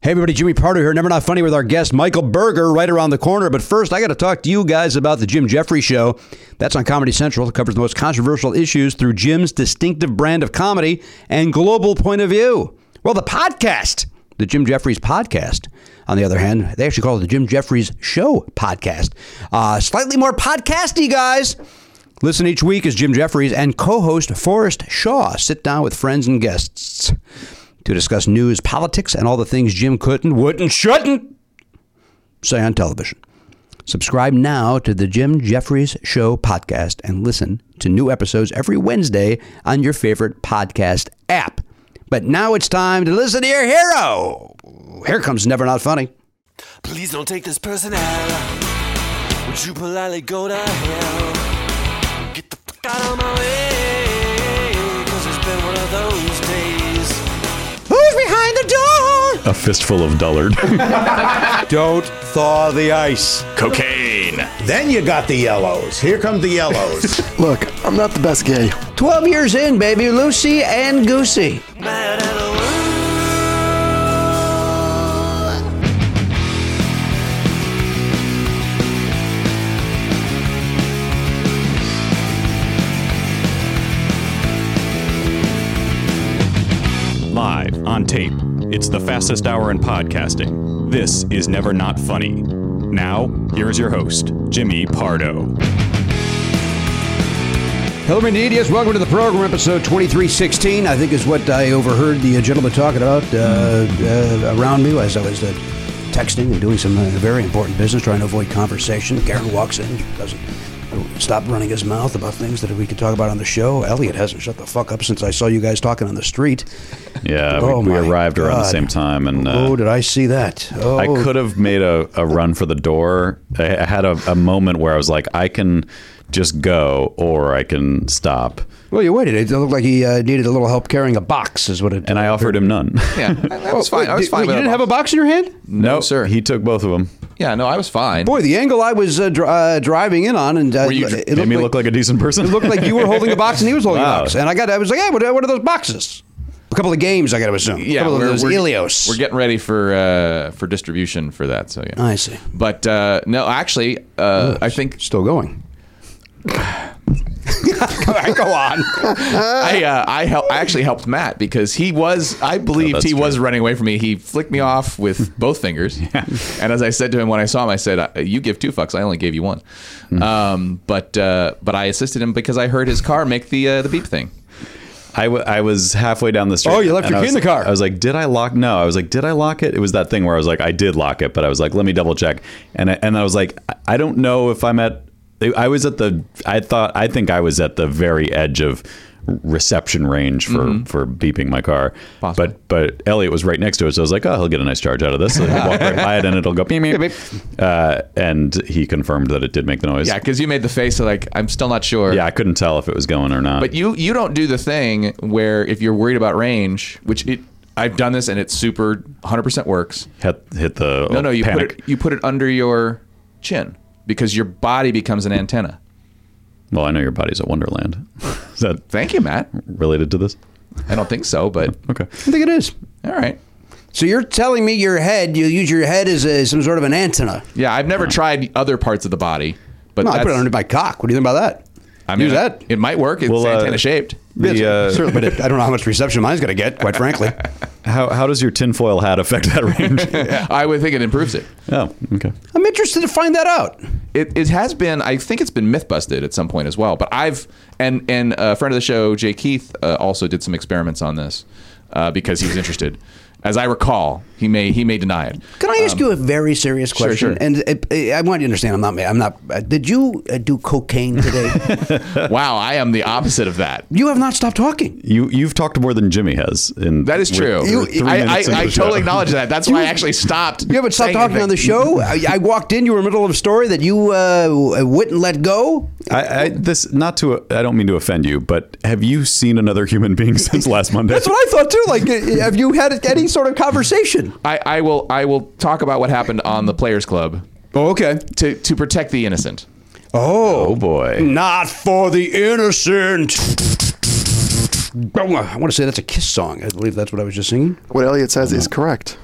Hey everybody, Jimmy Pardo here. Never Not Funny with our guest Michael Berger right around the corner. But first, I got to talk to you guys about the Jim Jeffrey Show. That's on Comedy Central. It covers the most controversial issues through Jim's distinctive brand of comedy and global point of view. Well, the podcast, the Jim Jeffries podcast, on the other hand, they actually call it the Jim Jeffries Show podcast. Uh, slightly more podcasty, guys. Listen each week as Jim Jeffries and co-host Forrest Shaw sit down with friends and guests to discuss news, politics, and all the things Jim couldn't, wouldn't, shouldn't say on television. Subscribe now to the Jim Jeffries Show podcast and listen to new episodes every Wednesday on your favorite podcast app. But now it's time to listen to your hero. Here comes Never Not Funny. Please don't take this person out. Would you politely go to hell? Get the fuck out of my way. Cause it's been one of those days. Who's behind the door? A fistful of dullard. Don't thaw the ice. Cocaine. Then you got the yellows. Here come the yellows. Look, I'm not the best gay. 12 years in, baby. Lucy and Goosey. Mad at the world. Live on tape. It's the fastest hour in podcasting. This is Never Not Funny. Now, here is your host, Jimmy Pardo. Hello, Medias. Welcome to the program, episode 2316, I think is what I overheard the uh, gentleman talking about uh, uh, around me as I was uh, texting and doing some uh, very important business, trying to avoid conversation. Karen walks in, doesn't stop running his mouth about things that we could talk about on the show. Elliot hasn't shut the fuck up since I saw you guys talking on the street. Yeah, Uh, we, Oh we my arrived around the God. same time, and oh, uh, did I see that? Oh, I could have made a, a run for the door. I, I had a, a moment where I was like, I can just go, or I can stop, Well, you waited. It looked like he uh, needed a little help carrying a box, is what it. Oh, and I offered him none. Yeah, I, I was fine. I was Wait, fine. wait, with you didn't that have a box. box in your hand? no, sir. He took both of them. Yeah, no, I was fine. Boy, the angle I was uh, dri- uh, driving in on, and uh, Were you dr- it Made looked me like- look like a decent person. It looked like you were holding a box and he was holding a Wow. box. And I got, I was like, hey, what, what are those boxes? A couple of games, I got to assume. yeah, a couple of those Ilios. We're getting ready for uh, for distribution for that. So yeah, I see. But uh, no, actually, uh, I think Still going. All right, go on. I uh, I help. I actually helped Matt because he was. I believed that's he was true. running away from me. He flicked me off with both fingers. And as I said to him when I saw him, I said, "Uh, "You give two fucks. I only gave you one." Um, but uh, but I assisted him because I heard his car make the uh, the beep thing. I, w- I was halfway down the street. Oh, you left and your I key in was- the car. I was like, did I lock? No, I was like, did I lock it? It was that thing where I was like, I did lock it, but I was like, let me double check. And I, and I was like, I- I don't know if I'm at. I was at the. I thought. I think I was at the very edge of reception range for for beeping my car. Possibly. But but Elliot was right next to it, so I was like, oh, he'll get a nice charge out of this. So he'll walk right by it, and it'll go beep, beep. Uh, and he confirmed that it did make the noise. Yeah, because you made the face of like I'm still not sure. Yeah, I couldn't tell if it was going or not. But you you don't do the thing where if you're worried about range, which it I've done this and it's super 100% works. hit, hit the No, no, you panic. put it you put it under your chin because your body becomes an antenna. Well, I know your body's a wonderland. Is that Thank you, Matt. related to this? I don't think so, but Okay. I think it is. all right. So you're telling me your head, you use your head as a, some sort of an antenna. Yeah, I've never tried other parts of the body, but No, I put it that's- under my cock. What do you think about that? I mean, Use that. It might work. It's Well, uh, antenna shaped. The, uh, Certainly, but it- I don't know how much reception mine's going to get, quite frankly. how, how does your tinfoil hat affect that range? I would think it improves it. Oh, okay. I'm interested to find that out. it, it has been i think it's been myth busted at some point as well but i've and and a friend of the show jay keith uh, also did some experiments on this uh, because he was interested as i recall he may he may deny it Can I ask you a very serious question? Um, sure. And uh, uh, I want you to understand, I'm not. ma- I'm not. Uh, did you uh, do cocaine today? wow i am the opposite of that you have not stopped talking. You you've talked more than Jimmy has. In that is we're- true we're three i, I, minutes into I the show. totally acknowledge that that's why i actually stopped You haven't stopped saying talking on the show. anything. I, I walked in. You were in the middle of a story that you uh, w- wouldn't let go. I, I this not to I don't mean to offend you, but have you seen another human being since last Monday? That's what I thought too. Like, uh, have you had any sort of conversation? I, I will i will talk about what happened on the players club Oh, okay. to to protect the innocent Oh, Oh boy. not for the innocent. Oh, I want to say that's a Kiss song. I believe that's what I was just singing. What Elliot says is correct.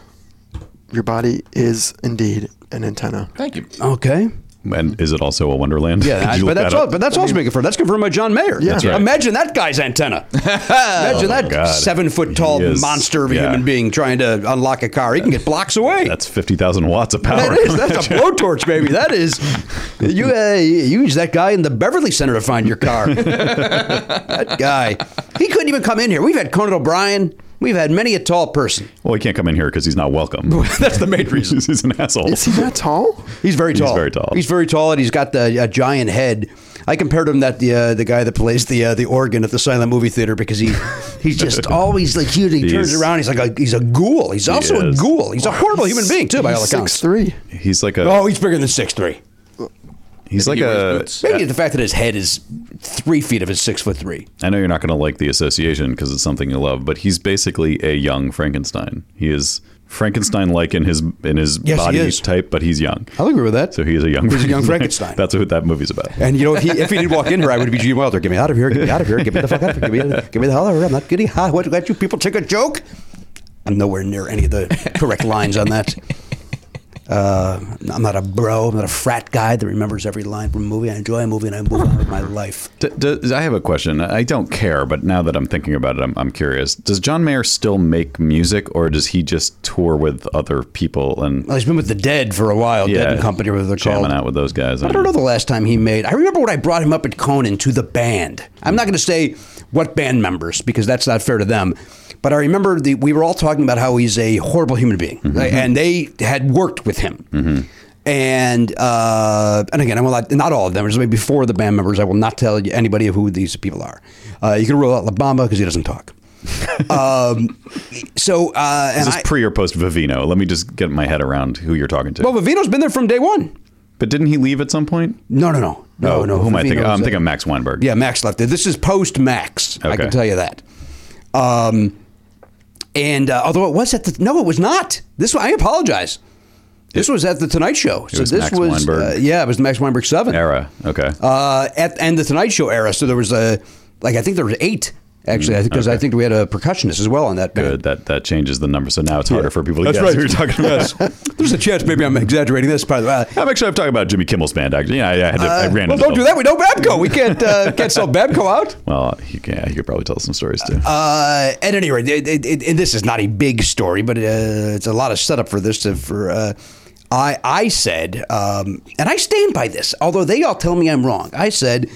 your body is indeed an antenna. Thank you. Okay. And is it also a Wonderland? Could Yeah, you but look that's that all, up? but that's also making fun. That's confirmed by John Mayer. Yeah. That's right. Oh, Imagine that guy's antenna. Imagine that God. seven foot tall He is- monster of a yeah. human being trying to unlock a car. He can get blocks away. That's fifty thousand watts of power. That is. That's a blowtorch, baby. That is. You uh, you use that guy in the Beverly Center to find your car. that guy. He couldn't even come in here. We've had Conan O'Brien. We've had many a tall person. well, he can't come in here because he's not welcome. that's the main reason. he's an asshole. Is he that tall? He's very He's tall. very tall. He's very tall, and he's got the uh, giant head. I compared him that the uh, the guy that plays the uh, the organ at the silent movie theater because he he's just always like huge. He turns He's- around. He's like a, he's a ghoul. He's also is. a ghoul. He's a horrible human being too, by all accounts. Six three. He's like a. Oh, he's bigger than six three. he's like He wears a. boots. Maybe the fact that his head is three feet of his six foot three. I know you're not going to like the association because it's something you love, but he's basically a young Frankenstein. He is Frankenstein-like in his in his Yes, he body is. type, but he's young. I'll agree with that. So he's a young. He's a young Frankenstein. That's what that movie's about. And you know, if he, if he did walk in here, I would be Gene Wilder. Get me out of here! Get me out of here! Get me the fuck out of here! Get me, get me the hell out of here! I'm not getting high. What? Let you people take a joke? I'm nowhere near any of the correct lines on that. Uh, I'm not a bro. I'm not a frat guy that remembers every line from a movie. I enjoy a movie and I move on with my life. D- does, I have a question. I don't care, but now that I'm thinking about it, I'm, I'm curious. Does John Mayer still make music, or does he just tour with other people and Well, he's been with the Dead for a while. Dead and Company, whatever they're jamming called. out with those guys? I don't know the last time he made. I remember when I brought him up at Conan to the band. I'm not going to say what band members because that's not fair to them. But I remember the, we were all talking about how he's a horrible human being, Mm-hmm. right? and they had worked with him. And uh, and again, I will not, not all of them. There's maybe four of the band members. I will not tell you anybody who these people are. Uh, you can rule out Labamba because he doesn't talk. um, so uh, and Is this I, pre or post Vivino? Let me just get my head around who you're talking to. well, Vivino's been there from day one. but didn't he leave at some point? No, no, no, no, Oh, no. Who am I thinking? Vivino's, I'm uh, thinking of Max Weinberg. Yeah, Max left it. This is post Max. I Okay. can tell you that. Um, and uh, although it was at the no, it was not. This one- I apologize. This was at the Tonight Show. So was this Max was Weinberg. uh, yeah, it was Max Weinberg seven Era. Okay. uh, at and the Tonight Show era. So there was a like I think there was eight actually because I think we had a percussionist as well on that band. Mm, Good. That that changes the number, so now it's harder for people to That's right. guess who you're talking about. There's a chance maybe I'm exaggerating this part. Uh, I'm actually I'm talking about Jimmy Kimmel's band. Actually, yeah, I, I, had to, I ran. well, into don't do that. them. We know Babco. We can't uh, can't sell Babco out. Well, he, yeah, he could probably tell some stories too. Uh, at any rate, it, it, it, and this is not a big story, but uh, it's a lot of setup for this. To, for uh, I, I said, um, and I stand by this, although they all tell me I'm wrong. I said,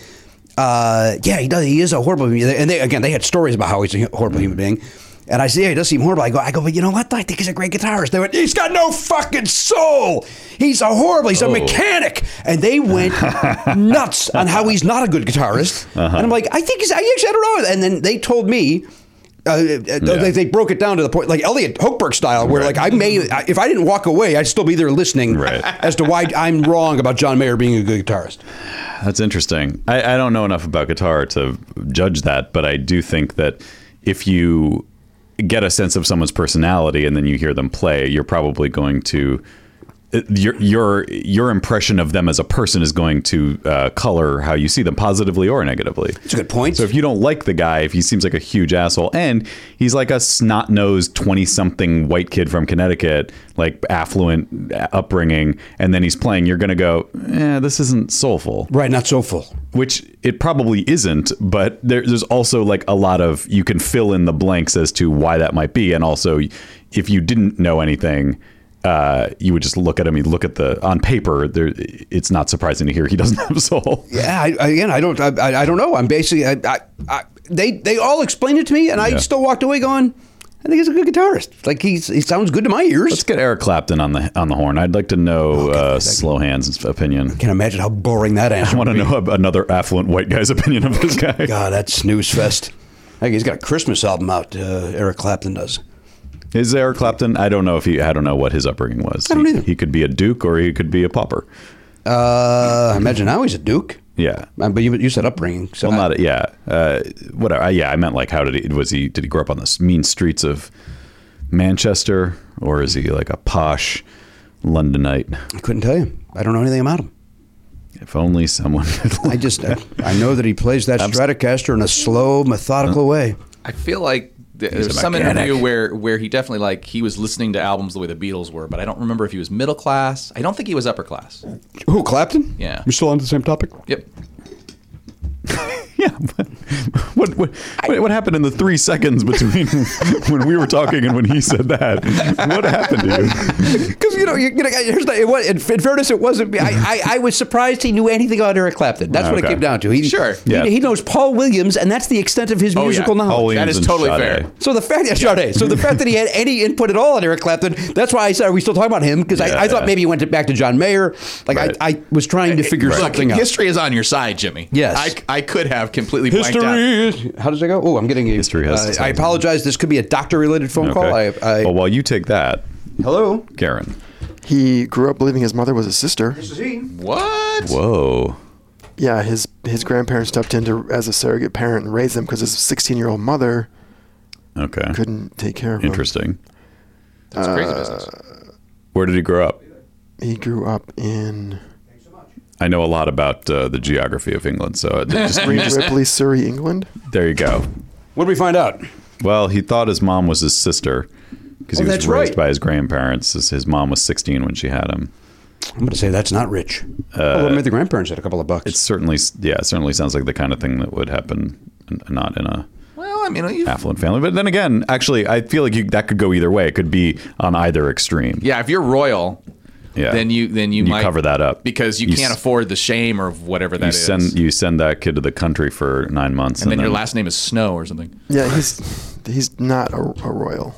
uh, yeah, he does. He is a horrible human. And they, again, they had stories about how he's a horrible human being. And I said, yeah, he does seem horrible. I go, I go, but you know what? I think he's a great guitarist. They went, he's got no fucking soul. He's a horrible. He's a mechanic. And they went nuts on how he's not a good guitarist. And I'm like, I think he's. I actually I don't know. And then they told me. Uh, uh, they, they broke it down to the point, like Elliot Hochberg style, where like I may, I- if I didn't walk away, I'd still be there listening Right. as to why I'm wrong about John Mayer being a good guitarist. That's interesting. I, I don't know enough about guitar to judge that, but I do think that if you get a sense of someone's personality and then you hear them play, you're probably going to uh, your your your impression of them as a person is going to uh, color how you see them positively or negatively. That's a good point. So if you don't like the guy, if he seems like a huge asshole, and he's like a snot-nosed twenty-something white kid from Connecticut, like affluent uh, upbringing, and then he's playing, you're gonna go, eh, this isn't soulful right, not so full. which it probably isn't, but there, there's also like a lot of you can fill in the blanks as to why that might be, and also if you didn't know anything, uh, you would just look at him. You look at the on paper. There, it's not surprising to hear he doesn't have soul. Yeah, I, I- again, I don't, I, I- I don't know. I'm basically, I, I, I, they, they all explained it to me, and I Yeah. still walked away going, I think he's a good guitarist. Like he's, he sounds good to my ears. Let's get Eric Clapton on the on the horn. I'd like to know uh, Slow Hands' opinion. Can't imagine how boring that I answer. want to know ab- another affluent white guy's opinion of this guy. God, that's snooze fest. I think he's got a Christmas album out. Uh, Eric Clapton does. Is Eric Clapton? I don't know if he. I don't know what his upbringing was. I don't he, either. He could be a duke or he could be a pauper. Uh, I imagine now he's a Duke. Yeah. Uh, But you, you said upbringing. So Well, not yeah. Uh, whatever. I, yeah, I meant like, how did he was he? Did he grow up on the s- mean streets of Manchester, or is he like a posh Londonite? I couldn't tell you. I don't know anything about him. If only someone. Could I Uh. just, I, I know that he plays that Stratocaster in a slow, methodical way. I feel like There was some interview where where he definitely like he was listening to albums the way the Beatles were, but I don't remember if he was middle class. I don't think he was upper class. Who Clapton? Yeah. We're still on the same topic. Yep. Yeah. What what, what what happened in the three seconds between when we were talking and when he said that? What happened to you? Because you know, you, you know, here's the, it was, in, in fairness, it wasn't. I, I, I was surprised he knew anything about Eric Clapton. That's what it Okay. came down to. He, Sure. he, Yeah. Oh, he knows Paul Williams, and that's the extent of his musical yeah. knowledge. Paul That Williams is and totally Sade. fair. So the fact that Sade, so the fact that he had any input at all on Eric Clapton, that's why I said, are we still talking about him? Because I, I thought Yeah. maybe he went to, back to John Mayer. Like Right. I, I was trying to figure something out. History is on your side, Jimmy. Yes. I, I could have completely blanked out. History. How does that go? Oh, I'm getting a History has uh, I something. apologize. This could be a doctor-related phone call. I, Okay. I well, while you take that, hello. Karen. He grew up believing his mother was his sister. What? Whoa. Yeah, his his grandparents stepped in to, as a surrogate parent and raised him because his 16 year old mother Okay. couldn't take care of him. Interesting. That's Uh, crazy business. Where did he grow up? He grew up in I know a lot about uh, the geography of England, so it just, you just- Ripley, Surrey, England. there you go. What did we find out? Well, he thought his mom was his sister because Oh, he was that's raised right. by his grandparents. His, his mom was 16 when she had him. I'm going to say that's not rich. Uh, Although maybe the grandparents had a couple of bucks. It certainly, yeah, it certainly sounds like the kind of thing that would happen, n- not in a Well, I mean, you affluent family. But then again, actually, I feel like you, that could go either way. It could be on either extreme. yeah, if you're royal, Yeah. then you then you, You might cover that up. because you, You can't s- afford the shame or whatever that you is. send you send that kid to the country for nine months, and then your last name is Snow or something. Yeah, he's he's not a, a royal,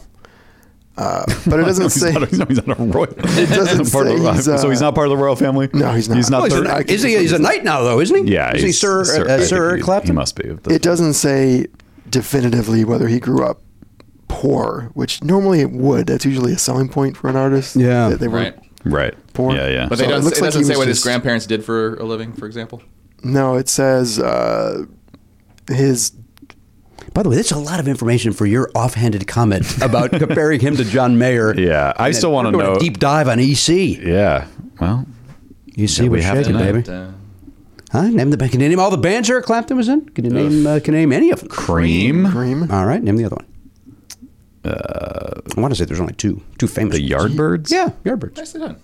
uh, but it doesn't He's say. not, he's not- he's not a royal. It doesn't say he's, uh, so he's not part of the royal family. No, he's not. He's not. Oh, he's, third- a, is he, he's a knight now, though, isn't he? yeah, Is he he's Sir, I uh, think Sir he- Clapton? He must be. It doesn't say definitively whether he grew up poor, which normally it would. That's usually a selling point for an artist. Yeah. that they were Right. Right. Poor. Yeah, yeah. But they So it don't, it, looks like he doesn't say was what his just- grandparents did for a living, for example. No, it says uh, his. By the way, that's a lot of information for your offhanded comment about comparing him to John Mayer. Yeah, I And still we're wanna doing a know- deep dive on E EC. yeah. Well, EC we was have to shaking, know. baby. Uh, Huh? Name the can you name all the bands Eric Clapton was in? Can you name uh, can you name any of them? cream. Cream. All right, name the other one. Uh, I want to say there's only two, two famous. The ones. Yardbirds. Yeah, Yardbirds. nicely done.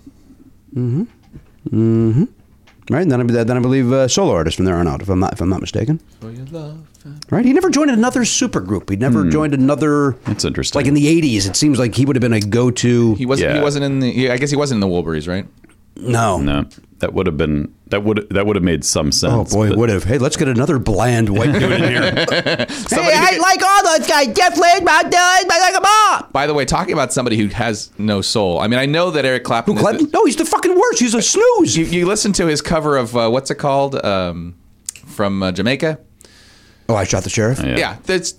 Right, and then I, then I believe uh, solo artist from there on out, if I'm not if I'm not mistaken. For your love. and- Right, he never joined another supergroup. He never Hmm. joined another. That's interesting. Like in the '80s, it seems like he would have been a go-to. He wasn't. He Yeah. wasn't in the. yeah, I guess he wasn't in the Wolverines, right? no, No, that would have been that would that would have made some Oh sense. boy, but- would have. Hey, let's get another bland white dude in here. Somebody who could- like all those guys. Jeff Lynne, Bob Dylan, like a mom. By the way, talking about somebody who has no soul. I mean, I know that Eric Clapton. is- Clinton? No, he's the fucking worst. He's a snooze. you, you listen to his cover of uh, what's it called um, from uh, Jamaica? oh, I shot the sheriff. Yeah. that's.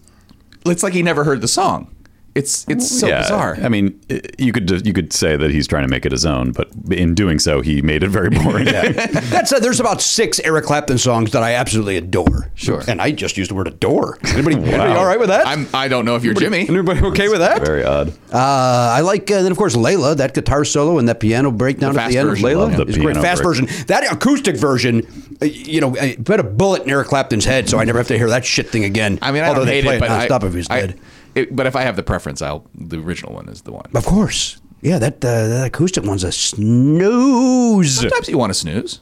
It's like he never heard the song. It's it's so yeah, bizarre. I mean, i- you could you could say that he's trying to make it his own, but in doing so, he made it very boring. That's uh, there's about six Eric Clapton songs that I absolutely adore. Sure. And I just used the word adore. Anybody, anybody all right with that? I'm I don't know if you're Jimmy. Anybody okay with that? very odd. Uh, I like, uh, then of course, Layla, that guitar solo and that piano breakdown The at the fast end version. of Layla Love the is great. piano Fast break. version. That acoustic version, uh, you know, I put a bullet in Eric Clapton's head, so I never have to hear that shit thing again. I mean, I although don't they hate play it, but I, nonstop if he's I- dead. it- but if I have the preference, I'll the original one is the one. Of course. Yeah, that, uh, that acoustic one's a snooze. Sometimes you want to snooze.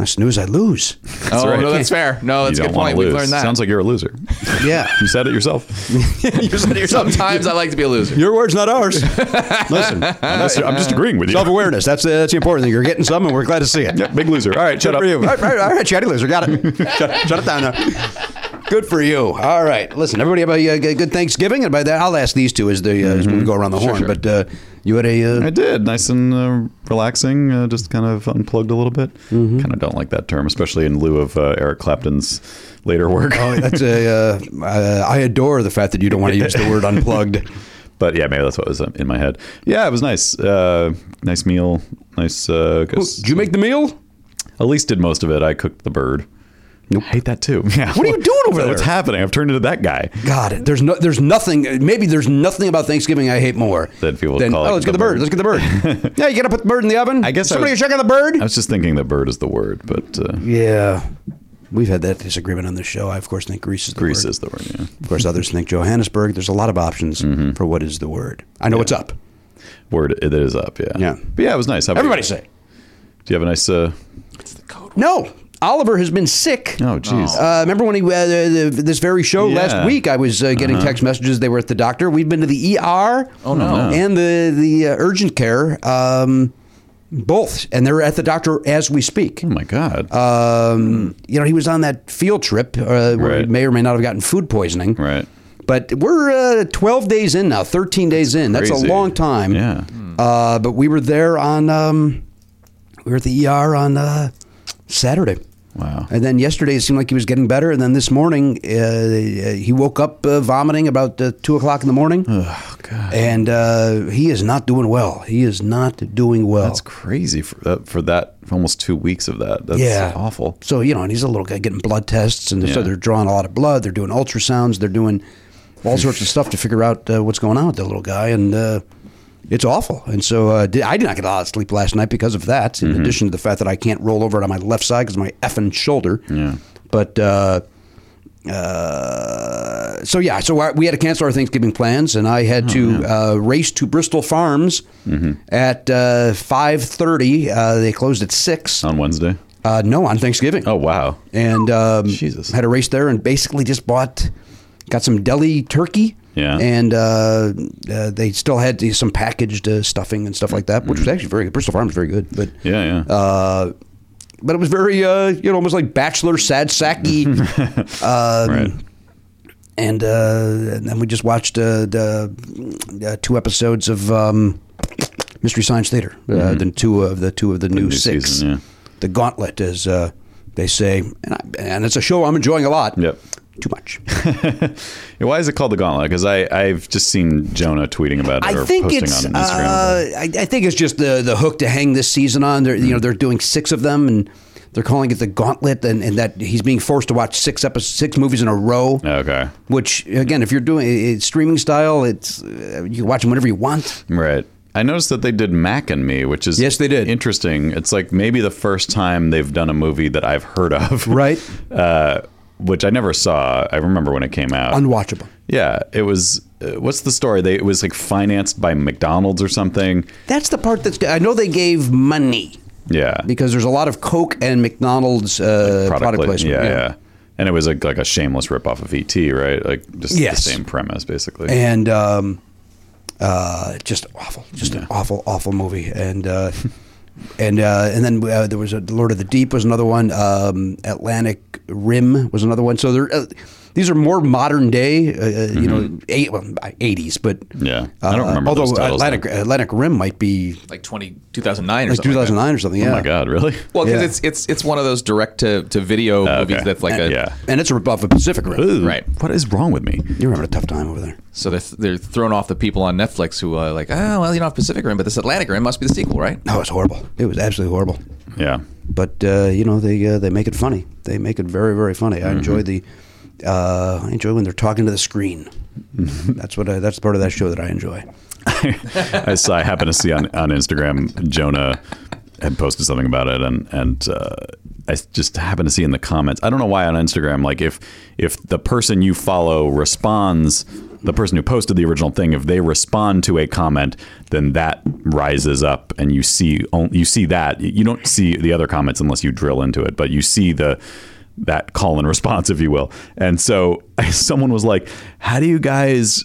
I snooze, I lose. oh right. no, that's fair. No, that's you a don't good wanna point. We've lose. learned that. Sounds like you're a loser. Yeah. you said it yourself. Sometimes I like to be a loser. Your words, not ours. Listen, I'm just, I'm just agreeing with you. self awareness. That's, uh, that's the important thing. You're getting some, and we're glad to see it. Big loser. All right, shut Good up. for you. All right, all right, all right, chatty loser. Got it. shut, shut it down now. Good for you. All right. Listen, everybody have a uh, g- good Thanksgiving. And by that, I'll ask these two as, the, uh, as we go around the horn. But uh, you had a. Uh, I did. Nice and uh, relaxing. Uh, just kind of unplugged a little bit. Mm-hmm. Kind of don't like that term, especially in lieu of uh, Eric Clapton's later work. that's a. Uh, uh, I adore the fact that you don't want to use the word unplugged. but yeah, maybe that's what was um, in my head. Yeah, it was nice. Uh, nice meal. Nice. Uh, 'cause Did you make the meal? Elise did most of it. I cooked the bird. I hate that too. Yeah. What are you doing over there? What's happening? I've turned into that guy. God, there's no, there's nothing. Maybe there's nothing about Thanksgiving I hate more Than people call Oh, it let's get the the bird. bird." Let's get the bird. yeah, you gotta put the bird in the oven. I guess I somebody was- check on the bird. I was just thinking that bird is the word, but uh, yeah, We've had that disagreement on this show. I, of course, think Greece is the Greece word. is the word. Yeah. Of course, others think Johannesburg. There's a lot of options Mm-hmm. for what is the word. I know what's up. Word it is up. Yeah. Yeah. But yeah, it was nice. How about Everybody you? say. Do you have a nice? uh No, Oliver has been sick. Oh, jeez. Uh, remember when he uh, the, the- this very show Yeah. Uh-huh. last week? I was uh, getting text messages. They were at the doctor. We've been to the ER. Oh no. And the the uh, urgent care, um, both, and they're at the doctor as we speak. Oh my God. Um, you know, he was on that field trip uh, where he Hmm. Right. may or may not have gotten food poisoning. Right. But we're uh, 12 days in now, 13 days in. That's Crazy. a long time. Yeah. Uh, but we were there on, um, we were at the ER on uh, Saturday. Wow. And then yesterday it seemed like he was getting better. And then this morning uh, he woke up uh, vomiting about uh, 2 o'clock in the morning. Oh God. And uh, he is not doing well. He is not doing well. That's crazy for that, for that for almost two weeks of that. That's yeah, awful. So you know, and he's a little guy getting blood tests, and so Yeah. they're drawing a lot of blood. They're doing ultrasounds. They're doing all sorts of stuff to figure out uh, what's going on with the little guy, and uh, it's awful. And so uh, di- I did not get a lot of sleep last night because of that. Mm-hmm. In addition to the fact that I can't roll over on my left side because my effing shoulder. Yeah. But. Uh, uh, so yeah, so I, we had to cancel our Thanksgiving plans, and I Oh, had to uh, race to Bristol Farms Mm-hmm. at uh, five thirty. Uh, they closed at six. On Wednesday. Uh, no, on Thanksgiving. Oh wow. And um, Jesus. had a race there and basically just bought, got some deli turkey. Yeah. And uh, uh, they still had the- some packaged uh, stuffing and stuff like that, which was actually very good. Bristol Farms very good. But Mm. Yeah. Yeah. Uh, but it was very, uh, you know, almost like bachelor sad sacky. Um, right. and, uh, and then we just watched uh, the uh, two episodes of um, Mystery Science Theater, uh, the two of the two of the, new, Mm-hmm. new six, season, yeah. the Gauntlet, as uh, they say, and, I, and it's a show I'm enjoying a lot. Yep. too much. Yeah, Why is it called the Gauntlet? Because I I've just seen Jonah tweeting about it I or think posting it's on Instagram. uh, I, I think it's just the the hook to hang this season on. They're, Mm-hmm. You know, they're doing six of them, and they're calling it the Gauntlet, and, and that he's being forced to watch six episodes, six movies in a row. okay. Which again, if you're doing it streaming style, it's uh, you can watch them whenever you want. Right. I noticed that they did Mac and Me, which is Yes, they did. Interesting. It's like maybe the first time they've done a movie that I've heard of, Right. Uh, which I never saw. I remember when it came out. Unwatchable. yeah, it was. Uh, what's the story? They it was like financed by McDonald's or something. That's the part that's. I know they gave money Yeah, because there's a lot of Coke and McDonald's uh, product, pla- placement. Yeah, yeah, And it was like like a shameless ripoff of ET, right? Like just Yes. the same premise, basically. and um, uh, just awful, just an awful, awful movie. And uh, and uh, and then uh, there was a Lord of the Deep was another one. Um, Atlantic Rim was another one. So there, uh, these are more modern day, uh, uh you know, eight, well, eighties, but Mm-hmm. Yeah. I don't uh, remember although those titles, Atlantic though. Atlantic Rim might be Like 20, 2009 or like two something. like that. thousand nine or something. Yeah. oh my God, really? Well, because Yeah. it's it's it's one of those direct to, to video movies okay. that's like a Yeah. And it's above a Pacific Rim. Ooh, Right. What is wrong with me? You're having a tough time over there. so they're, they're throwing off the people on Netflix who are like, oh well, you know, Pacific Rim, but this Atlantic Rim must be the sequel, right? No, it's horrible. It was absolutely horrible. Yeah. but uh, you know they uh, they make it funny. They make it very very funny. Mm-hmm. I enjoy the uh, I enjoy when they're talking to the screen. Mm-hmm. that's what I, that's part of that show that I enjoy. I saw. I happened to see on, on Instagram Jonah had posted something about it, and and uh, I just happened to see in the comments. I don't know why on Instagram, like if if the person you follow responds, the person who posted the original thing, if they respond to a comment, then that rises up, and you see on- you see that you don't see the other comments unless you drill into it, but you see the that call and response, if you will. And so someone was like, "How do you guys?"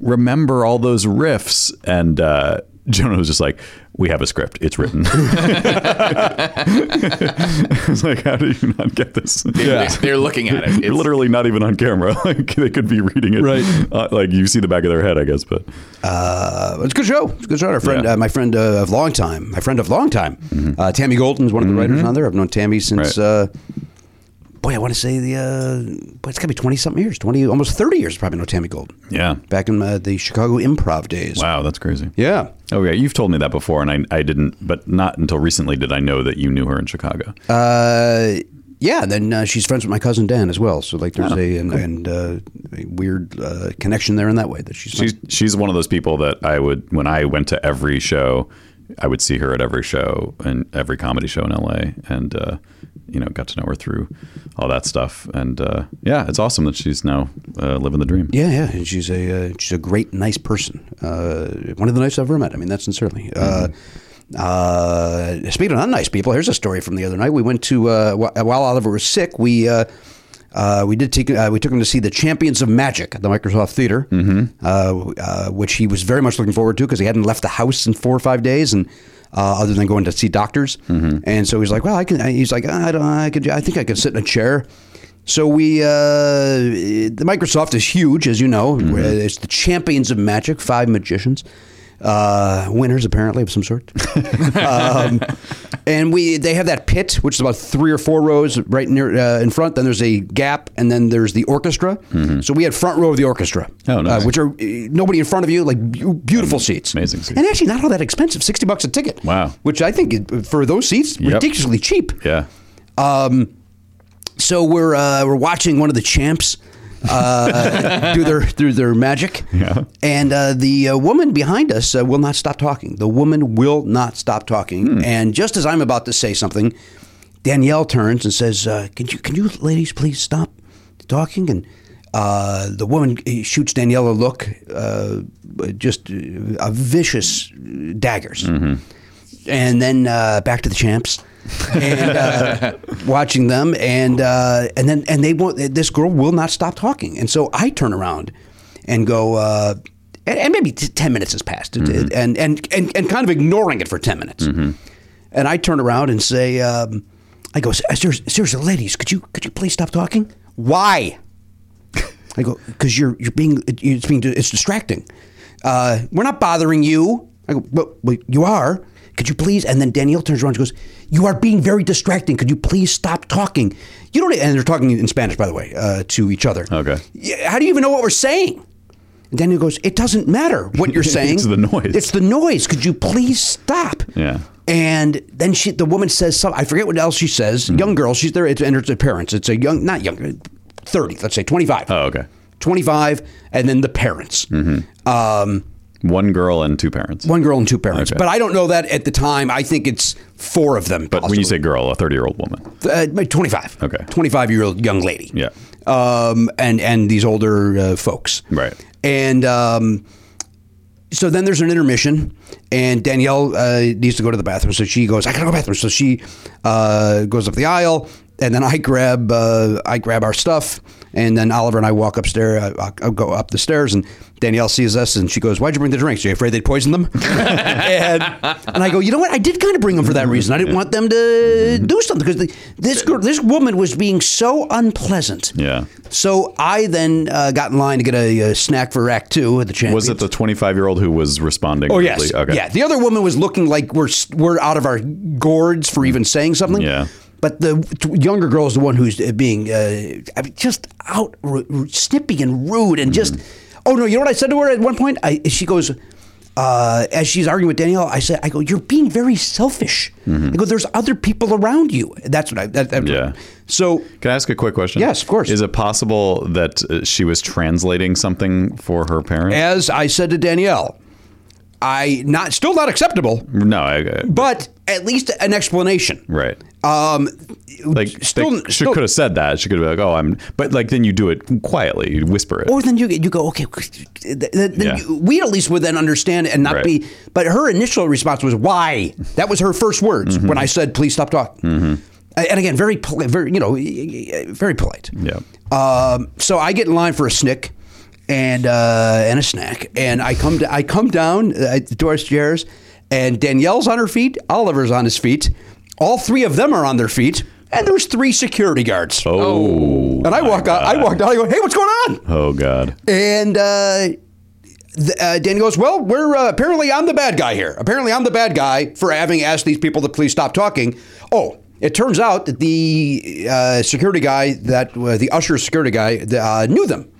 remember all those riffs and uh Jonah was just like, "We have a script. It's written." it's like, how do you not get this? They're, they're looking at it. You're It's- literally not even on camera. Like they could be reading it. Right. Uh, like you see the back of their head, I guess. But Uh, it's a good show. It's a good show. Our friend, Yeah. Mm-hmm. uh, my friend uh, of long time, my friend of long time, uh, Tammy Golden is one of the writers on there. I've known Tammy since. Right. Uh, Boy, I want to say the uh, boy, it's got to be twenty something years, twenty almost thirty years. Probably know Tammy Golden. yeah. back in uh, the Chicago Improv days. Wow, that's crazy. Yeah, Okay, you've told me that before, and I, I didn't, but not until recently did I know that you knew her in Chicago. Uh, yeah, and then uh, she's friends with my cousin Dan as well. So like, there's a and, and uh, a weird uh, connection there in that way that she's. she's she's one of those people that I would when I went to every show, I would see her at every show and every comedy show in LA, and uh, you know got to know her through all that stuff. And uh, yeah, it's awesome that she's now uh, living the dream. Yeah, yeah, and she's a uh, she's a great, nice person. Uh, one of the nicest I've ever met. I mean, that's sincerely. Uh, uh, speaking of unnice people, here's a story from the other night. We went to uh, wh- while Oliver was sick. We uh, uh, we did take uh, we took him to see the Champions of Magic at the Microsoft Theater, uh, w- uh, which he was very much looking forward to because he hadn't left the house in four or five days and. Uh, other than going to see doctors, and so he's like, "Well, I can." He's like, "I don't. I could. I think I could sit in a chair." So we, uh, the Microsoft is huge, as you know. Mm-hmm. uh, It's the champions of magic, five magicians, uh, winners apparently of some sort. um, and we, they have that pit, which is about three or four rows right near uh, in front. Then there's a gap, and then there's the orchestra. So we had front row of the orchestra, Mm-hmm. Oh, nice. Mm-hmm. uh, which are uh, nobody in front of you, like bu- beautiful seats, amazing seats. and actually not all that expensive, sixty bucks a ticket. Wow. which I think is- for those seats, Yep. ridiculously cheap. Yeah. So we're uh, we're watching one of the champs uh, do their do their magic, Yeah. and uh, the uh, woman behind us uh, will not stop talking. The woman will not stop talking, and just as I'm about to say something, Danielle turns and says, uh, "Can you can you ladies please stop talking?" And uh, the woman uh, shoots Danielle a look, uh, just uh, a vicious daggers and then uh, back to the champs and uh, watching them and uh, and then and they won't this girl will not stop talking and so I turn around and go uh, and, and maybe t- 10 minutes has passed and, and and and kind of ignoring it for 10 minutes and I turn around and say um, I go seriously, seriously ladies could you could you please stop talking why I go because you're you're being it's being it's distracting. Uh, we're not bothering you. I go, but, but you are. Could you please? And then Danielle turns around and goes, "You are being very distracting. Could you please stop talking? You don't." And they're talking in Spanish, by the way, uh, to each other. Okay. "Yeah, How do you even know what we're saying? And Daniel goes, "It doesn't matter what you're saying. It's the noise. It's the noise. Could you please stop?" Yeah. And then she, the woman says something. I forget what else she says. Hmm. Young girl, she's there. It's and it's her parents. It's a young, not young, thirty. Let's say twenty-five. Oh, okay. 25, and then the parents. Mm-hmm. Um, One girl and two parents. one girl and two parents. Okay. But I don't know that at the time. I think it's four of them. But when you possibly. say girl, a thirty-year-old woman. Uh, 25. Okay. 25 year old young lady. Yeah. Um, and, and these older uh, folks. Right. And um, so then there's an intermission, and Danielle uh, needs to go to the bathroom. So she goes, I gotta go to the bathroom. So she uh, goes up the aisle, and then I grab uh, I grab our stuff, and then Oliver and I walk upstairs. I, I, I go up the stairs, and Danielle sees us, and she goes, "Why'd you bring the drinks? Are you afraid they'd poison them?" and, and I go, "You know what? I did kind of bring them for that reason. I didn't want them to Mm-hmm. do something because this girl, this woman was being so unpleasant." Yeah. So I then uh, got in line to get a, uh snack for Act Two at the Champions. Was it the twenty-five-year-old who was responding? Oh yes, rudely? Okay. yeah. The other woman was looking like we're we're out of our gourds for even saying something. Yeah. But the t- younger girl is the one who's uh, being uh, I mean, just out r- r- snippy and rude and just. Mm-hmm. Oh no! You know what I said to her at one point? I, she goes. Uh, as she's arguing with Danielle, I said, "I go, you're being very selfish." I go, "There's other people around you." That's what I. That, that, Mm-hmm. Yeah. So Can I ask a quick question? Yes, of course. Is it possible that uh, she was translating something for her parents? as I said to Danielle, I not still not acceptable, no, I, I- but at least an explanation. right. Um, Like still- they- she still- could have said that. She could have been like, "Oh, I'm," but like then you do it quietly. You whisper it. or then you you go okay. th- th- Yeah. Then you- we at least would then understand and not Right. be. But her initial response was why. That was her first words Mm-hmm. when I said please stop talking. A- And again, very polite, very you know, y- y- very polite. Yeah. Um, so I get in line for a snick and uh, and a snack, and I come to, I come down uh, to our stairs, and Danielle's on her feet, Oliver's on his feet, all three of them are on their feet, and there's three security guards. Oh. And I walk out. I walk down. I go, "Hey, what's going on?" Oh God. And uh, th- uh, Danny goes, Well, we're uh, apparently I'm the bad guy here. Apparently I'm the bad guy for having asked these people to please stop talking. Oh, it turns out that the uh, security guy, that uh, the usher security guy, the, uh, knew them.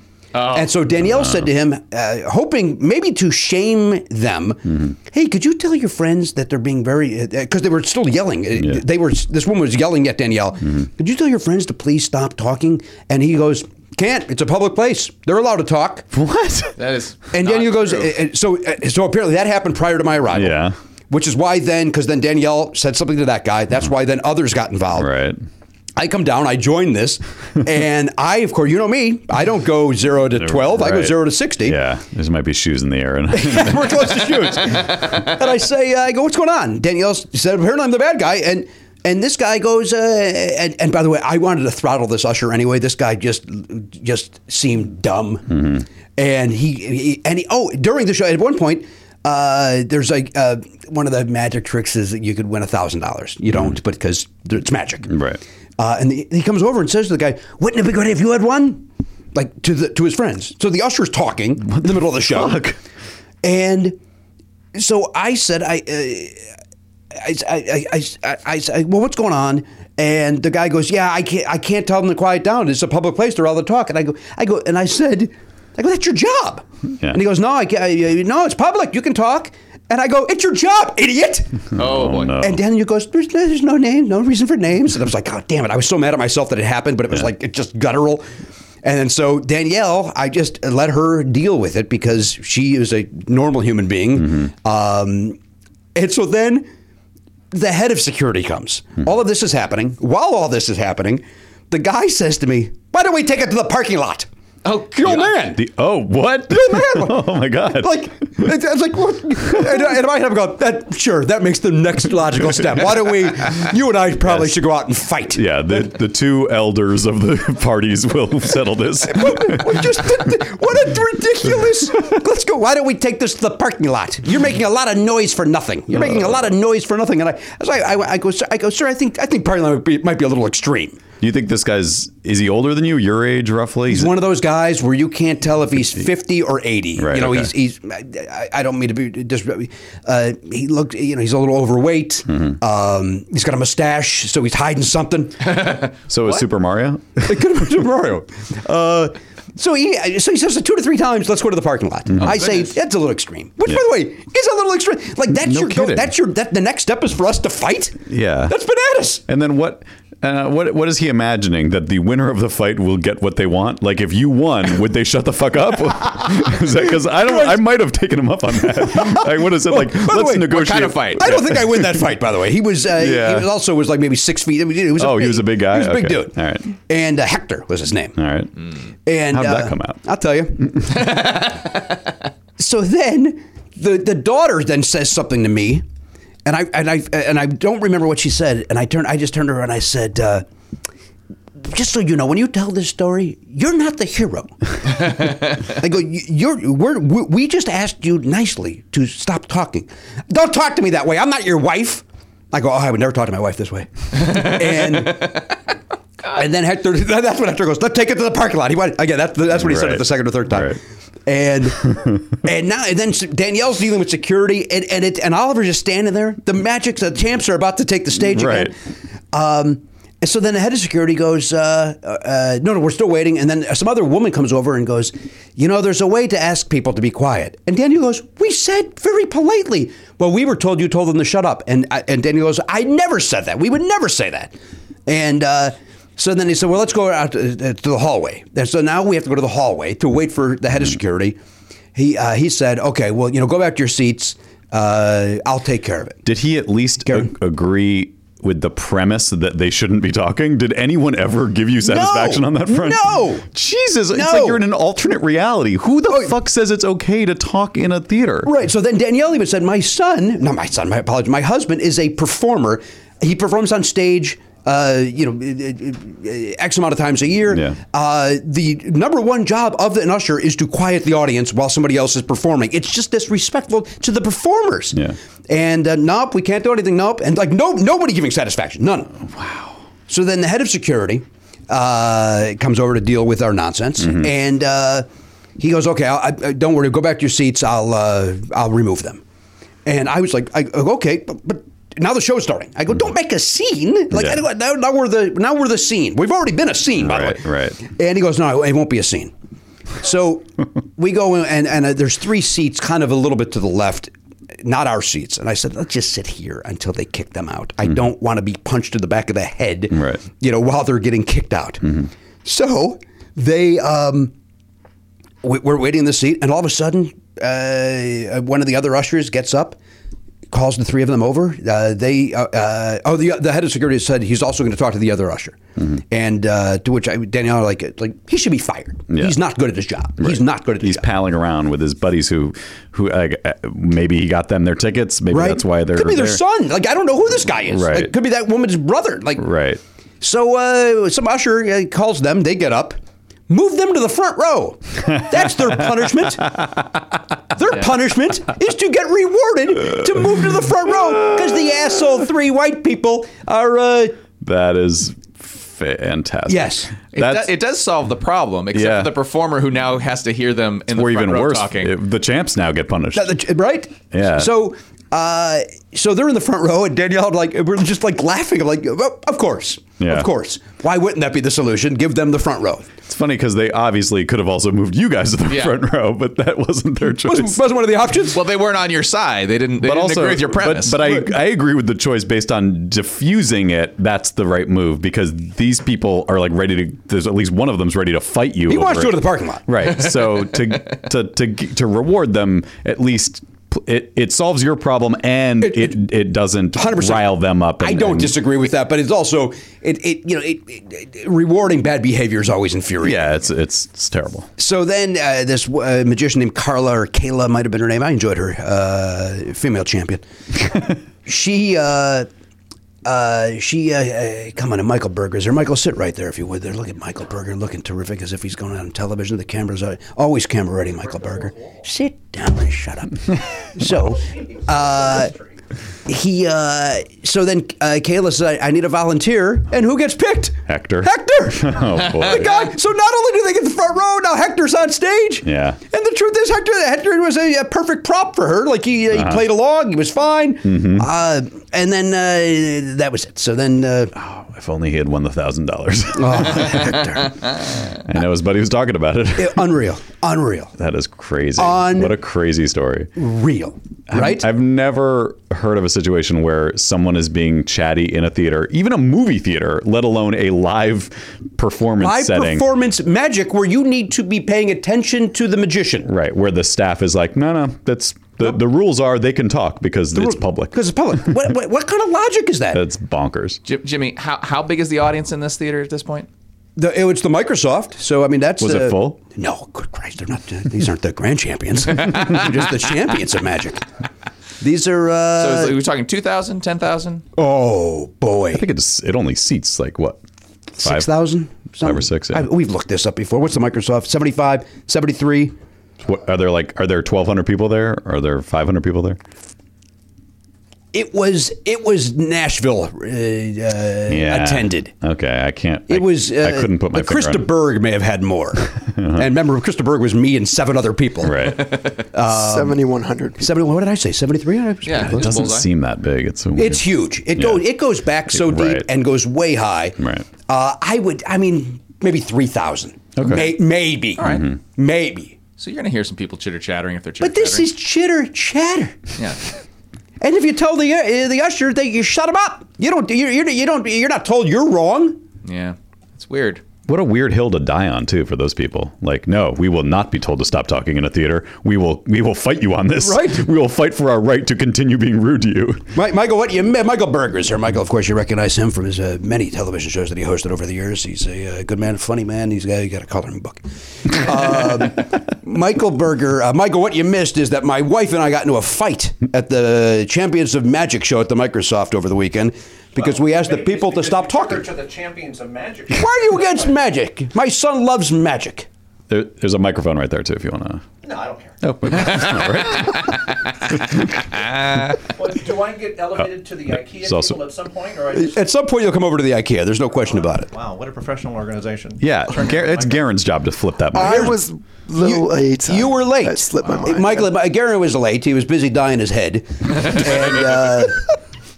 And so Danielle said to him, uh, hoping maybe to shame them, "Hey, could you tell your friends that they're being very because they were still yelling. Uh, Yeah. They were this woman was yelling at Danielle. Could you tell your friends to please stop talking?" And he goes, "Can't. It's a public place. They're allowed to talk." What? That is. And not Danielle goes, true. uh, uh, so uh, so apparently that happened prior to my arrival. Yeah. Which is why then, because then Danielle said something to that guy. That's why then others got involved. Right. I come down, I join this, and I, of course, you know me, I don't go zero to 12, I go Right. zero to 60. Yeah, there might be shoes in the air, and We're close to shoes. and I say, uh, I go, what's going on? Danielle said, apparently I'm the bad guy. And and this guy goes, uh, and, and by the way, I wanted to throttle this usher anyway. This guy just just seemed dumb. And he, he- and he, oh, during the show, at one point, uh, there's like uh, one of the magic tricks is that you could win a thousand dollars. You don't, but because it's magic, Right. Uh, and the, he comes over and says to the guy, "Wouldn't it be great if you had one?" Like to the to his friends. So the usher's talking in the middle of the show, and so I said, I, uh, I, I, I, I, I, I, well, what's going on? And the guy goes, yeah, I can't, I can't tell them to quiet down. It's a public place. They're all the talk. And I go, I go, and I said, I go, that's your job. Yeah. And he goes, no, I can't, I- I- no, it's public. You can talk. And I go, it's your job, idiot. Oh, boy. no. And Daniel goes, there's no, there's no name, no reason for names. And I was like, God damn it. I was so mad at myself that it happened, but it was like, it just guttural. And then so Danielle, I just let her deal with it because she is a normal human being. Um, and so then the head of security comes. All of this is happening. While all this is happening, the guy says to me, Why don't we take it to the parking lot? Oh, Your old man. the oh what? man. oh my god! like it's, it's like what? And, I- and I have go that sure that makes the next logical step. Why don't we? You and I probably should go out and fight. yeah, the the two elders of the parties will settle this. What, what, just, what a ridiculous! Let's go. Why don't we take this to the parking lot? You're making a lot of noise for nothing. You're making a lot of noise for nothing. And I, so I, I, I go, sir, I go, sir. I think I think parking lot might be, might be a little extreme. Do you think this guy's is he older than you? Your age, roughly? He's one of those guys where you can't tell if he's 50 or 80. Right, you know, okay. he's, he's, I, I don't mean to be, dis- uh, he looked, you know, he's a little overweight. Mm-hmm. Um, he's got a mustache, so he's hiding something. so is Super Mario? it could have been Mario. Uh, so he, so he says two to three times, let's go to the parking lot. Mm-hmm. Oh, I say, that's a little extreme. Which, by the way, is a little extreme. Like, that's No your, go- kidding. that's your, that the next step is for us to fight? Yeah. That's bananas. And then what? Uh, what what is he imagining that the winner of the fight will get what they want? Like if you won, would they shut the fuck up? Because I don't, I might have taken him up on that. I would have said like, the let's way, what negotiate. kind of fight? I don't think I win that fight. By the way, he was uh, he Yeah. was also was like maybe six feet. I mean, he was Oh, he was a big guy? He was a big Okay. dude. All right. And uh, Hector was his name. All right. And How'd that uh, come out? I'll tell you. so then the the daughter then says something to me, and I and I and I don't remember what she said. And I turned. I just turned to her and I said. Uh, just so you know, when you tell this story, you're not the hero. I go, "You- you're, we're, we we just asked you nicely to stop talking. Don't talk to me that way. I'm not your wife. I go, oh, I would never talk to my wife this way. and and then Hector, that's when Hector goes, let's take it to the parking lot. He went, again, that's, that's what he said it Right. the second or third time. Right. And and now and then Danielle's dealing with security and and it and Oliver's just standing there. The Magic's the champs are about to take the stage Right. again. Um, and so then the head of security goes, uh, uh, no, no, we're still waiting. And then some other woman comes over and goes, you know, there's a way to ask people to be quiet. And Daniel goes, we said very politely, well, we were told you told them to shut up. And I- and Daniel goes, I never said that. We would never say that. And uh, so then he said, well, let's go out to, uh, to the hallway. And so now we have to go to the hallway to wait for the head of security. He uh, he said, okay, well, you know, go back to your seats. Uh, I'll take care of it. Did he at least a- Karen? agree with the premise that they shouldn't be talking? Did anyone ever give you satisfaction on that front? No. Jesus, No. it's like you're in an alternate reality. Who the Oh. fuck says it's okay to talk in a theater? Right. So then Danielle even said, "My son, not my son. My apologies. My husband is a performer. He performs on stage." Uh, you know, uh, uh, X amount of times a year. Yeah. Uh, the number one job of an usher is to quiet the audience while somebody else is performing. It's just disrespectful to the performers. Yeah. And uh, nope, we can't do anything. Nope. And like, no, nobody giving satisfaction. None. Wow. So then the head of security uh, comes over to deal with our nonsense, Mm-hmm. and uh, he goes, "Okay, I, I, don't worry. Go back to your seats. I'll uh, I'll remove them." And I was like, I, "Okay, but." but now the show's starting. I go, don't make a scene. Like Mm-hmm. Yeah. I don't- now, now we're the now we're the scene. We've already been a scene, by Right, the way. right. And he goes, no, it won't be a scene. So we go in, and, and uh, there's three seats kind of a little bit to the left, not our seats. And I said, let's just sit here until they kick them out. I don't want to be punched in the back of the head, Mm-hmm. Right. Mm-hmm. you know, while they're getting kicked out. So they, um, we- we're waiting in the seat, and all of a sudden, uh, one of the other ushers gets up, calls the three of them over. Uh, they uh, uh, oh the, the head of security said he's also going to talk to the other usher, Mm-hmm. and uh, to which I, Danielle like like he should be fired. Yeah. He's not good at his job. He's not good at his He's job. palling around with his buddies who, who like, uh, maybe he got them their tickets. Maybe right? that's why they're could be their there. son. Like I don't know who this guy is. Right. Like, could be that woman's brother. Like Right. So uh, some usher uh, calls them. They get up. Move them to the front row. That's their punishment. Their punishment is to get rewarded to move to the front row because the asshole three white people are. Uh, That is fantastic. Yes. It, That's do- it does solve the problem, except Yeah. for the performer who now has to hear them in the or front even row worse. talking. it- the champs now get punished. Uh, the- right? Yeah. So, uh, so they're in the front row, and Danielle like we're just like laughing. I'm like, "Oh, of course, Yeah. of course. Why wouldn't that be the solution? Give them the front row. It's funny because they obviously could have also moved you guys to the Yeah. front row, but that wasn't their choice. Wasn't, wasn't one of the options? well, they weren't on your side. They didn't. They didn't agree with your but- premise. But, I, I agree with the choice based on diffusing it. That's the right move because these people are like ready to. There's at least one of them's ready to fight you. he wants over to go it. to the parking lot. Right. So to to to to reward them at least. pl- It, it solves your problem and it, it, doesn't 100%. rile them up. And, I don't and- disagree with that, but it's also it, it you know it, it, it- rewarding bad behavior is always infuriating. Yeah, it's, it's it's terrible. So then uh, this uh, magician named Carla or Kayla might have been her name. I enjoyed her, uh, female champion. she uh, uh, she uh, uh, come on, and Michael Berger is there. Michael, sit right there if you would. There, look at Michael Berger, looking terrific as if he's going on television. The camera's al- always camera ready. Michael Berger, sit down and shut up. so. Uh, he uh, so then uh, Kayla says, I, "I need a volunteer," and who gets picked? Hector. Hector. Oh boy. The guy. So not only do they get the front row, now Hector's on stage. Yeah. And the truth is, Hector, Hector was a, a perfect prop for her. Like he, uh, Uh-huh. he played along, he was fine. Mm-hmm. Uh, and then uh, that was it. So then, uh, if only he had won the thousand dollars. oh, Hector, I know his buddy was talking about it. unreal, unreal, That is crazy. On- what a crazy story. real, right? I've never heard of a situation where someone is being chatty in a theater, even a movie theater, let alone a live performance Live setting. performance magic, where you need to be paying attention to the magician. right, where the staff is like, no, no, that's the, the rules are they can talk because it's public. Because it's public. what, what, what kind of logic is that? That's bonkers. Jim, Jimmy, how, how big is the audience in this theater at this point? The, it was the Microsoft. So I mean, that's Was it uh, full? No, good Christ, they're not. These aren't the grand champions. They're just the champions of magic. These are. So Uh, is- are we talking 2,000, 10,000? oh boy, I think it's it only seats like what five six thousand. or six, yeah. I, we've looked this up before. What's the Microsoft? 75, 73. What, are there like are there twelve hundred people there? Are there five hundred people there? It was it was Nashville uh, uh, attended. Okay, I can't. It I- was. Uh, I couldn't put my but Krista finger on. it. Uh-huh. Berg may have had more. And remember, Krista Berg was me and seven other people. Right. Um, 7,100 people. Seventy. What did I say? Seventy three. Yeah, It doesn't seem that big. It's a weird- It's huge. It goes Yeah. it goes back so deep Right. and goes way high. Right. Uh, I would. I mean, maybe three thousand. Okay. May, maybe. Mm-hmm. right. Mhm. Maybe. So you're going to hear some people chitter chattering if they're chitter But this is chitter chatter. Yeah. And if you tell the uh, the usher that you shut him up, you don't. You're, you're you don't. You're not told you're wrong. Yeah. It's weird. What a weird hill to die on too for those people. Like, no, we will not be told to stop talking in a theater. We will we will fight you on this. Right. We will fight for our right to continue being rude to you. Mi- Michael, what you Michael Berger is here. Michael, of course, you recognize him from his uh, many television shows that he hosted over the years. He's a uh, good man, funny man. He's a guy you got a coloring book. Um, Michael Berger, uh, Michael, what you missed is that my wife and I got into a fight at the Champions of Magic show at the Microsoft over the weekend because we asked the people to stop talking. To the champions of magic. Why are you against magic? My son loves magic. There, there's a microphone right there too if you want to. No, I don't care. Oh, Well, do I get elevated to the IKEA Uh, it's also- table at some point, or I just, At some point, you'll come over to the IKEA. There's no question about it. wow, what a professional organization. yeah, Gar- that's Garen's job to flip that. mic. I was little late. You were late. Uh, That slipped my mind. Michael, Garen was late. He was busy dying his head. and. Uh,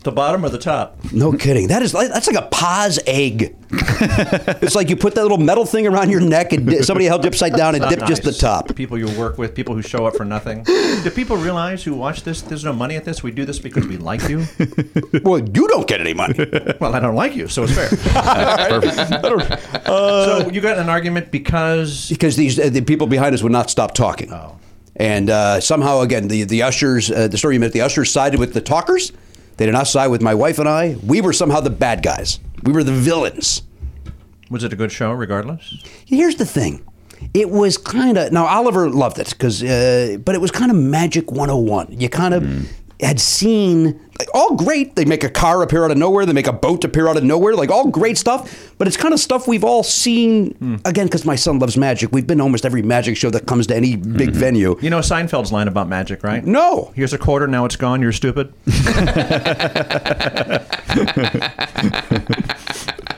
The bottom or the top? No kidding. That is like, that's like a pa's egg. it's like you put that little metal thing around your neck and di- somebody held you upside down and Not dipped just the nice. top. People you work with, people who show up for nothing. Do people realize who watch this? There's no money at this. We do this because we like you. Well, you don't get any money. Well, I don't like you, so it's fair. so you got in an argument because Oh. because these uh, the people behind us would not stop talking. And uh, somehow, again, the the ushers, uh, the story you meant, the ushers sided with the talkers. They did not side with my wife and I. We were somehow the bad guys. We were the villains. Was it a good show, regardless? Here's the thing. It was kind of now Oliver loved it because, uh, but it was kind of magic 101. You kind of had seen like, all great. They make a car appear out of nowhere. They make a boat appear out of nowhere. Like all great stuff. But it's kind of stuff we've all seen again because my son loves magic. We've been to almost every magic show that comes to any big venue. You know Seinfeld's line about magic, right? No. Here's a quarter, now it's gone, you're stupid.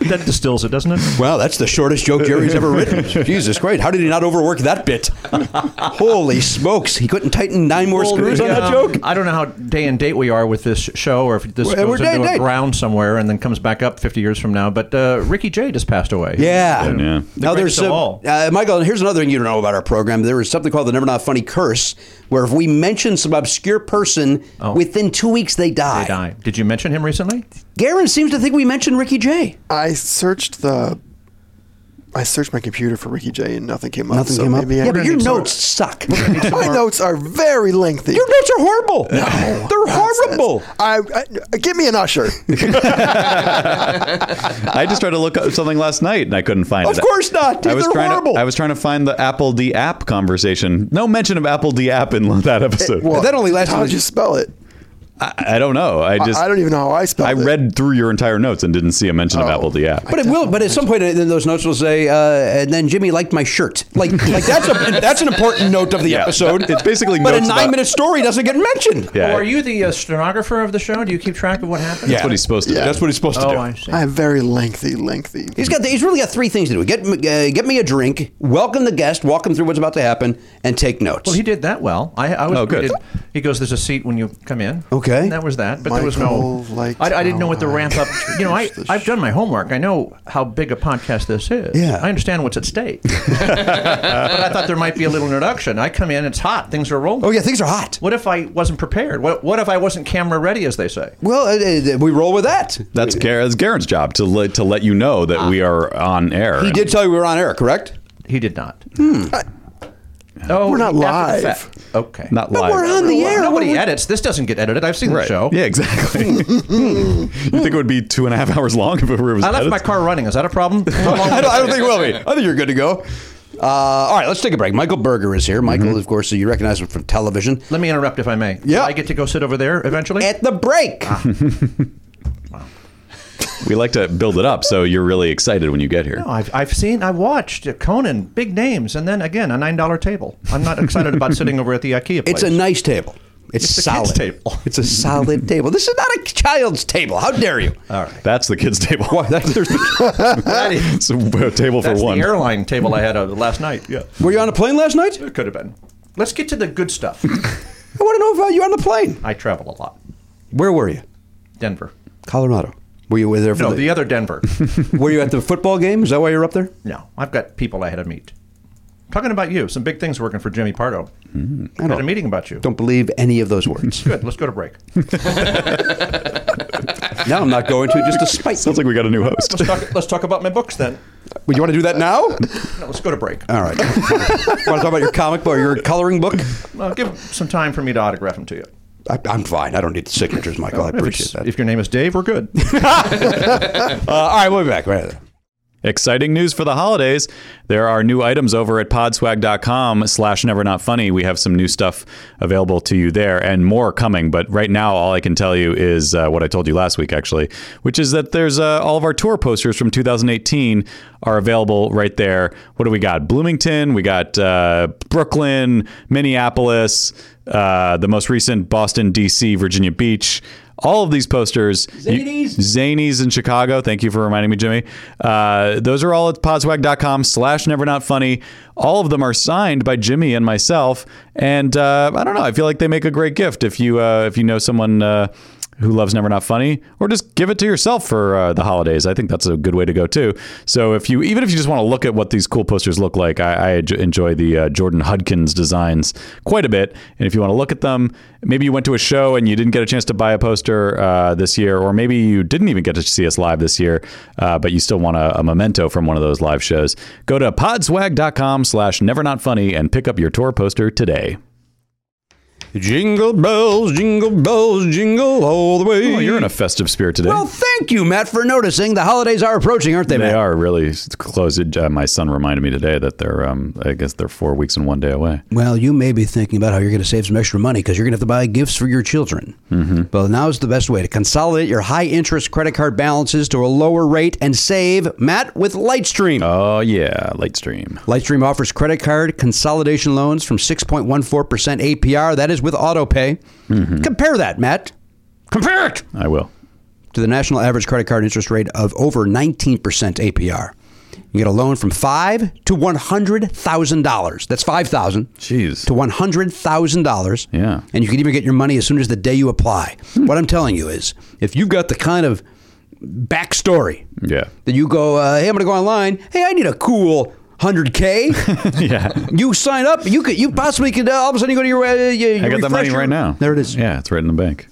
that distills it, doesn't it? Well, that's the shortest joke Jerry's ever written. Jesus Christ! How did he not overwork that bit? Holy smokes! He couldn't tighten nine more screws on that Yeah. joke. Um, I don't know how day and date we are with this show, or if this We're- goes we're day and into a date. ground somewhere and then comes back up 50 years from now. But uh, Ricky Jay just passed away. Yeah. yeah. The Now greatest there's of some- all. uh, Michael. Here's another thing you don't know about our program. There is something called the Never Not Funny curse, where if we mention some obscure person, within two weeks they die. He died. Did you mention him recently? Garen seems to think we mentioned Ricky Jay. I searched the. I searched my computer for Ricky J and nothing came up. Nothing so came up. maybe I- Yeah, but your notes suck. My notes are very lengthy. Oh, Your notes are horrible. They're horrible. I, I give me an usher. I just tried to look up something last night and I couldn't find Of it. course not, dude. I was They're trying horrible. To, I was trying to find the Apple D app conversation. No mention of Apple D app in that episode. Well, that only lasted- How'd you spell it? I, I don't know. I just I, I don't even know how I spelled I it. read through your entire notes and didn't see a mention of Oh. Apple D app. But it will. But at some point, then those notes will say, uh, and then Jimmy liked my shirt. Like, like that's a that's an important note of the Yeah, episode. it's basically But a notes about- nine minute story doesn't get mentioned. Yeah. Or are you the uh, stenographer of the show? Do you keep track of what happens? That's what he's supposed to do. That's what he's supposed to Oh, do. I see. I have very lengthy, lengthy. He's got. He's really got three things to do. Get uh, get me a drink. Welcome the guest. Walk him through what's about to happen, and take notes. Well, he did that well. I, I was Oh, good. greeted- He goes, "There's a seat when you come in." Okay. And that was that. But there was Michael no. liked I, I didn't know how what the I ramp up. You know, I finished the I've done my homework. I know how big a podcast this is. Yeah. I understand what's at stake. but I thought there might be a little introduction. I come in, it's hot, things are rolling. oh yeah, things are hot. What if I wasn't prepared? What What if I wasn't camera ready, as they say? Well, uh, uh, we roll with that. That's, Gar- that's Garen's job to let to let you know that Ah. we are on air. He And- did tell you we were on air, correct? He did not. Oh, Hmm. We're not after live. the fact. Okay. not But live. we're on the air. Nobody We're- edits. This doesn't get edited. I've seen Right. the show. Yeah, exactly. you think it would be two and a half hours long if it was? I left edited? my car running. Is that a problem? How long I, don't, I don't think it will be. I think you're good to go. Uh, all right, let's take a break. Michael Berger is here. Michael, of course, you recognize him from television. Let me interrupt if I may. Yeah. I get to go sit over there eventually. At the break. We like to build it up, so you're really excited when you get here. No, I've, I've seen, I've watched Conan, big names, and then again, a $9 table. I'm not excited about sitting over at the IKEA place. It's a nice table. It's, It's a kid's solid. table. It's a solid table. This is not a child's table. How dare you? All right. That's the kids' table. it's a table for That's one. the airline table I had uh, last night. Yeah. Were you on a plane last night? It could have been. Let's get to the good stuff. I want to know if uh, you were on the plane. I travel a lot. Where were you? Denver. Colorado. Were you there for No, the, the other Denver. Were you at the football game? Is that why you're up there? no, I've got people I had to meet. Talking about you, some big things working for Jimmy Pardo. Hmm. I had a meeting about you. Don't believe any of those words. Good. Let's go to break. now I'm not going to just to spite. Sounds like we got a new host. Let's talk, let's talk about my books then. Well, you want to do that now? No, let's go to break. All right. want to talk about your comic book or your coloring book? Well, Uh, give some time for me to autograph them to you. I, I'm fine. I don't need the signatures, Michael. I If appreciate it's- that. If your name is Dave, we're good. Uh, all right, we'll be back. Right there. Exciting news for the holidays. There are new items over at podswag.com slash never not funny. We have some new stuff available to you there and more coming. But right now, all I can tell you is uh, what I told you last week, actually, which is that there's uh, all of our tour posters from 2018 are available right there. What do we got? Bloomington, we got uh, Brooklyn, Minneapolis, uh, the most recent Boston, D.C., Virginia Beach. All of these posters, Zanies, Zanies in Chicago. Thank you for reminding me, Jimmy. Uh, those are all at podswag.com slash never not funny. All of them are signed by Jimmy and myself, and uh, I don't know. I feel like they make a great gift if you uh, if you know someone uh, who loves never not funny, or just give it to yourself for uh, the holidays. I think that's a good way to go too. So if you even if you just want to look at what these cool posters look like, I, I j- enjoy the uh, Jordan Hudkins designs quite a bit. And if you want to look at them, maybe you went to a show and you didn't get a chance to buy a poster uh, this year, or maybe you didn't even get to see us live this year, uh, but you still want a, a memento from one of those live shows. Go to podswag.com slash never not funny and pick up your tour poster today. Jingle bells, jingle bells, jingle all the way. Oh, you're in a festive spirit today. Well, thank you, Matt, for noticing. The holidays are approaching, aren't they, they Matt? are really close. Uh, my son reminded me today that they're, um, I guess, they're four weeks and one day away. Well, you may be thinking about how you're going to save some extra money because you're going to have to buy gifts for your children. Mm-hmm. Well, now is the best way to consolidate your high interest credit card balances to a lower rate and save, Matt, with Lightstream. Oh yeah, late stream. Lightstream offers credit card consolidation loans from 6.14% APR. That is with autopay. Compare that, Matt. Mm-hmm. Compare it I will. to the national average credit card interest rate of over 19% APR. You get a loan from five to one hundred thousand dollars. That's five thousand. Jeez. To one hundred thousand dollars. Yeah. Hmm. And you can even get your money as soon as the day you apply. What I'm telling you is, if you've got the kind of backstory, Yeah. that you go, uh, hey, I'm going to go online. Hey, I need a cool. 100k. Yeah. You sign up. You could. You possibly could. Uh, all of a sudden, you go to your. Uh, your I got the money right now. There it is. Yeah, it's right in the bank.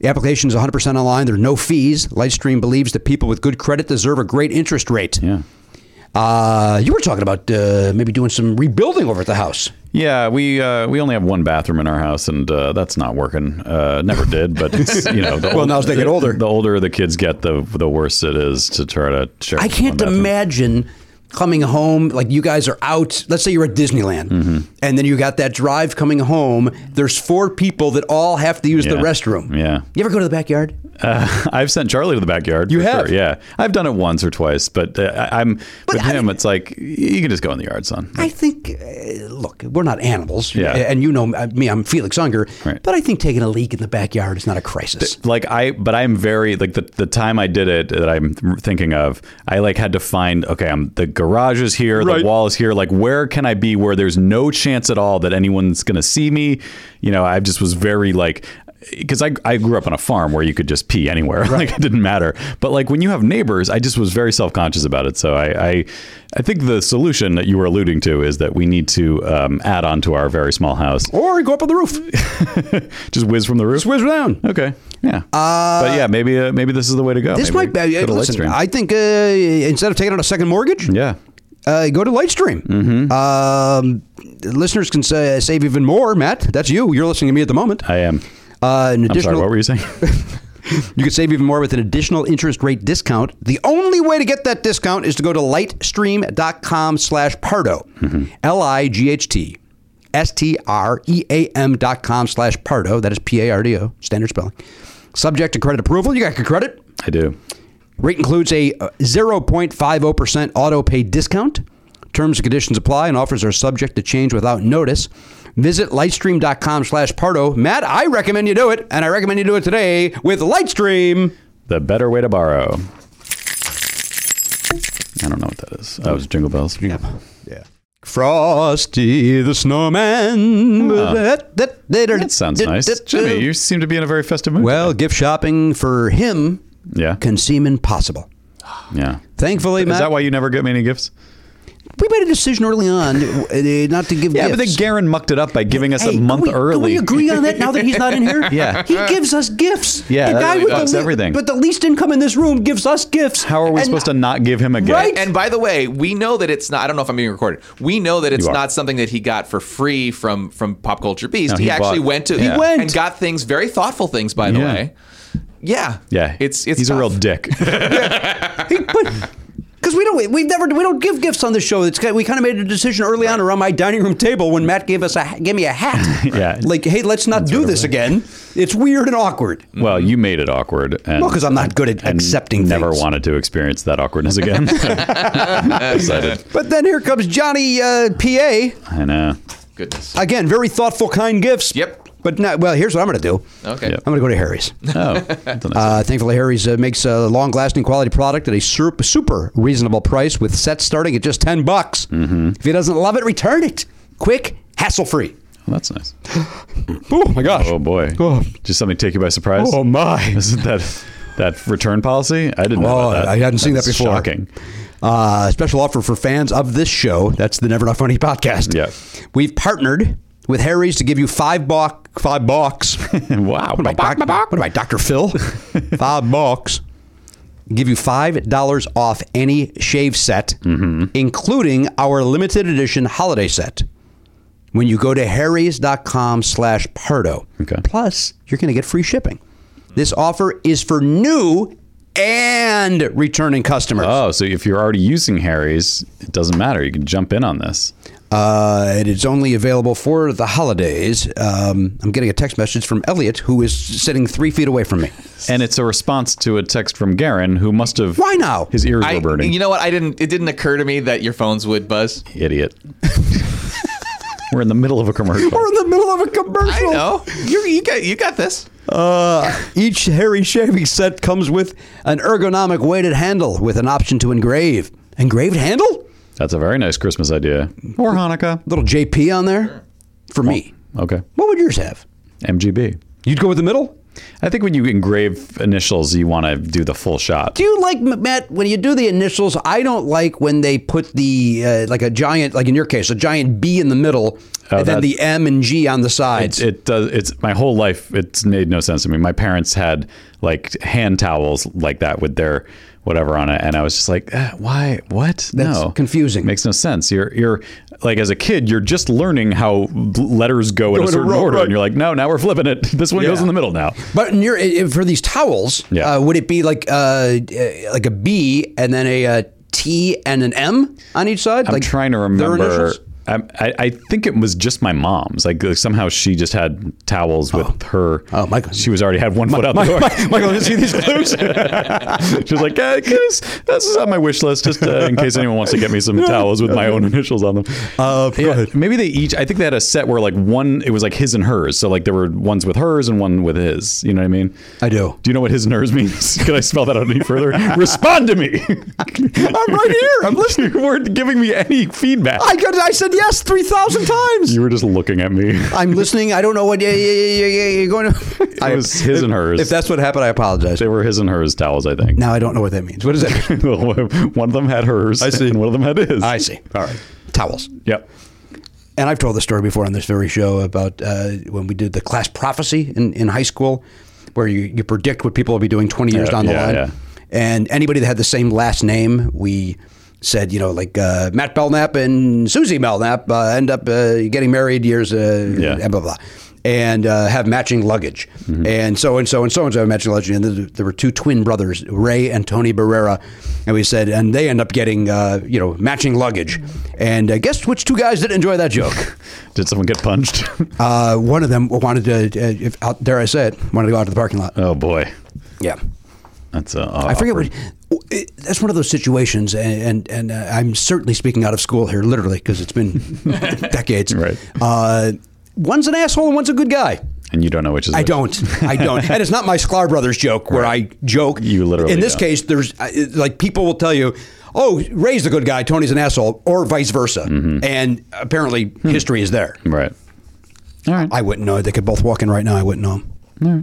The application is 100% online. There are no fees. Lightstream believes that people with good credit deserve a great interest rate. Yeah. Uh, you were talking about uh, maybe doing some rebuilding over at the house. Yeah, we uh, we only have one bathroom in our house, and uh, that's not working. Uh, never did, but it's, you know. The Well, now as they get the- older. the older the kids get, the the worse it is to try to. share I one can't bathroom. imagine coming home like you guys are out. Let's say you're at Disneyland, Mm-hmm. and then you got that drive coming home. There's four people that all have to use the Yeah. restroom. Yeah. You ever go to the backyard? Uh, I've sent Charlie to the backyard. You for have? sure. yeah. I've done it once or twice, but uh, I, I'm with I him. mean- it's like you can just go in the yard, son. I think, uh, look, we're not animals, Yeah. and you know uh, me. I'm Felix Unger, Right. but I think taking a leak in the backyard is not a crisis. like I, but I'm very like the the time I did it that I'm thinking of. I like had to find okay, I'm the garage is here, the wall is here. Like where can I be where there's no chance at all that anyone's gonna see me? You know, I just was very like. Because I, I grew up on a farm where you could just pee anywhere, like it didn't matter. But like when you have neighbors, I just was very self conscious about it. So I, I I think the solution that you were alluding to is that we need to um, add on to our very small house, Or go up on the roof, just whiz from the roof. swizz down. Okay. Yeah. but yeah, maybe uh, maybe this is the way to go. This Maybe might be. go to listen, Lightstream. I think uh, instead of taking out a second mortgage, yeah. uh, go to Lightstream. Mm-hmm. Um, listeners can sa- save even more. Matt, that's you. You're listening to me at the moment. I am. Uh, an I'm sorry. additional, What were you saying? you can save even more with an additional interest rate discount. The only way to get that discount is to go to lightstream.com slash Pardo. Mm-hmm. L-I-G-H-T. S-T-R-E-A-M E dot com slash Pardo. That is P-A-R-D-O. Standard spelling. Subject to credit approval. You got good credit. I do. Rate includes a uh, 0.50% auto pay discount. Terms and conditions apply and offers are subject to change without notice. Visit lightstream.com slash Pardo. Matt, I recommend you do it, and I recommend you do it today with Lightstream. The better way to borrow. I don't know what that is. Oh, it was Jingle Bells. Frosty the Snowman. That sounds nice. Jimmy, you seem to be in a very festive mood. uh, well, gift shopping for him yeah. can seem impossible. yeah. Thankfully, Is Matt, that why you never get me any gifts? we made a decision early on uh, not to give Yeah, gifts. but then Garen mucked it up by giving us Hey, a month can we, early. Can we agree on that now that he's not in here? Yeah. He gives us gifts. Yeah, The that guy really with does the, everything. But the least income in this room gives us gifts. How are we And supposed to not give him a gift? Right? And by the way, we know that it's not. I don't know if I'm being recorded. We know that it's You are. not something that he got for free from from Pop Culture Beast. No, he, he actually bought- went to He went. and got things very thoughtful things. By the Yeah. way, yeah, Yeah. It's it's he's a tough. real dick. Because we don't, we never, we don't give gifts on the show. It's kind- we kind of made a decision early on around my dining room table when Matt gave us a gave me a hat. Yeah. like hey, let's not do this again. It's weird and awkward. Well, you made it awkward. And, Well, 'cause I'm not good at and accepting Never things. wanted to experience that awkwardness again. Excited. But then here comes Johnny uh, PA I know. Goodness. again. Very thoughtful, kind gifts. Yep. But now, well, here's what I'm going to do. Okay. Yep. I'm going to go to Harry's. Oh, that's a nice- Uh, thankfully, Harry's uh, makes a long-lasting quality product at a super, super reasonable price with sets starting at just 10 bucks. Mm-hmm. If he doesn't love it, return it. Quick, hassle-free. well, that's nice. Oh, my gosh. Oh boy. Just something take you by surprise. Oh, my. Isn't that that return policy? I didn't know. Oh, about that. I hadn't seen that That's before. Shocking. Uh, special offer for fans of this show. That's the Never Not Funny podcast. Yeah. We've partnered with Harry's to give you five buck, five bucks. wow. What am, I, doc- what am I, Dr. Phil? five bucks. Give you five dollars off Mm-hmm. any shave set, including our limited edition holiday set, when you go to harrys.com slash pardo. Okay. Plus, you're going to get free shipping. This offer is for new and returning customers. Oh, so if you're already using Harry's, it doesn't matter. You can jump in on this. Uh, it is only available for the holidays. Um, I'm getting a text message from Elliot, who is sitting three feet away from me. And it's a response to a text from Garen, who must have. Why now? His ears I, were burning. you know what? I didn't. It didn't occur to me that your phones would buzz. Idiot. we're in the middle of a commercial. We're in the middle of a commercial. I know. You, you got you got this. Uh, each Harry shaving set comes with an ergonomic weighted handle with an option to engrave. Engraved handle? That's a very nice Christmas idea. Or Hanukkah. Little JP on there for me. Okay. What would yours have? MGB. You'd go with the middle? I think when you engrave initials, you want to do the full shot. Do you like M- Matt when you do the initials? I don't like when they put the uh, like a giant, like in your case, a giant B in the middle, Oh, and then that- the M and G on the sides. It does. It's my whole life. It's made no sense to me. My parents had like hand towels like that with their whatever on it, and I was just like, "Eh, why? What? That's no, confusing. Makes no sense. You're you're like as a kid, you're just learning how bl- letters go, in a in a certain row, order, right. and you're like, no, now we're flipping it. This one goes in the middle now. But in your, i- for these towels, Yeah. uh, would it be like uh, uh, like a B and then a, uh T and an M on each side? I'm like trying to their remember. initials? I'm- I, I think it was just my mom's. Like somehow she just had towels with her. Oh, Michael. She was already had one foot out the door. Michael, did you see these clues? She was like, "Uh, guys, this is on my wish list, just uh, in case anyone wants to get me some towels with my own initials on them. Uh, Maybe they each, I think they had a set where like one, it was like his and hers. So like there were ones with hers and one with his. You know what I mean? I do. Do you know what his and hers means? Can I spell that out any further? Respond to me. I'm right here. I'm listening. You weren't giving me any feedback. I, got, I said yes 3,000 times. you were just looking at me. I'm listening. I don't know what yeah, yeah, yeah, yeah, yeah, you're going to. It was his and hers. If that's what happened, I apologize. They were his and hers towels, I think. Now I don't know what that means. What does that mean? one of them had hers. I see. And one of them had his. I see. All right. Towels. Yep. and I've told the story before on this very show about uh, when we did the class prophecy in, in high school, where you, you predict what people will be doing 20 years Yeah, down the yeah, line. yeah. And anybody that had the same last name, we said, you know, like uh, Matt Belknap and Susie Belknap uh, end up uh, getting married years, uh, Yeah. and blah, blah, blah. And uh, have matching luggage, and so and so and so and so have matching luggage. And th- there were two twin brothers, Ray and Tony Barrera, and we said, and they end up getting, uh, you know, matching luggage. And uh, guess which two guys didn't enjoy that joke? Did someone get punched? Uh, one of them wanted to, uh, if, out, dare I say it, wanted to go out to the parking lot. oh boy. Yeah. That's uh, I forget what. it- That's one of those situations, and and, and uh, I'm certainly speaking out of school here, literally, because it's been decades. Right. Uh, one's an asshole and one's a good guy. and you don't know which is. I which. don't. I don't. And it's not my Sklar Brothers joke where I joke. You literally In this don't. case, there's I- it- like people will tell you, "Oh, Ray's the good guy, Tony's an asshole," or vice versa. Mm-hmm. And apparently, history is there. Right. Hmm. All right, I wouldn't know. They could both walk in right now. I wouldn't know.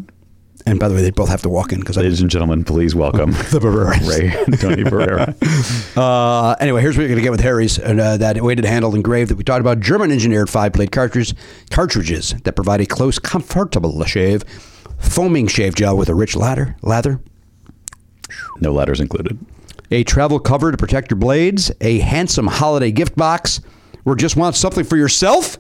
And by the way, they both have to walk in because I. ladies and gentlemen, please welcome the Barreras. Ray and Tony Barrera. Uh, anyway, here's what you're going to get with Harry's and uh, that weighted handled engraved that we talked about. German engineered five blade cartridges, cartridges that provide a close, comfortable shave, foaming shave gel with a rich lather, lather, No letters included. a travel cover to protect your blades, a handsome holiday gift box, or just want something for yourself?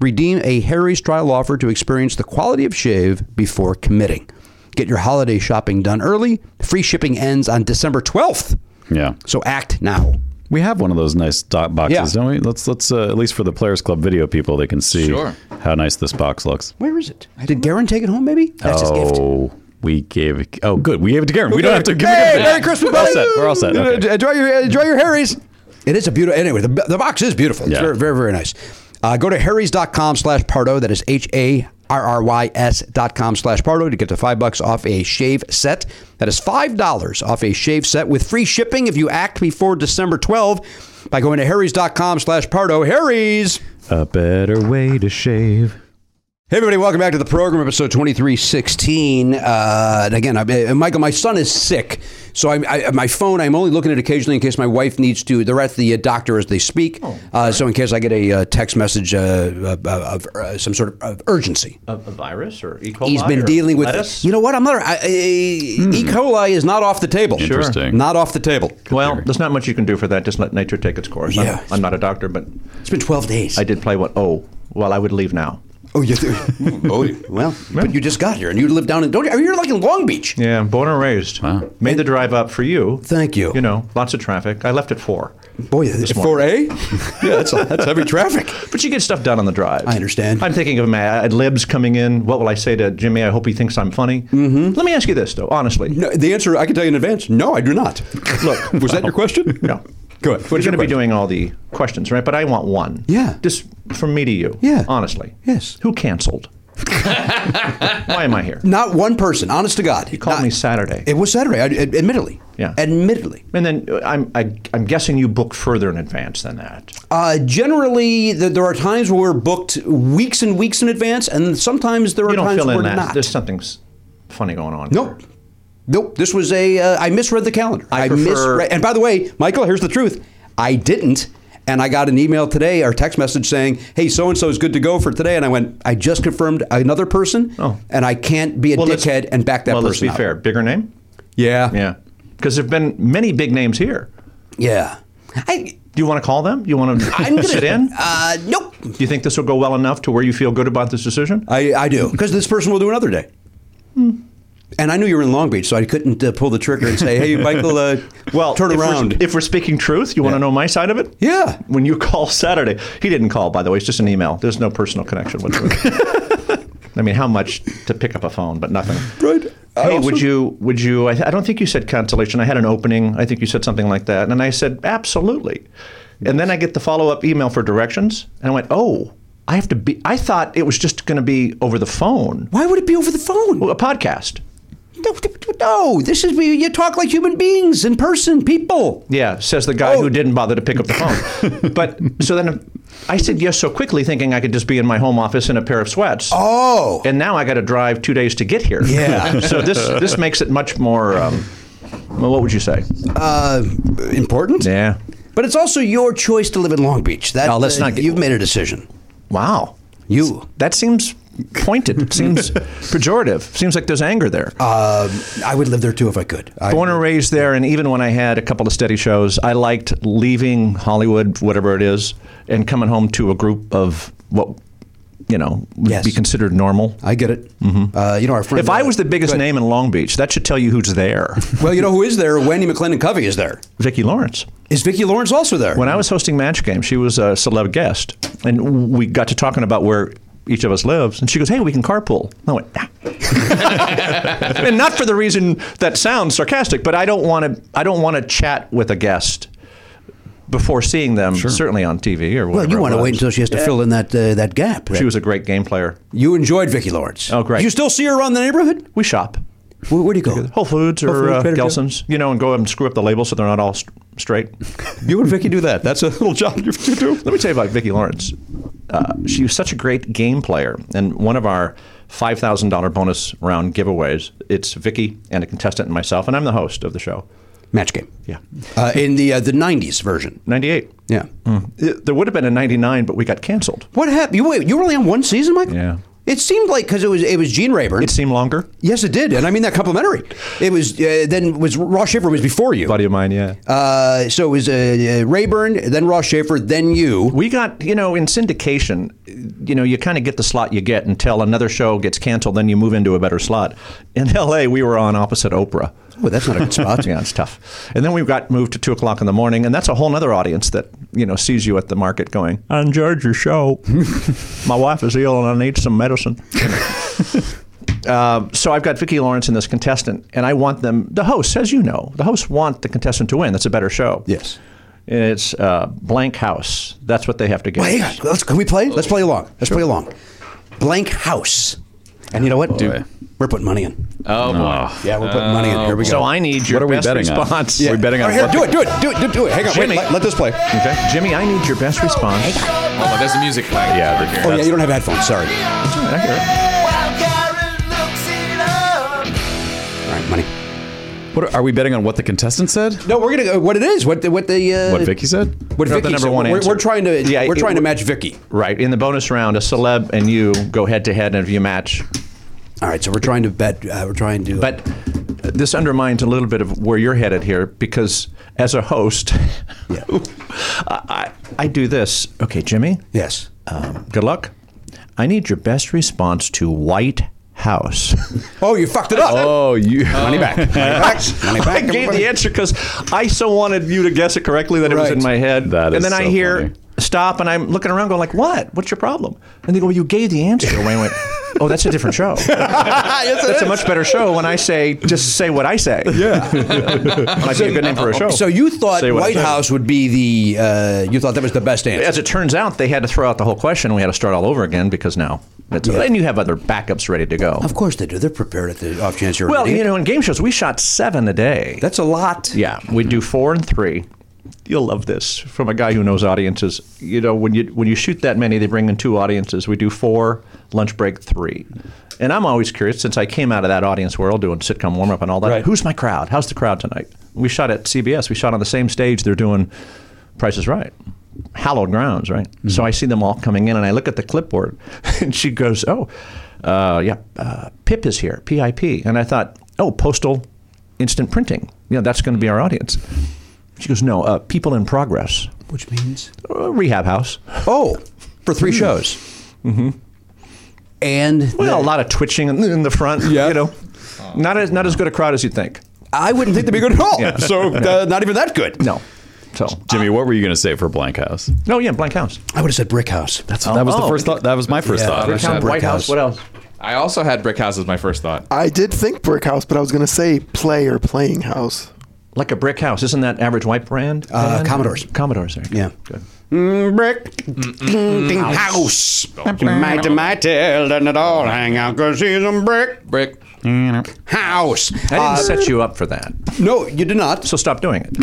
Redeem a Harry's trial offer to experience the quality of shave before committing. Get your holiday shopping done early. Free shipping ends on December 12th. Yeah, So act now. we have one of those nice dot boxes, Yeah. don't we? Let's let's uh, at least for the Players Club video people, they can see Sure. how nice this box looks. Where is it? Did Garen take it home, maybe? That's his gift. oh, we gave. it- Oh, good. We gave it to Garen. We don't have to give Hey, it. to- Merry Christmas, We're all buddy. set. We're all set. Okay. Enjoy your enjoy your Harry's. It is a beautiful. Anyway, the, the box is beautiful. It's Yeah. very, very, very nice. Uh, go to harrys.com slash pardo. That is H A R R Y S dot com slash pardo to get to five bucks off a shave set. That is five dollars off a shave set with free shipping if you act before December 12 by going to harrys.com slash pardo. Harry's. A better way to shave. Hey everybody, welcome back to the program, episode twenty three sixteen. Uh, and again, I, uh, Michael, my son is sick, so I, I, my phone. I'm only looking at occasionally in case my wife needs to. They're at the uh, doctor as they speak, uh, so in case I get a uh, text message uh, of, of uh, some sort of, of urgency. A, a virus or E. coli? He's been or dealing with. lettuce? You know what? I'm not. I, I, E. coli is not off the table. Interesting. Not off the table. Well, there's not much you can do for that. Just let nature take its course. I'm- Yeah. I'm, not a doctor, but It's been 12 days. I did play what? Oh, well, I would leave now. Oh, you. oh, well, but you just got here, and you live down in. Don't you? I mean, you're like in Long Beach. Yeah, born and raised. Made the drive up for you. Thank you. You know, lots of traffic. I left at four. Boy, this four A. yeah, that's that's heavy traffic. But you get stuff done on the drive. I understand. I'm thinking of my ad libs coming in. What will I say to Jimmy? I hope he thinks I'm funny. Mm-hmm. Let me ask you this, though, honestly. No, the answer I can tell you in advance. No, I do not. Look, was that your question? No. Go ahead. We're going to be doing all the questions, right? But I want one. Yeah. Just from me to you. Yeah. Honestly. Yes. Who canceled? Why am I here? Not one person, honest to God. You called me Saturday. It was Saturday, I, ad- admittedly. Yeah. Admittedly. And then uh, I'm I, I'm guessing you booked further in advance than that. Uh, generally, th- there are times where we're booked weeks and weeks in advance, and sometimes there are you don't times fill where in that. not. There's something s- funny going on. Nope. Nope. This was a. Uh, I misread the calendar. I prefer- misread. And by the way, Michael, here's the truth. I didn't. And I got an email today or text message saying, "Hey, so and so is good to go for today." And I went, "I just confirmed another person, Oh. and I can't be a Well, let's- dickhead and back that well, let's person." be up." fair. Bigger name? Yeah. Yeah. Because there've been many big names here. Yeah. I. Do you want to call them? You want to I'm gonna sit in? Uh, nope. do you think this will go well enough to where you feel good about this decision? I, I do because this person will do another day. Hmm. And I knew you were in Long Beach, so I couldn't uh, pull the trigger and say, "Hey, Michael, uh, well, turn if we're- around." if we're speaking truth, you want to know my side of it? Yeah. When you call Saturday, he didn't call, by the way. It's just an email. There's no personal connection whatsoever. I mean, how much to pick up a phone, but nothing. Right. I Hey, also- would you? Would you? I, I don't think you said cancellation. I had an opening. I think you said something like that, and I said absolutely. And then I get the follow up email for directions, and I went, oh, I have to be. I thought it was just going to be over the phone, Why would it be over the phone? a podcast. uh, No, no, this is we. You talk like human beings in person, people. Yeah, says the guy Oh. who didn't bother to pick up the phone. but so then I said yes so quickly, thinking I could just be in my home office in a pair of sweats. Oh, And now I got to drive two days to get here. Yeah. so this this makes it much more. Um, well, what would you say? uh, important. Yeah. But it's also your choice to live in Long Beach. That No, let's uh, not get- You've made a decision. Wow. You. That seems pointed. It seems pejorative. Seems like there's anger there. Um, I would live there too if I could. I, Born and raised there, and even when I had a couple of steady shows, I liked leaving Hollywood, whatever it is, and coming home to a group of what you know would Yes. be considered normal. I get it. Mm-hmm. Uh, you know our friend. If I uh, was the biggest name in Long Beach, that should tell you who's there. well, you know who is there? Wendy McClendon Covey is there. Vicki Lawrence. Is Vicki Lawrence also there? When I was hosting Match Game, she was a celeb guest, and we got to talking about where each of us lives, and she goes, "Hey, we can carpool." And I went, nah. and not for the reason that sounds sarcastic, but I don't want to. I don't want to chat with a guest before seeing them, certainly on TV or well, whatever. you it want to was. wait until she has to fill in that uh, that gap. She was a great game player. You enjoyed Vicki Lawrence. Oh, great. You still see her around the neighborhood? We shop. Where, where do you go? Whole Foods Whole or Foods, uh, Trader Joe's. Gelson's, you know, and go and screw up the label so they're not all st- straight. You and Vicki do that. That's a little job you do. Let me tell you about Vicki Lawrence. Uh, she was such a great game player. And one of our $5,000 bonus round giveaways, it's Vicki and a contestant and myself, and I'm the host of the show. Match game. Yeah. Uh, in the uh, the '90s version. 98. Yeah. Mm. It- there would have been a 99, but we got canceled. What happened? You wait, you were only on one season, Mike. Yeah. It seemed like because it was it was Gene Rayburn. It seemed longer. yes, it did, and I mean that complimentary. It was uh, then was Ross Schaefer was before you. Buddy of mine, yeah. Uh, so it was uh, uh, Rayburn, then Ross Schaefer, then you. we got, you know, in syndication, you know, you kind of get the slot you get until another show gets canceled, then you move into a better slot. In LA, we were on opposite Oprah. Oh, that's not a good spot. yeah, it's tough. And then we got moved to two o'clock in the morning, and that's a whole other audience that you know sees you at the market going, "I enjoyed your show. My wife is ill, and I need some medicine." Um, so I've got Vicki Lawrence and this contestant, and I want them. The hosts, as you know, the hosts want the contestant to win. That's a better show. Yes. And it's uh, blank house. That's what they have to get. Wait, hang on. let's can we play? Oh, Let's Oh, play along. Let's play along. Blank house. And you know what? Dude, we're putting money in. Oh, boy. Oh. Yeah, we're putting money in. Here we go. So I need your What are we best betting on? response. We're betting All on right, here, what do the- it, do it, do it, do it, do it. Hang on, wait, Jimmy. let, let this play. Oh Okay. Jimmy, I need your best response. Oh, there's the music flag. Yeah, Right here. Oh, yeah, you don't have headphones. Sorry. All All right, I hear it. right, money. What are, are we betting on what the contestant said? No, we're gonna go. What it is? What the, what the uh, What Vicky said? What Not Vicky the number said. one we're, answer. we're trying to. Yeah, we're it- trying to match Vicky. Right. In the bonus round, a celeb and you go head to head, and if you match, All right, so we're trying to bet. Uh, we're trying to. But this undermines a little bit of where you're headed here, because as a host, I, I I do this. Okay, Jimmy. yes. Um, good luck. I need your best response to White House. Oh, you fucked it up. Oh, you. Money back. Money back. Money back. I gave everybody. the answer because I so wanted you to guess it correctly that it was Right. in my head. That and is then I so hear funny. stop, and I'm looking around, going like, "What? What's your problem?" And they go, "Well, you gave the answer." And I went, "Oh, that's a different show. that's a much better show when I say just say what I say." Yeah, might be a good name for a show. So you thought Say what I White said. House would be the? Uh, you thought that was the best answer. As it turns out, they had to throw out the whole question. We had to start all over again because now, it's, and you have other backups ready to go. Of course they do. They're prepared at the off chance you're. an Well, you idiot. know, in game shows, we shot seven a day. that's a lot. Yeah, we do four and three. You'll love this from a guy who knows audiences. You know, when you when you shoot that many, they bring in two audiences. We do four, lunch break three, and I'm always curious since I came out of that audience world doing sitcom warm up and all that. Who's my crowd? How's the crowd tonight? We shot at CBS. We shot on the same stage. They're doing Price is Right, hallowed grounds, right? So I see them all coming in, and I look at the clipboard, and she goes, "Oh, uh, yeah, uh, PIP is here, PIP," and I thought, "Oh, postal." Instant printing. You know, that's going to be our audience. She goes, no, uh, people in progress, Which means. Uh, rehab house. Oh, for three Hmm. shows. Mm-hmm. And Well, a lot of twitching in in the front. Yeah. you know, not as not as good a crowd as you'd think. I wouldn't think they'd be good at all. Yeah. So uh, not even that good. No, so Jimmy, what were you going to say for Blank House? no, yeah, blank house. I would have said brick house. That's that was the oh. first thought. That was my first Yeah. thought. Brick House, Brick House. What else? I also had Brick House as my first thought. I did think brick house, but I was going to say play or playing house. Like a brick house, isn't that average white brand? Uh, brand? Commodores. Commodores. There. Yeah. Mm, Good. brick ding house. Might to my tail, doesn't it all hang out? Cause he's a brick Brick. house. I Uh, didn't set you up for that, No, you did not. so stop doing it.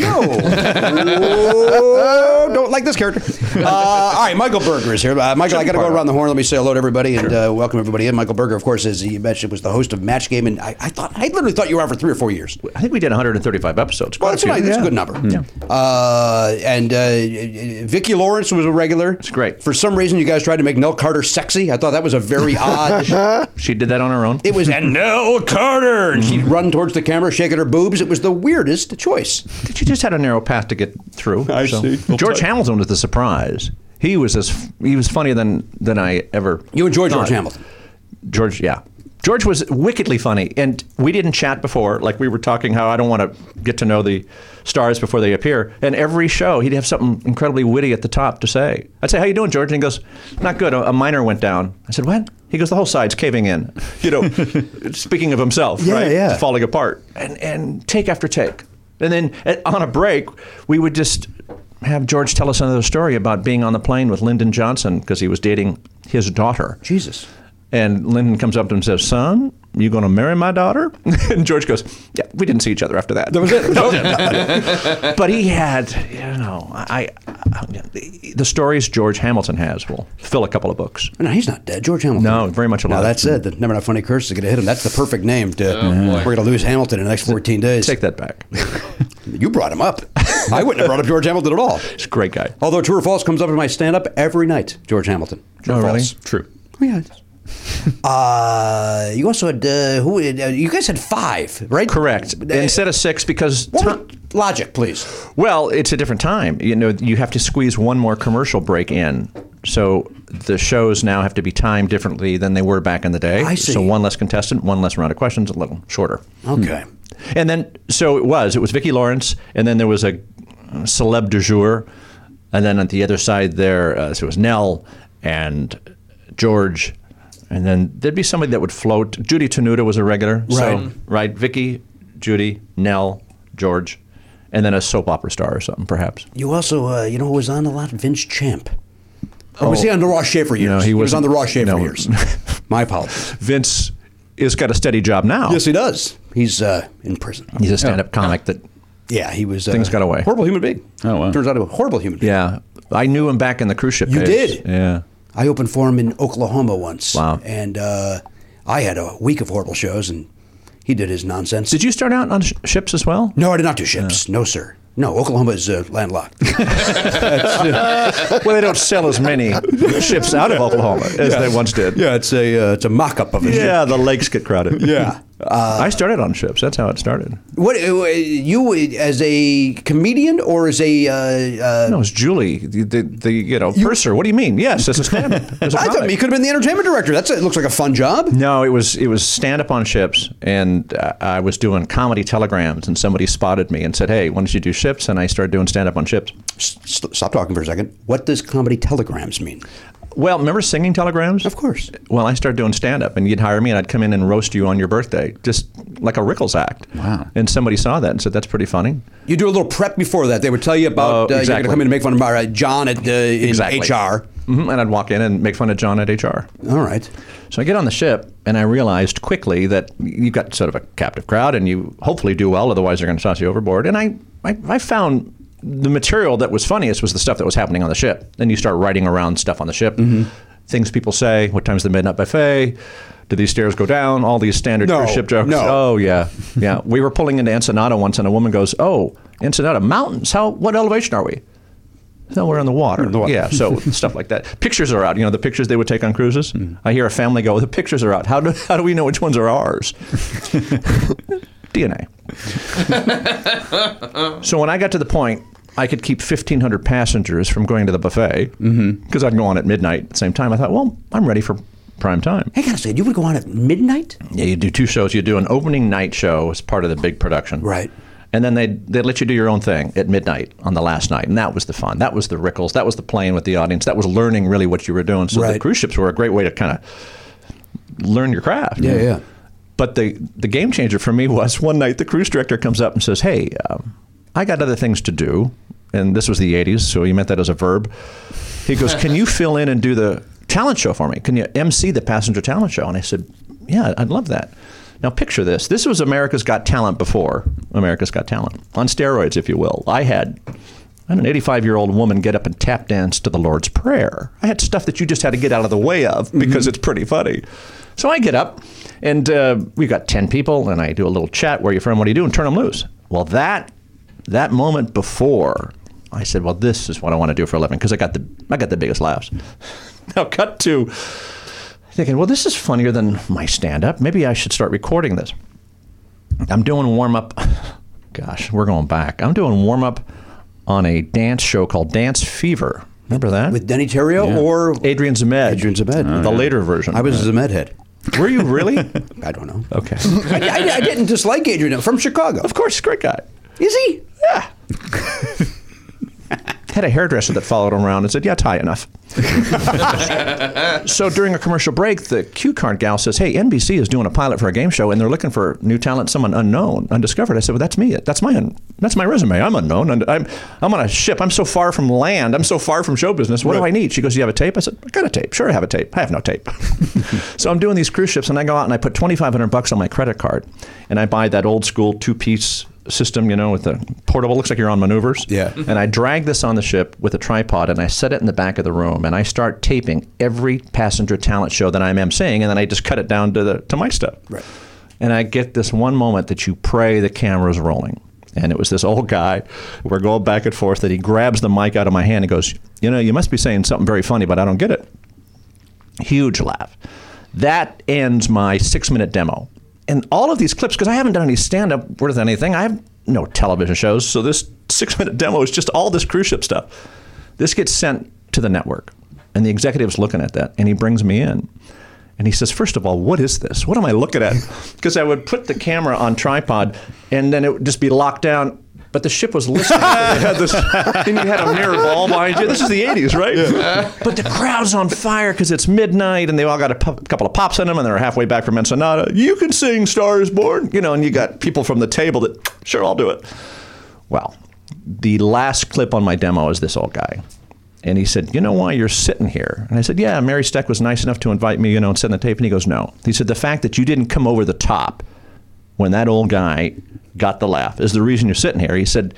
oh, don't like this character. Uh, all right, Michael Berger is here. Uh, Michael, I got to go around the horn. Let me say hello to everybody and uh, welcome everybody in. Michael Berger, of course, as you mentioned, was the host of Match Game, and I, I thought I literally thought you were out for three or four years. I think we did 135 episodes. Well, Quite that's, a, a nice, few. that's a good number. Hmm. Uh, and uh, Vicki Lawrence was a regular. It's great. For some reason, you guys tried to make Nell Carter sexy. I thought that was a very odd. She did that on her own. it was and Nell Carter, and she'd run towards the camera, shaking her boobs. It was the weirdest choice. She just had a narrow path to get through. I see. George Hamilton was the surprise. He was as he was funnier than than I ever. You enjoy George thought. Hamilton. George, yeah. George was wickedly funny, and we didn't chat before. Like we were talking, how I don't want to get to know the stars before they appear. And every show, he'd have something incredibly witty at the top to say. I'd say, "How you doing, George?" And he goes, "Not good. A, a miner went down." I said, "What?" He goes, "The whole side's caving in." You know, speaking of himself, Yeah, right? yeah. Falling apart, and and take after take, and then at, on a break, we would just have George tell us another story about being on the plane with Lyndon Johnson because he was dating his daughter. Jesus. And Lyndon comes up to him and says, Son, you going to marry my daughter? and George goes, Yeah, we didn't see each other after that. That was it. but he had, you know, I, I, the stories George Hamilton has will fill a couple of books. No, he's not dead. George Hamilton. No, very much No, alive. that's it. The Never Not Funny curse is going to hit him. That's the perfect name to. we're going to lose Hamilton in the next 14 days. Take that back. You brought him up. I wouldn't have brought up George Hamilton at all. He's a great guy. Although True or False comes up in my stand up every night, George Hamilton. True Oh, or really? false? True. Yeah. uh, you also had, uh, who, uh, you guys had five, right? Correct. Uh, Instead of six, because. what Tom- was- logic, please. Well, it's a different time. You know, you have to squeeze one more commercial break in. So the shows now have to be timed differently than they were back in the day. I see. So one less contestant, one less round of questions, a little shorter. Okay. And then, so it was. It was Vicki Lawrence, and then there was a celeb du jour, and then at the other side there, uh, so it was Nell and George, and then there'd be somebody that would float. Judy Tenuta was a regular, so Right. right, Vicki, Judy, Nell, George, and then a soap opera star or something, perhaps. You also, uh, you know who was on a lot? Vince Champ. Or was he on the Raw Schaefer years? No, he was wasn't. on the Raw Schaefer No. years. My apologies. Vince has got a steady job now. Yes, he does. He's uh, in prison. He's a stand-up comic that Yeah, he was. Uh, Things got away. Horrible human being. Oh, wow. Turns out, a horrible human being. Yeah, I knew him back in the cruise ship. You days. did? Yeah. I opened for him in Oklahoma once. Wow. And uh, I had a week of horrible shows, and he did his nonsense. Did you start out on sh- ships as well? No, I did not do ships. No, sir. No, Oklahoma is uh, landlocked. well, they don't sell as many ships out of Oklahoma as they once did. yeah, it's a uh, it's a mock-up of a ship. the lakes get crowded. Yeah. I started on ships. That's how it started. What uh, you uh, as a comedian or as a? Uh, uh, No, it's Julie, the, the, the you know purser. What do you mean? Yes, as a stand-up. as a I thought comic. you could have been the entertainment director. That's it. Looks like a fun job. No, it was it was stand up on ships, and uh, I was doing comedy telegrams, and somebody spotted me and said, "Hey, why don't you do ships?" And I started doing stand up on ships. S- s- stop talking for a second. What does comedy telegrams mean? Well, remember singing telegrams? Of course. Well, I started doing stand up, and you'd hire me, and I'd come in and roast you on your birthday, just like a Rickles act. Wow! And somebody saw that and said, "That's pretty funny." You do a little prep before that. They would tell you about uh, Oh, you're going to exactly. come in and make fun of uh, John at uh, in Exactly. HR. hmm And I'd walk in and make fun of John at HR. All right. So I get on the ship, and I realized quickly that you've got sort of a captive crowd, and you hopefully do well. Otherwise, they're going to toss you overboard. And I, I, I found the material that was funniest was the stuff that was happening on the ship. Then you start writing around stuff on the ship, Mm-hmm. things people say. What time's the midnight buffet? Do these stairs go down? All these standard No, cruise ship jokes. no. Oh yeah, yeah. we were pulling into Ensenada once, and a woman goes, "Oh, Ensenada mountains. How? What elevation are we?" No, we're in the water. Yeah, so stuff like that. Pictures are out. You know the pictures they would take on cruises. I hear a family go, "The pictures are out. How do how do we know which ones are ours?" DNA. so when I got to the point, I could keep 1,500 passengers from going to the buffet because I'd go on at midnight at the same time. I thought, well, I'm ready for prime time. Hang on a second. You would go on at midnight. Yeah, you do two shows. You do an opening night show as part of the big production. Right. And then they they let you do your own thing at midnight on the last night, and that was the fun. That was the rickles. That was the playing with the audience. That was learning really what you were doing. So Right. the cruise ships were a great way to kind of learn your craft. Yeah, yeah. But the the game changer for me was one night the cruise director comes up and says, "Hey, um, I got other things to do," and this was the '80s, so he meant that as a verb. He goes, "Can you fill in and do the talent show for me? Can you MC the passenger talent show?" And I said, "Yeah, I'd love that." Now picture this. This was America's Got Talent before America's Got Talent on steroids, if you will. I had. I had an 85 year old woman get up and tap dance to the Lord's Prayer. I had stuff that you just had to get out of the way of because it's pretty funny. So I get up, and uh, we've got 10 people, and I do a little chat. Where are you from? What do you do? And turn them loose. Well, that that moment before, I said, "Well, this is what I want to do for a living," because I got the I got the biggest laughs. now, cut to thinking, "Well, this is funnier than my stand-up. Maybe I should start recording this." I'm doing warm up. Gosh, we're going back. I'm doing warm up on a dance show called Dance Fever. Remember that? With Denny Terrio or Adrian Zemed. Adrian Zemed. Oh, The later version. I was a Zemed head. Were you really? I don't know. okay. I, I, I didn't dislike Adrian I'm from Chicago. of course, great guy. Is he? Yeah. Had a hairdresser that followed him around and said, "Yeah, tie enough." so during a commercial break, the cue card gal says, "Hey, NBC is doing a pilot for a game show, and they're looking for new talent, someone unknown, undiscovered." I said, "Well, that's me. That's my un- that's my resume. I'm unknown, and I'm I'm on a ship. I'm so far from land. I'm so far from show business. What do I need?" She goes, "You have a tape?" I said, "I got a tape. Sure, I have a tape. I have no tape." so I'm doing these cruise ships, and I go out and I put 2,500 bucks on my credit card, and I buy that old school two piece system, you know, with the portable. Looks like you're on maneuvers. Yeah. And I drag this on the ship with a tripod and I set it in the back of the room and I start taping every passenger talent show that I'm emceeing and then I just cut it down to the to my stuff. Right. And I get this one moment that you pray the camera's rolling. And it was this old guy, we're going back and forth, that he grabs the mic out of my hand and goes, You know, you must be saying something very funny, but I don't get it huge laugh. That ends my six minute demo. And all of these clips, because I haven't done any stand up worth anything, I have no television shows. So this six minute demo is just all this cruise ship stuff. This gets sent to the network, and the executive's looking at that, and he brings me in. And he says, first of all, what is this? What am I looking at? Because I would put the camera on tripod, and then it would just be locked down. But the ship was listening. It had this- and you had a mirror ball behind you. This is the 80s, right? But the crowd's on fire because it's midnight, and they all got a pu- couple of pops in them, and they're halfway back from Ensenada. You can sing "Stars Born," you know, and you got people from the table that sure, I'll do it. Well, the last clip on my demo is this old guy. And he said, You know why you're sitting here? And I said, Yeah, Mary Steck was nice enough to invite me, you know, and send the tape. And he goes, No. He said, The fact that you didn't come over the top when that old guy got the laugh is the reason you're sitting here. He said,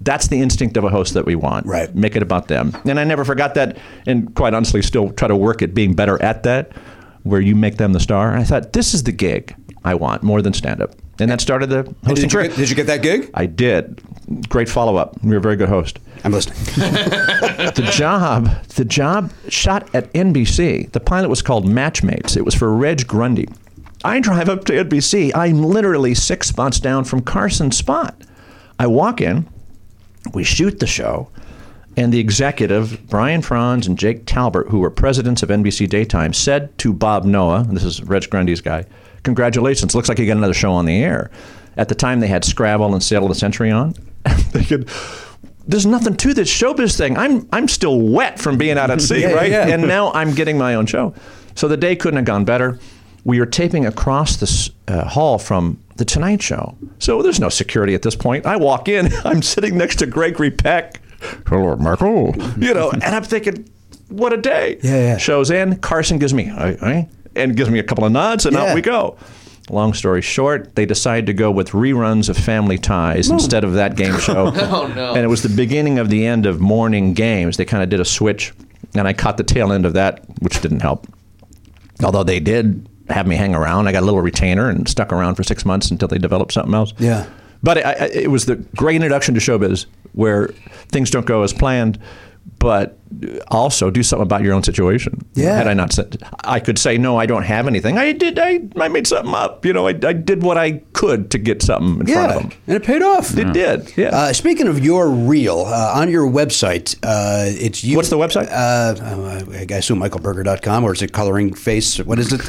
that's the instinct of a host that we want. Right. Make it about them. And I never forgot that, and quite honestly, still try to work at being better at that, where you make them the star. And I thought, this is the gig I want more than stand up. And that started the hosting Did you, career. get, did you get that gig? I did. Great follow up. You're a very good host I'm listening. the job the job shot at NBC. The pilot was called Matchmates. It was for Reg Grundy. I drive up to NBC. I'm literally six spots down from Carson's spot. I walk in, we shoot the show, and the executive, Brian Franz and Jake Talbert, who were presidents of NBC Daytime, said to Bob Noah, and this is Reg Grundy's guy, Congratulations, looks like you got another show on the air. At the time, they had Scrabble and Sail of the Century on. they could. There's nothing to this showbiz thing. I'm I'm still wet from being out at sea, right? And now I'm getting my own show. So the day couldn't have gone better. We were taping across this uh, hall from the Tonight Show, so there's no security at this point. I walk in, I'm sitting next to Gregory Peck. Hello, Michael. You know, and I'm thinking, what a day. Yeah, yeah. Shows in, Carson gives me, "Aye, aye," and gives me a couple of nods, and out we go. Long story short, they decided to go with reruns of Family Ties instead of that game show. oh, no. And it was the beginning of the end of morning games. They kind of did a switch, and I caught the tail end of that, which didn't help. Although they did have me hang around, I got a little retainer and stuck around for six months until they developed something else. Yeah. But I, I, it was the great introduction to showbiz where things don't go as planned, but also do something about your own situation. Yeah. Had I not said, I could say, no, I don't have anything. I did, I, I made something up. You know, I, I did what I could to get something in yeah, front of them. and it paid off. It did. Yeah. Uh, speaking of your reel, uh, on your website, uh, it's you. What's the website? Uh, I assume michaelberger.com or is it Coloring Face? What is it?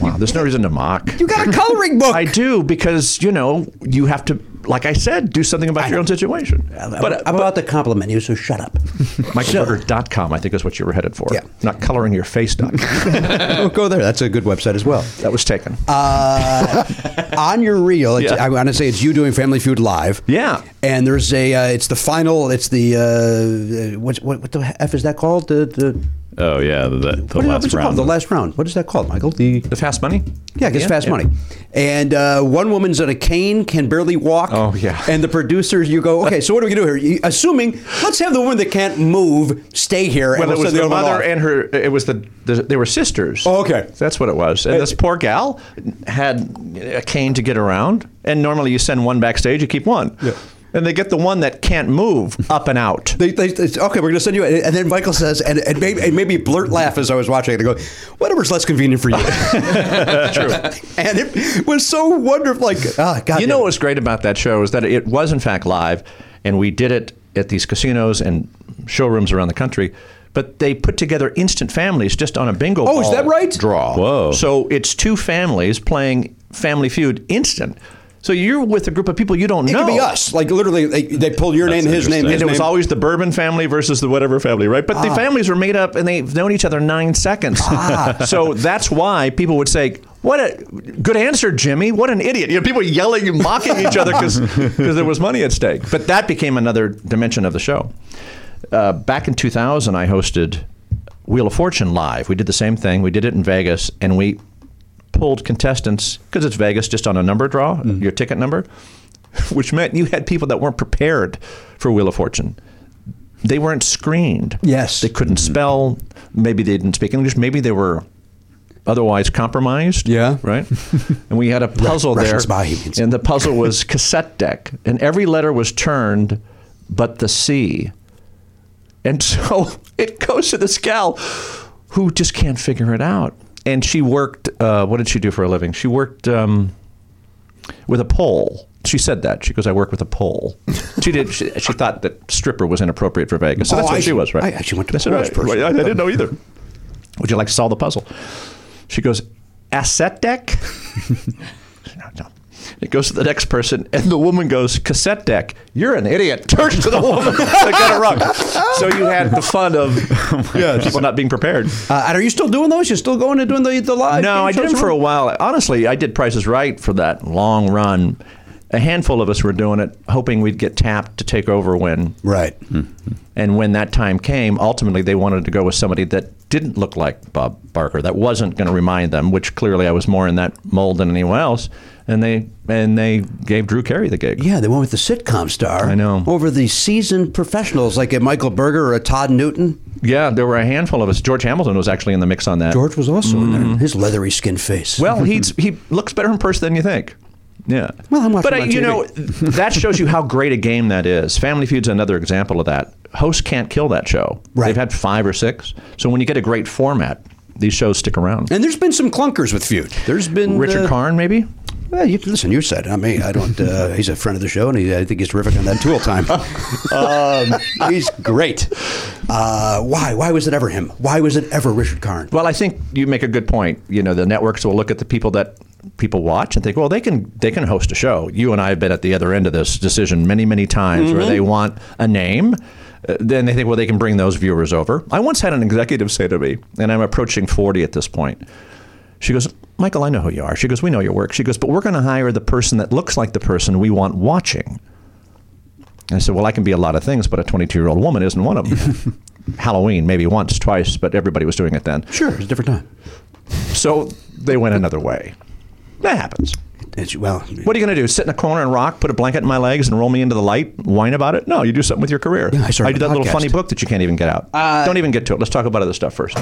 wow. There's no reason to mock. you got a coloring book. I do because, you know, you have to, like I said, do something about your own situation. But I'm about to compliment you, so shut up. MikeBurger.com, I think is what you were headed for. Yeah. Not coloringyourface.com. Don't go there. That's a good website as well. that was taken. Uh, on your reel, it's, Yeah. I want to say it's you doing Family Feud live. Yeah. and there's a uh, it's the final. It's the uh, what, what what the f is that called? The the Oh yeah, the, the what is- what's last it called? round. The last round. What is that called, Michael? The the fast money? yeah, I guess fast money. And uh, one woman's on a cane, can barely walk. Oh, yeah. And the producers, you go, okay, so what do we do here? You- Assuming, let's have the woman that can't move stay here. and Well, it we'll was send the the other one off. mother and her. It was the, the they were sisters. Oh, okay. that's what it was. And this poor gal had a cane to get around. And normally you send one backstage, you keep one. Yeah. And they get the one that can't move up and out. They, they, they, okay, we're going to send you. And then Michael says, and, and, maybe, and maybe blurt laugh as I was watching it. I go, whatever's less convenient for you. True. And it was so wonderful. Like, ah, God. you know what was great about that show is that it was in fact live, and we did it at these casinos and showrooms around the country. But they put together instant families just on a bingo. Oh, is ball that right? Draw. Whoa. So it's two families playing Family Feud instant. So you're with a group of people you don't it know. could be us. Like, literally, they, they pull your name, his name, interesting. his And it was name. always the Bourbon family versus the whatever family, right? But the families were made up and they've known each other nine seconds. so that's why people would say, what a good answer, Jimmy. What an idiot. You know, people yelling and mocking each other because there was money at stake. But that became another dimension of the show. Uh, back in 2000, I hosted Wheel of Fortune live. We did the same thing. We did it in Vegas and we pulled contestants because it's Vegas just on a number draw, Mm-hmm. your ticket number, which meant you had people that weren't prepared for Wheel of Fortune. They weren't screened. Yes. Mm-hmm. They couldn't spell. Maybe they didn't speak English. Maybe they were otherwise compromised. Yeah. Right? and we had a puzzle there. Russian Bohemians. And the puzzle was cassette deck. And every letter was turned but the C. And so it goes to this gal who just can't figure it out. And she worked, uh, what did she do for a living? She worked um, with a pole. She said that. She goes, I work with a pole. She did. She, she thought that stripper was inappropriate for Vegas. So Oh, that's what I- she was, right? I actually went to That's pole right. as person. Well, I, I didn't know either. Would you like to solve the puzzle? She goes, asset deck? no, no. It goes to the next person, and the woman goes, cassette deck. You're an idiot. Turns to the woman that got it wrong. So you had the fun of people not being prepared. Uh, and are you still doing those? You're still going and doing the, the live? no, I did them for a while. Honestly, I did Prices Right for that long run. a handful of us were doing it, hoping we'd get tapped to take over when. Right. And when that time came, ultimately they wanted to go with somebody that didn't look like Bob Barker, that wasn't going to remind them, which clearly I was more in that mold than anyone else. And they and they gave Drew Carey the gig. Yeah, they went with the sitcom star. I know. Over the seasoned professionals like a Michael Berger or a Todd Newton. Yeah, there were a handful of us. George Hamilton was actually in the mix on that. George was also in Mm-hmm. there. His leathery skinned face. Well, he's he looks better in person than you think. Yeah. Well, I'm watching But him uh, on you TV. know, that shows you how great a game that is. Family Feud's another example of that. Hosts can't kill that show. Right. They've had five or six. So when you get a great format, these shows stick around. and there's been some clunkers with feud. There's been Richard uh, Karn, maybe. Well, you, listen, you said it, not me. I don't. Uh, he's a friend of the show, and he, I think he's terrific on that tool time. um, he's great. Uh, why? Why was it ever him? Why was it ever Richard Karn? Well, I think you make a good point. You know, the networks will look at the people that people watch and think, well, they can they can host a show. You and I have been at the other end of this decision many, many times where they want a name. Uh, then they think, well, they can bring those viewers over. I once had an executive say to me, and I'm approaching 40 at this point. She goes, Michael, I know who you are. She goes, we know your work. She goes, but we're going to hire the person that looks like the person we want watching. And I said, well, I can be a lot of things, but a 22 year old woman isn't one of them. Halloween, maybe once, twice, but everybody was doing it then. Sure, it's a different time. So they went another way. That happens. It's, well, What are you going to do? Sit in a corner and rock, put a blanket in my legs, and roll me into the light? Whine about it? No, you do something with your career. Yeah, I started did a that little podcast. funny book that you can't even get out. don't even get to it. Let's talk about other stuff first.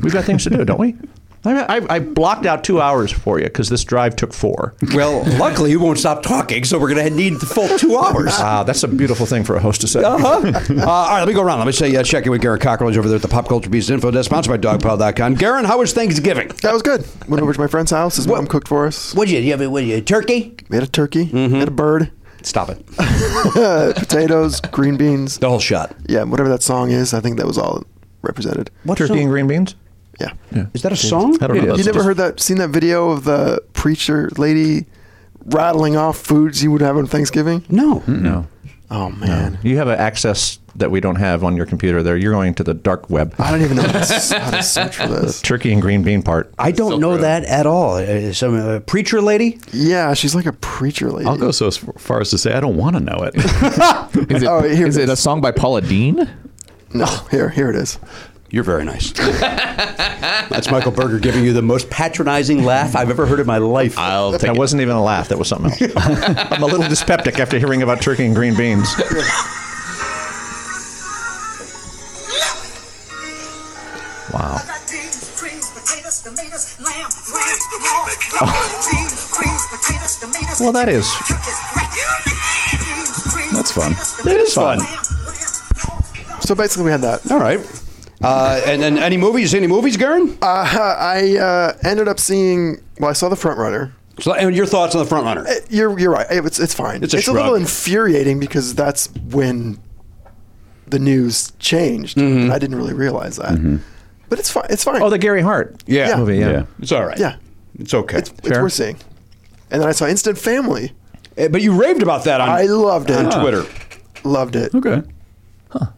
We've got things to do, don't we? I, I, I blocked out two hours for you because this drive took four. well, luckily you won't stop talking, so we're going to need the full two hours. Ah, that's a beautiful thing for a host to say. Uh, all right, let me go around. Let me say, uh, check in with Garen Cockroach over there at the Pop Culture Beast Info Desk, sponsored by DogPile.com. Garen, how was Thanksgiving? That was good. Went over to my friend's house. His What- mom cooked for us. What'd you, you have? a- What, you, a turkey? Made a turkey. Made a bird. uh, Stop it. potatoes, green beans. The whole shot. Yeah, whatever that song is, I think that was all represented. What Turkey and green beans? Yeah. Is that a song? I don't know. You That's never just- heard that? Seen that video of the preacher lady rattling off foods you would have on Thanksgiving? No. No. Oh man, You have an access that we don't have on your computer there. You're going to the dark web. I don't even know how to, how to search for this. Turkey and green bean part. I don't know that at all. Uh, some uh, preacher lady? Yeah, she's like a preacher lady. I'll go so as far as to say I don't want to know it. Is it, Oh, here is it it a is. song by Paula Dean? No, here, here it is. You're very nice. That's Michael Berger giving you the most patronizing laugh I've ever heard in my life. I'll That wasn't even a laugh. That was something else. I'm a little dyspeptic after hearing about turkey and green beans. wow. Well, that is. That's fun. That is fun. So basically, we had that. all right. Uh, and then any movies? Any movies, Garen? Uh, I uh, ended up seeing. Well, I saw the front runner. Eh, So, and your thoughts on the front runner? You're you're right. It's it's fine. It's a little shrug. infuriating because that's when the news changed. Mm-hmm. And I didn't really realize that. But it's fine. It's fine. Oh, the Gary Hart Yeah. movie. Yeah. Yeah. It's all right. yeah, It's okay. it's, it's worth seeing. And then I saw Instant Family. Uh, but you raved about that on, Ah. I loved it. on Twitter. Loved it. Okay.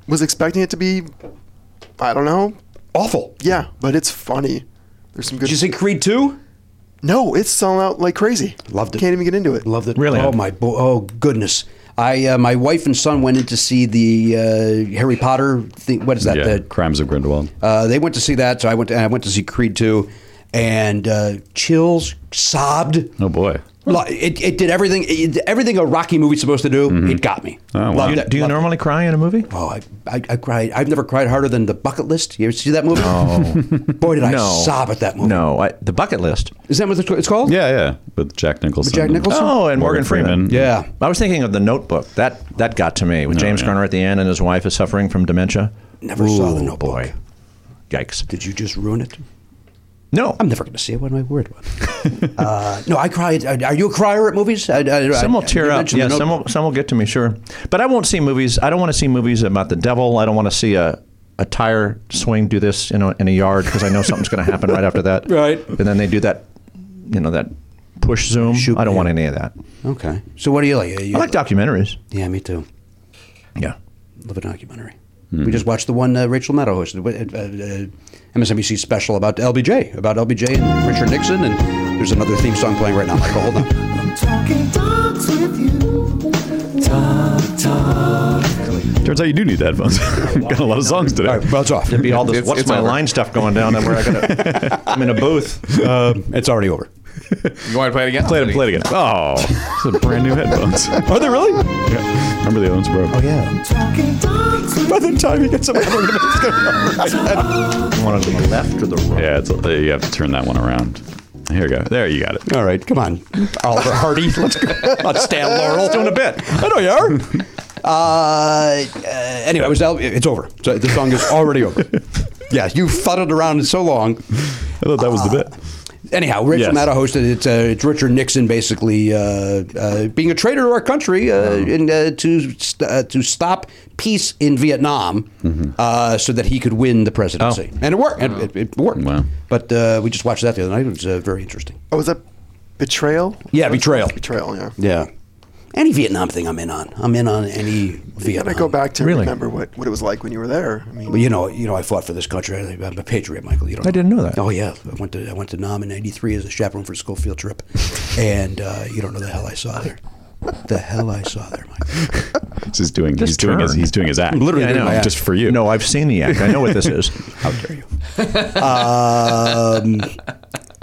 Was expecting it to be, I don't know. Awful. Yeah, but it's funny. There's some good. Did you see Creed 2? no, it's selling out like crazy. Loved it. Can't even get into it. Loved it. Really? Oh my! Bo- oh goodness! I uh, my wife and son went in to see the uh, Harry Potter. Thing, what is that? Yeah. The Crimes of Grindelwald. Uh, they went to see that, so I went. To, and I went to see Creed two, and uh, chills, sobbed. oh boy. Lo- It, it did everything. It, did everything a Rocky movie's supposed to do. It got me. wow. Do Loved Mm-hmm. Oh, you- it. Do you Loved it. normally cry in a movie? Oh, I, I, I cried. I've never cried harder than the Bucket List. You ever see that movie? Boy, did I No. sob at that movie. No. I, the bucket list. Is that what it's called? Yeah, yeah. With Jack Nicholson. Jack and- Nicholson? Oh, and Morgan, Morgan Freeman. Oh, Freeman. Yeah. I was thinking of the Notebook. That that got to me with James Garner at the end, and his wife is suffering from dementia. Never saw The Ooh, Notebook. Boy. Yikes. Did you just ruin it? No. I'm never going to see it. What am I worried about? uh, no, I cried. Are you a crier at movies? I, I, Some will I- tear you up. mentioned Yeah, the some Notebook. will, some will get to me, sure. But I won't see movies. I don't want to see movies about the devil. I don't want to see a, a tire swing do this in a, in a yard because I know something's going to happen right after that. Right. And then they do that, you know, that push zoom. Shoot, I don't want yeah. any of that. Okay. So what do you like? You- I like documentaries. Yeah, me too. Yeah. Love a documentary. We just watched the one uh, Rachel Maddow hosted, uh, uh, MSNBC special about LBJ, about LBJ and Richard Nixon, and there's another theme song playing right now. Michael, hold on. Talking dogs with Turns out you do need the headphones. Got a lot of songs today. All right, well, it's off. It'd be all this It's- what's it's my over. line stuff going down and where I gotta I'm in a booth. Uh, it's already over. You want to play it again? Play it, play it again. Oh, these are brand new headphones. Are they really? Yeah. Remember the other ones broke. Oh yeah. By the time you get some, You want it on the left or the right? yeah, it's, you have to turn that one around. Here we go. There you got it. All right, come on, Oliver Hardy. Let's go. Let's stand Laurel. Doing a bit. I know you are. Uh, uh, anyway, it was, it's over. So the song is already over. Yeah, you fuddled around so long. I thought that was the bit. Anyhow, Rich Yes. yes. Matta hosted it. Uh, it's Richard Nixon basically uh, uh, being a traitor to our country uh, and uh, to st- uh, to stop peace in Vietnam, uh, so that he could win the presidency. And it worked. And It, it worked. Wow. But uh, we just watched that the other night. It was uh, very interesting. Oh, was that betrayal? Yeah, betrayal. Betrayal. Yeah. Yeah. Any Vietnam thing I'm in on. I'm in on any You Vietnam. gotta go back to Really? remember what, what it was like when you were there. I mean, Well, you know, you know, I fought for this country. I- I'm a patriot, Michael. You don't I didn't know that. Oh yeah, I went to I went to Nam in '93 as a chaperone for a school field trip, and uh, you don't know the hell I saw there. The hell I saw there, Michael. He's just doing. he's Just doing his. turn. He's doing his act. literally Yeah, I doing know. my act. Just for you. No, I've seen the act. I know what this is. How dare you? um,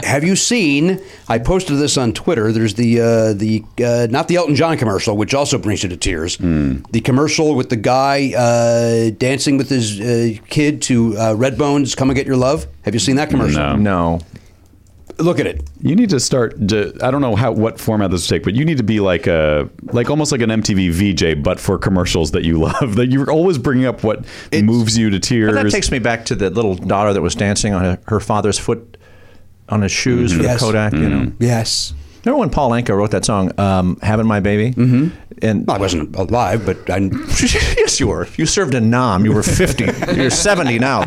have you seen? I posted this on Twitter. There's the uh, the uh, not the Elton John commercial, which also brings you to tears. Hmm. The commercial with the guy uh, dancing with his uh, kid to uh, Redbone's "Come and Get Your Love." Have you seen that commercial? No. Look at it. You need to start. To, I don't know how what format this will take, but you need to be like a like almost like an MTV VJ, but for commercials that you love. That you're always bringing up what moves you to tears. But that takes me back to the little daughter that was dancing on her, her father's foot on his shoes for Yes. the Kodak, you Mm-hmm. know. Yes. Remember when Paul Anka wrote that song, um, Having My Baby? Mm-hmm. And I wasn't alive, but I. yes, you were. You served in Nam. You were 50. You're 70 now.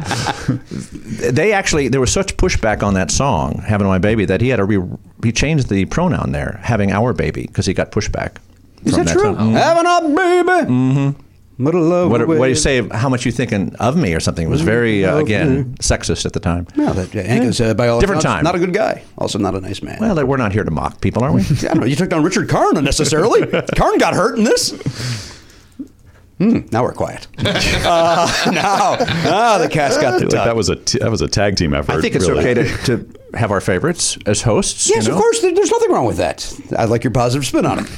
They actually, there was such pushback on that song, Having My Baby, that he had to re- he changed the pronoun there, Having Our Baby, because he got pushback. Is that, True. song. Mm. Having a baby. Mm-hmm. Little love. What, what do you with- say? How much you thinking of me or something? It was very uh, again sexist at the time. No, that Hank is uh, by all Different accounts, time. Not a good guy. Also, not a nice man. Well, that- we're not here to mock people, are we? I don't know. You took down Richard Karn unnecessarily. Karn got hurt in this. Hmm, now we're quiet. uh, now, ah, the cat's got the Like, tuck. that was a t- that was a tag team effort. I think it's really. okay to, to have our favorites as hosts. Yes, you know? of course. There- There's nothing wrong with that. I like your positive spin on it.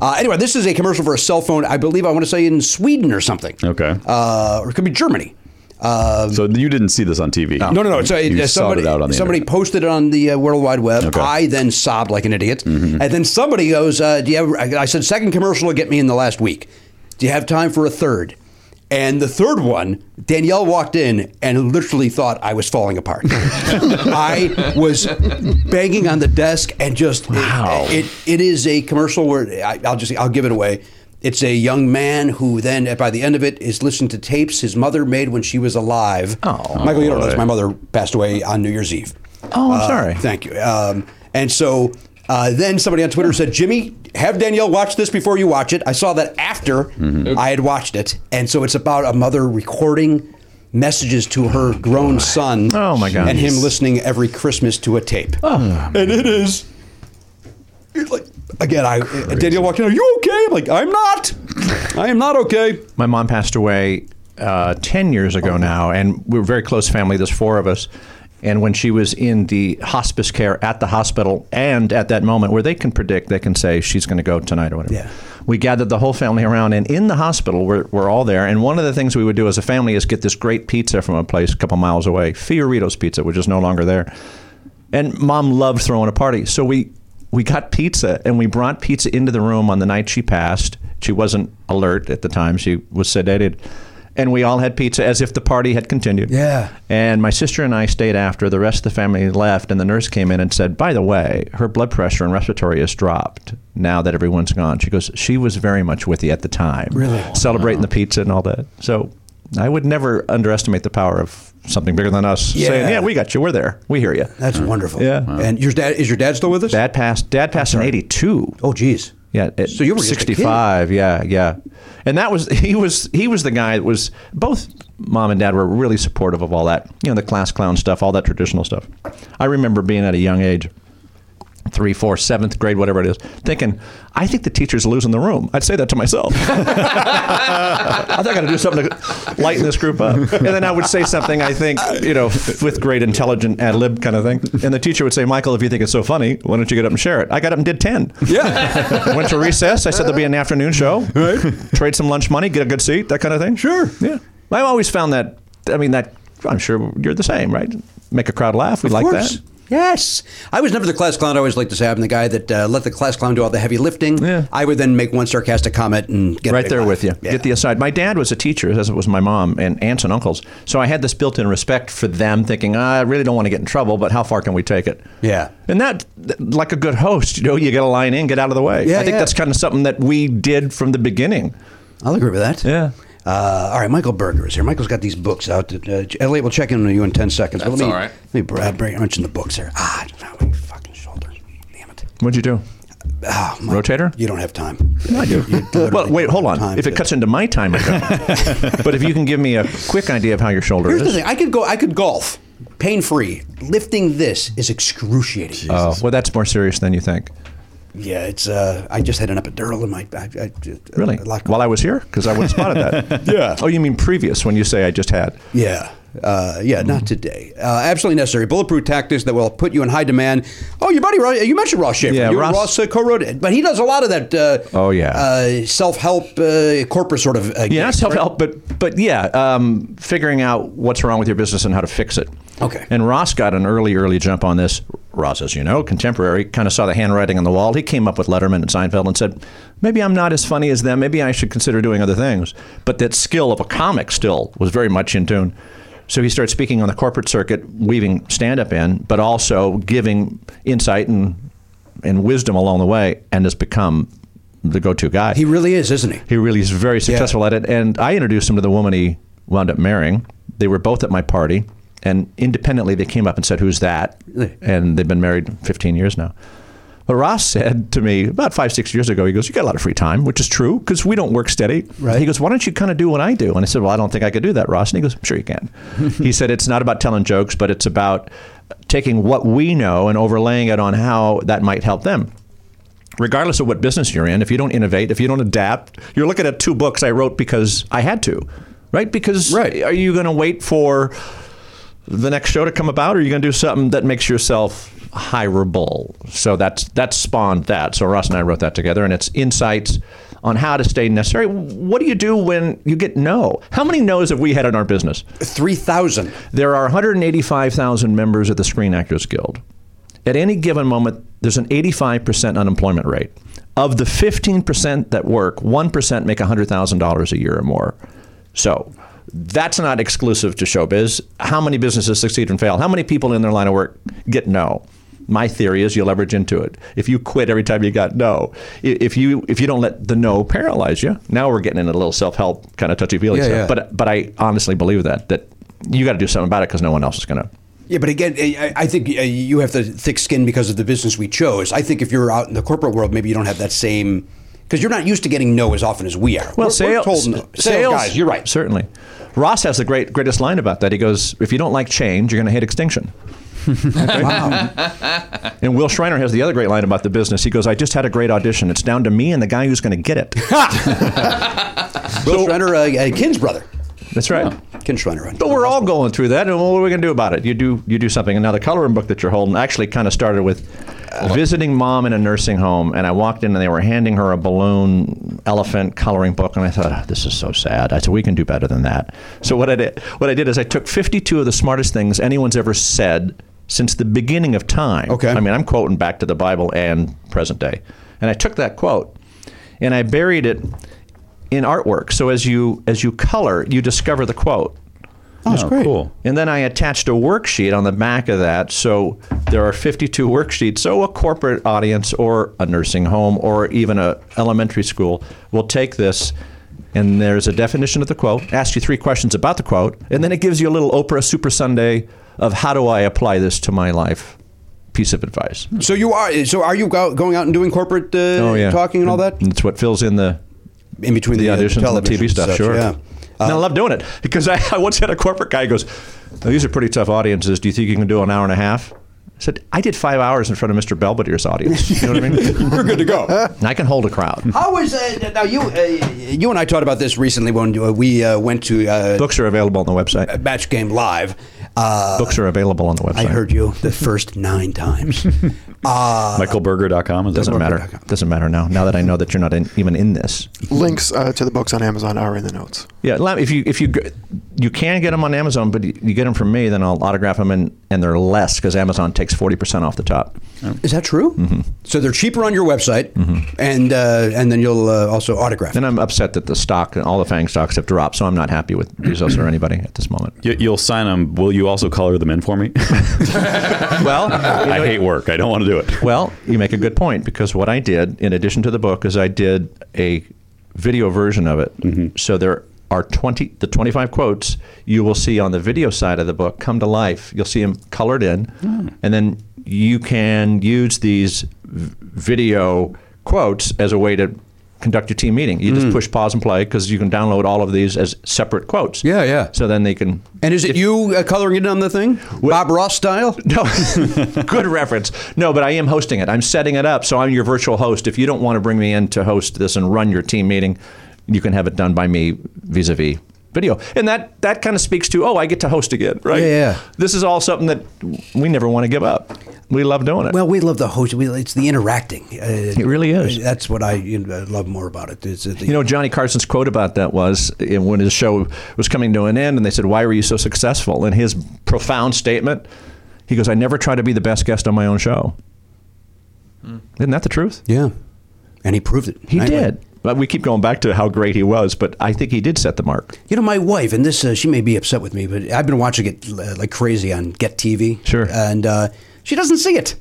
Uh, anyway, this is a commercial for a cell phone. I believe I want to say in Sweden or something. Okay. Um, Uh, or it could be Germany. so you didn't see this on TV. No, no, no. So you uh, sought somebody, it out on the somebody internet. posted it on the uh, World Wide Web. Okay. Mm-hmm. I then sobbed like an idiot. And then somebody goes, uh, "Do you have?" I I said, second commercial will get me in the last week. Do you have time for a third? And the third one, Danielle walked in and literally thought I was falling apart. I was banging on the desk and just wow. It, it is a commercial where I, I'll just I'll give it away. It's a young man who then, by the end of it, is listening to tapes his mother made when she was alive. Oh. Michael, you don't know this. boy. My mother passed away on New Year's Eve. Oh, I'm Uh, sorry. Thank you. Um, and so uh, then somebody on Twitter said, Jimmy, have Danielle watch this before you watch it. I saw that after I had watched it. And so it's about a mother recording messages to her grown son. Oh, my Oh. God. And him listening every Christmas to a tape. and it is. it's Like, again, I Danielle walked in. Are you okay? I'm like, I'm not. I am not okay. My mom passed away uh, 10 years Oh. ago now, and we were a very close family, there's four of us. And when she was in the hospice care at the hospital, and at that moment where they can predict, they can say she's going to go tonight or whatever. Yeah. We gathered the whole family around, and in the hospital, we're, we're all there. And one of the things we would do as a family is get this great pizza from a place a couple miles away, Fiorito's Pizza, which is no longer there. And mom loved throwing a party. So we we got pizza and we brought pizza into the room on the night she passed. She wasn't alert at the time. She was sedated. And we all had pizza as if the party had continued. Yeah. And my sister and I stayed after. The rest of the family left, and the nurse came in and said, By the way, her blood pressure and respiratory has dropped now that everyone's gone. She goes, She was very much with you at the time. Really? Celebrating the pizza and all that. So I would never underestimate the power of something bigger than us Yeah. saying, Yeah, we got you. We're there. We hear you. That's wonderful. Yeah. And your dad is your dad still with us? Dad passed. Dad passed in '82. Oh, geez. Yeah, at So you were just a kid. 65. Yeah, yeah. And that was he was he was the guy that was both mom and dad were really supportive of all that. You know, the class clown stuff, all that traditional stuff. I remember being at a young age three, four, seventh grade, whatever it is, thinking, I think the teacher's losing the room. I'd say that to myself. I think I got to do something to lighten this group up. And then I would say something, I think, you know, fifth grade intelligent ad lib kind of thing. And the teacher would say, Michael, if you think it's so funny, why don't you get up and share it? I got up and did 10. Yeah. Went to recess. I said there'll be an afternoon show. Right. Trade some lunch money, get a good seat, that kind of thing. Sure. Yeah. I've always found that, I mean, that, I'm sure you're the same, right? Make a crowd laugh. We like course. that. Yes. I was never the class clown. I always liked this to happen. The guy that uh, let the class clown do all the heavy lifting. Yeah. I would then make one sarcastic comment and get a right big there laugh. with you. Yeah. Get the aside. My dad was a teacher, as was my mom and aunts and uncles. So I had this built-in respect for them, thinking, "Ah, I really don't want to get in trouble, but how far can we take it? Yeah. And that, th- like a good host, you know, you get a line in, get out of the way. Yeah, I think yeah. that's kind of something that we did from the beginning. I'll agree with that. Yeah. Uh, all right, Michael Berger is here. Michael's got these books out. that, Uh, Elliot, we'll check in on you in 10 seconds. But That's let me, all right. Let me bra- bring, mention the books here. Ah, it's not my fucking shoulder. Damn it. What'd you do? Oh, my- Rotator? You don't have time. No, I do. Well, wait, hold on. If it cuts into my time, I don't. but if you can give me a quick idea of how your shoulder Here's the is. thing. I could go. I could golf, pain free. Lifting this is excruciating. Oh, well, that's more serious than you think. yeah, it's. Uh, I just had an epidural in my. I, I, just- uh, Really? A lot While I was here? Because I would have spotted that. yeah. Oh, you mean previous when you say I just had. Yeah. Uh, yeah, Mm-hmm. not today. Uh, absolutely necessary. Bulletproof tactics that will put you in high demand. Oh, your buddy, Ross, you mentioned Ross Schaefer. Yeah, you Ross- Ross uh, co-wrote it, but he does a lot of that. Uh, Oh, yeah. uh, self-help uh, corporate sort of. Uh, Yeah, gigs, that's help right? help, but but yeah, um, figuring out what's wrong with your business and how to fix it. Okay. And Ross got an early, early jump on this. Ross, as you know, contemporary, kind of saw the handwriting on the wall. He came up with Letterman and Seinfeld and said, maybe I'm not as funny as them. Maybe I should consider doing other things. But that skill of a comic still was very much in tune. So he started speaking on the corporate circuit, weaving stand up in, but also giving insight and and wisdom along the way, and has become the go to guy He really is, isn't he? he really is very successful at it. And I introduced him to the woman he wound up marrying. They were both at my party, and independently they came up and said, "Who's that?" Really? And they've been married 15 years now. But Ross said to me about five, six years ago, he goes, "You got a lot of free time," which is true because we don't work steady. Right. He goes, "Why don't you kind of do what I do?" And I said, "Well, I don't think I could do that, Ross." And he goes, "I'm sure you can." he said, "It's not about telling jokes, but it's about taking what we know and overlaying it on how that might help them." regardless of what business you're in, if you don't innovate, if you don't adapt, you're looking at two books I wrote because I had to, right? Because Right. are you going to wait for the next show to come about, or are you going to do something that makes yourself hireable? So that's that spawned that. So Ross and I wrote that together, and it's insights on how to stay necessary. What do you do when you get no? How many no's have we had in our business? Three thousand. There are 185,000 members of the Screen Actors Guild. At any given moment, there's an 85% unemployment rate. Of the 15% that work, 1% make $100,000 a year or more. So that's not exclusive to showbiz. How many businesses succeed and fail? How many people in their line of work get no? My theory is you leverage into it. If you quit every time you got no, i- if you if you don't let the no paralyze you, now we're getting into a little self help kind of touchy feely Yeah, stuff. yeah. But but I honestly believe that that you got to do something about it because no one else is going to. Yeah, but again, I I think uh, you have the thick skin because of the business we chose. I think if you're out in the corporate world, maybe you don't have that same because you're not used to getting no as often as we are. We're- we're told no. sales, guys, you're right. Certainly, Ross has the great greatest line about that. He goes, "If you don't like change, you're going to hate extinction." Wow. And Will Schreiner has the other great line about the business. He goes, "I just had a great audition. It's down to me and the guy who's going to get it." Bill Schreiner, uh, uh, Kin's brother. That's right. Ken Schreiner. But we're all going through that, and what are we going to do about it? You do you do something. And now the coloring book that you're holding actually kind of started with visiting mom in a nursing home, and I walked in and they were handing her a balloon elephant coloring book, and I thought "Ah, this is so sad. I said we can do better than that. So what I did what I did is I took 52 of the smartest things anyone's ever said since the beginning of time. Okay. I mean I'm quoting back to the Bible and present day, and I took that quote and I buried it in artwork. So as you as you color, you discover the quote. That's great. Oh, Cool. And then I attached a worksheet on the back of that. So there are 52 worksheets. So a corporate audience or a nursing home or even a elementary school will take this and there's a definition of the quote, asks you three questions about the quote, and then it gives you a little Oprah Super Sunday of how do I apply this to my life piece of advice. Oh, So you are. So are you go, going out and doing corporate uh, talking and all that It's what fills in the in between the, the uh, auditions and the television TV stuff. sets, sure. Yeah. Uh, and I love doing "Oh, it because I, I once had a corporate guy who goes, "Now, "These are pretty tough audiences. Do you think you can do an hour and a half?" I said, I did five hours in front of Mr. Belvedere's audience. You know what I mean? You're good to go. and I can hold a crowd. How is uh, now you uh, you and I talked about this recently when uh, we uh, went to uh, Books are available on the website. match game live. Uh, Books are available on the website. I heard you the first nine times. MichaelBurger.com is Uh, Doesn't matter. Doesn't matter now. Now that I know that you're not in, even in this. Links uh, to the books on Amazon are in the notes. Yeah, la- if you if you g- you can get them on Amazon, but you you get them from me, then I'll autograph them and and they're less because Amazon takes forty percent off the top. Is that true? Mm-hmm. So they're cheaper on your website, and uh, and then you'll uh, also autograph. And I'm upset that the stock and all the Fang stocks have dropped, so I'm not happy with Bezos or anybody at this moment. You, you'll sign them. Will you also color them in for me? Well, I hate work. I don't want to do it. Well, you make a good point because what I did, in addition to the book, is I did a video version of it. Mm-hmm. So there are 20, the 25 quotes you will see on the video side of the book come to life. You'll see them colored in, Mm. and then you can use these v- video quotes as a way to conduct your team meeting. You just Mm. push pause and play because you can download all of these as separate quotes. Yeah, yeah. So then they can And is it you uh, coloring it on the thing, Bob Ross style? no, good reference. No, but I am hosting it. I'm setting it up, so I'm your virtual host. If you don't want to bring me in to host this and run your team meeting, you can have it done by me vis-a-vis video. And that that kind of speaks to oh, I get to host again, right? Yeah, yeah. This is all something that we never want to give up. We love doing it. Well, we love the host. We, it's the interacting. Uh, it really is. That's what I you know, love more about it. It's, uh, the, You know, Johnny Carson's quote about that was uh, when his show was coming to an end and they said, Why were you so successful? And his profound statement, he goes, I never try to be the best guest on my own show. Isn't that the truth? yeah. And he proved it. He I- did. But we keep going back to how great he was, but I think he did set the mark. You know, my wife, and this, uh, she may be upset with me, but I've been watching it uh, like crazy on Get TV. Sure. And uh, she doesn't see it.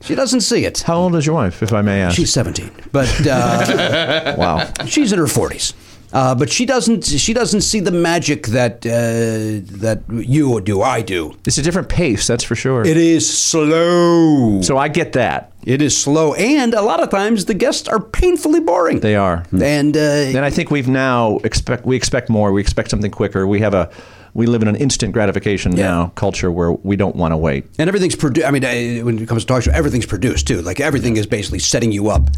She doesn't see it. How old is your wife, if I may ask? She's 17, but uh, wow. she's in her 40s. Uh, but she doesn't. She doesn't see the magic that uh, that you do. I do. It's a different pace, that's for sure. It is slow. So I get that. It is slow, and a lot of times the guests are painfully boring. They are. Hmm. And uh, And I think we've now expect we expect more. We expect something quicker. We have a we live in an instant gratification now culture where we don't want to wait. and everything's produced. I mean, uh, when it comes to talk show, everything's produced too. Like everything is basically setting you up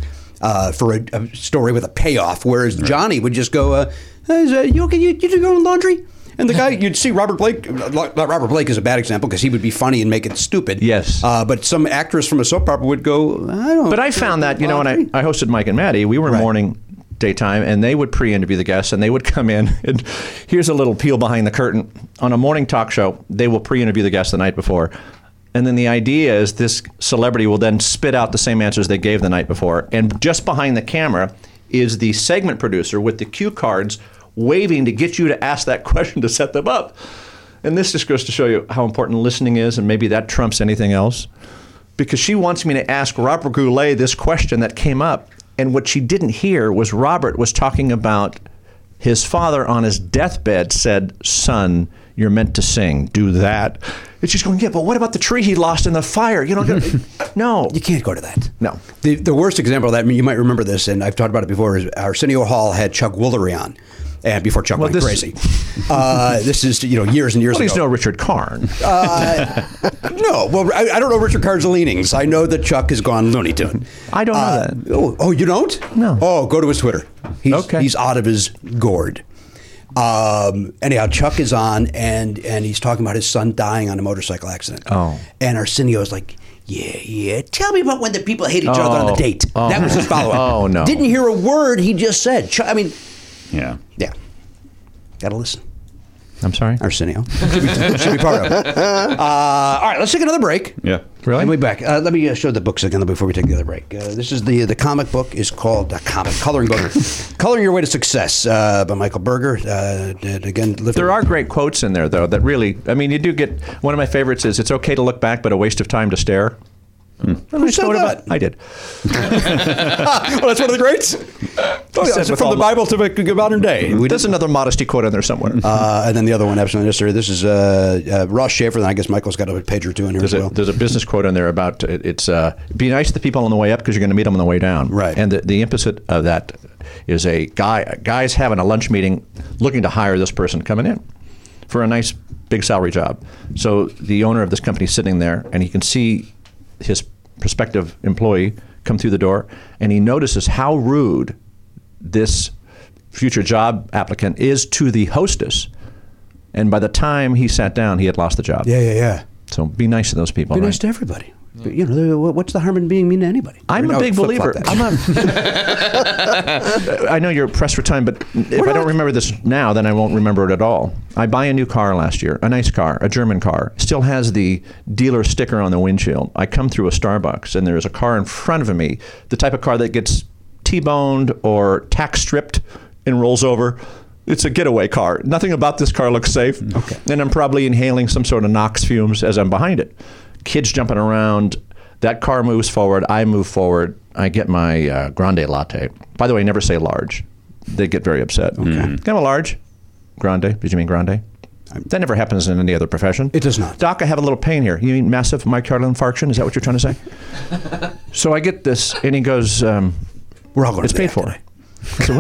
uh, for a, a story with a payoff. Whereas Johnny would just go, uh, hey, is, uh, "You okay? You, you do your own laundry?" And the guy, you'd see Robert Blake. uh, Lo- Robert Blake is a bad example because he would be funny and make it stupid. Yes. Uh, but some actress from a soap opera would go, "I don't." But I found that, you know, when I, I hosted Mike and Maddie, we were morning daytime and they would pre-interview the guests and they would come in and here's a little peel behind the curtain on a morning talk show they will pre-interview the guests the night before and then the idea is this celebrity will then spit out the same answers they gave the night before and just behind the camera is the segment producer with the cue cards waving to get you to ask that question to set them up and this just goes to show you how important listening is and maybe that trumps anything else because she wants me to ask Robert Goulet this question that came up. And what she didn't hear was Robert was talking about his father on his deathbed said, Son, you're meant to sing, do that. And she's going, Yeah, but what about the tree he lost in the fire? You know, no. You can't go to that. No. The, the worst example of that, I mean, you might remember this, and I've talked about it before, is Arsenio Hall had Chuck Woolery on. And before Chuck went this- crazy, uh, this is you know years and years Well, he's no ago. Richard Karn. Uh, no, well, I, I don't know Richard Card's leanings. I know that Chuck has gone Looney Tune. I don't know that. Oh, oh, you don't? No. Oh, go to his Twitter. He's, Okay. He's out of his gourd. Um, anyhow, Chuck is on, and and he's talking about his son dying on a motorcycle accident. Oh. And Arsenio is like, yeah, yeah. Tell me about when the people hate each other on the Oh. date. Oh. That was his follow up. Oh, no. Didn't hear a word he just said. Chuck, I mean, Yeah. yeah. Gotta listen. I'm sorry. Arsenio. should, be, should be part of it. Uh, all right, let's take another break. Yeah. Really? And we back. Uh, let me uh, show the books again before we take the other break. Uh, this is the the comic book is called uh, comic coloring book, coloring your way to success uh, by Michael Berger. Uh, did, again, live There are great quotes in there, though, that really, I mean, you do get one of my favorites is, It's okay to look back, but a waste of time to stare. Hmm. Who said that? I did. well, that's one of the greats. Oh, yeah, said it's with from all the the- Bible to the modern day. We There's another modesty quote in there somewhere. Uh, and then the other one, absolutely necessary. This is uh, uh, Ross Schaefer, and I guess Michael's got a page or two in here There's as a, well. there's a business quote in there about it, it's uh, be nice to the people on the way up because you're going to meet them on the way down. Right. And the, the implicit of that is a guy a guy's having a lunch meeting, looking to hire this person coming in, for a nice big salary job. So the owner of this company is sitting there, and he can see his prospective employee come through the door, and he notices how rude this future job applicant is to the hostess. And by the time he sat down, he had lost the job. Yeah, yeah, yeah. So be nice to those people. Be right? nice to everybody. But, you know, what- what's the harm in being mean to anybody? I'm a No, big flip-flop believer. that. I'm a- I know you're pressed for time, but if I don't remember this now, then I won't remember it at all. I buy a new car last year, a nice car, a German car. Still has the dealer sticker on the windshield. I come through a Starbucks, and there is a car in front of me, the type of car that gets T-boned or tax stripped and rolls over. It's a getaway car. Nothing about this car looks safe. Okay. And I'm probably inhaling some sort of NOx fumes as I'm behind it. Kids jumping around. That car moves forward. I move forward. I get my uh, grande latte. By the way, never say large. They get very upset. Okay. Can I have a large? Grande. Did you mean grande? That never happens in any other profession. It does not. Doc, I have a little pain here. You mean massive myocardial infarction? Is that what you're trying to say? so I get this, and he goes, um, We're all going it's to paid that for. today. I said,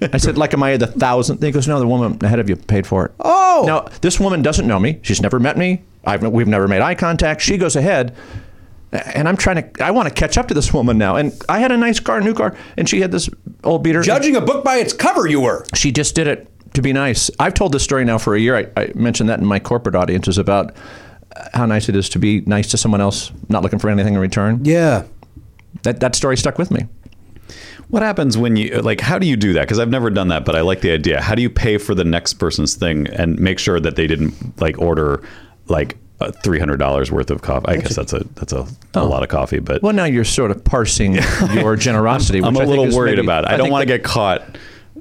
what? I said, like, am I the thousandth? He goes, no, the woman ahead of you paid for it. Oh! Now, this woman doesn't know me. She's never met me. I've, we've never made eye contact. She goes ahead, and I'm trying to, I want to catch up to this woman now. And I had a nice car, new car, and she had this old beater. Judging a book by its cover, you were. She just did it to be nice. I've told this story now for a year. I, I mentioned that in my corporate audiences about uh, how nice it is to be nice to someone else, not looking for anything in return. Yeah. That, that story stuck with me. What happens when you like? How do you do that? Because I've never done that, but I like the idea. How do you pay for the next person's thing and make sure that they didn't like order like three hundred dollars worth of coffee? I guess that's a that's a, a lot of coffee, but Oh. Well, now you're sort of parsing your generosity. I'm which I a think little is worried maybe- about it. I, think don't uh, want to that- get caught.